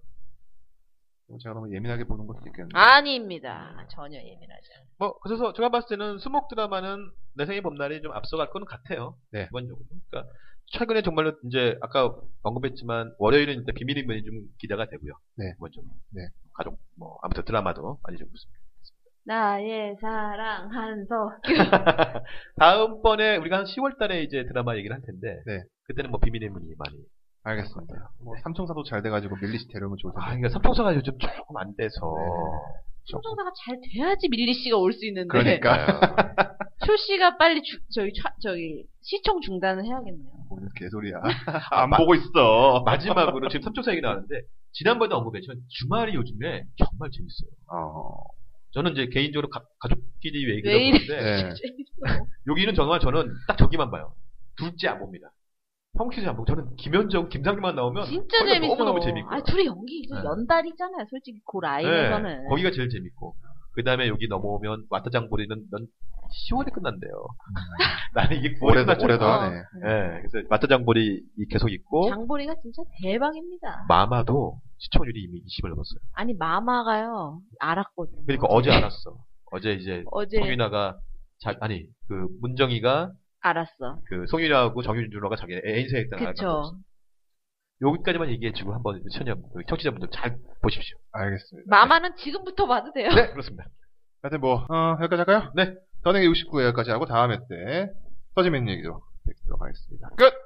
Speaker 3: 뭐 제가 너무 예민하게 보는 것도 있겠는데.
Speaker 2: 아. 아닙니다. 전혀 예민하지 않아요.
Speaker 4: 뭐, 그래서 제가 봤을 때는 수목 드라마는 내 생의 봄날이 좀 앞서갈 건 같아요.
Speaker 3: 네.
Speaker 4: 기본적으로. 그러니까 최근에 정말로 이제 아까 언급했지만 월요일은 일단 비밀의 문이 좀 기대가 되고요.
Speaker 3: 네.
Speaker 4: 기본적으로.
Speaker 3: 네.
Speaker 4: 가족, 뭐, 아무튼 드라마도 많이 좀 웃습니다.
Speaker 2: 나의 사랑 한서.
Speaker 4: <laughs> 다음번에 우리가 한 10월 달에 이제 드라마 얘기를 할 텐데.
Speaker 3: 네.
Speaker 4: 그때는 뭐 비밀의 문이 많이.
Speaker 3: 알겠습니다. 뭐 삼총사도 잘 돼가지고 밀리시 데려오면 좋을
Speaker 4: 아,
Speaker 3: 텐데.
Speaker 4: 그러니까 삼총사가 요즘 조금 안 돼서. 네.
Speaker 2: 청소사가 잘 돼야지 밀리 씨가 올 수 있는데.
Speaker 3: 그러니까.
Speaker 2: 쇼 씨가 빨리 주- 저기 차- 저기 시청 중단을 해야겠네요.
Speaker 3: 오늘 개소리야. 아, 안 보고 있어.
Speaker 4: 마지막으로 지금 삼총사 얘기 나왔는데, 지난번에도 언급했지만 주말이 요즘에 정말 재밌어요.
Speaker 3: 어.
Speaker 4: 저는 이제 개인적으로 가, 족끼리
Speaker 2: 왜 이래?
Speaker 4: 얘기를 보는데
Speaker 2: <laughs>
Speaker 3: 네.
Speaker 4: 여기는 정말 저는 딱 저기만 봐요. 둘째 안 봅니다. 형키즈 안 보고 저는 김현정, 김상규만 나오면
Speaker 2: 진짜
Speaker 4: 거기가
Speaker 2: 재밌어.
Speaker 4: 너무너무 재밌고
Speaker 2: 아 둘이 연기 좀
Speaker 4: 네.
Speaker 2: 연달이잖아요. 솔직히 그 라인에서는.
Speaker 4: 거기가 제일 재밌고 그 다음에 여기 넘어오면 마타장보리는 넌 10월에
Speaker 2: <laughs>
Speaker 4: 끝난대요. 나는 이게 9월에
Speaker 3: 올해도,
Speaker 4: 끝났죠.
Speaker 3: 올해도
Speaker 2: 어.
Speaker 3: 하네.
Speaker 4: 예, 그래서 마타장보리 이 계속 있고
Speaker 2: 장보리가 진짜 대박입니다.
Speaker 4: 마마도 시청률이 이미 20을 넘었어요.
Speaker 2: 아니 마마가요 알았거든.
Speaker 4: 그러니까 어제 알았어. 어제 이제
Speaker 2: 아, 어제
Speaker 4: 송윤아가 자, 아니 그 문정이가
Speaker 2: 알았어.
Speaker 4: 그 송윤아하고 정윤준호가 자기 애인 생했다는
Speaker 2: 그쵸.
Speaker 4: 여기까지만 얘기해주고 한번 시청자, 청취자분들 잘 보십시오.
Speaker 3: 알겠습니다.
Speaker 2: 마마는 지금부터 봐도 돼요.
Speaker 4: 네, 그렇습니다.
Speaker 3: 하여튼 뭐, 어, 여기까지 할까요?
Speaker 4: 네.
Speaker 3: 선행의 69회까지 하고 다음 회 때, 터지는 얘기로 뵙도록 하겠습니다. 끝!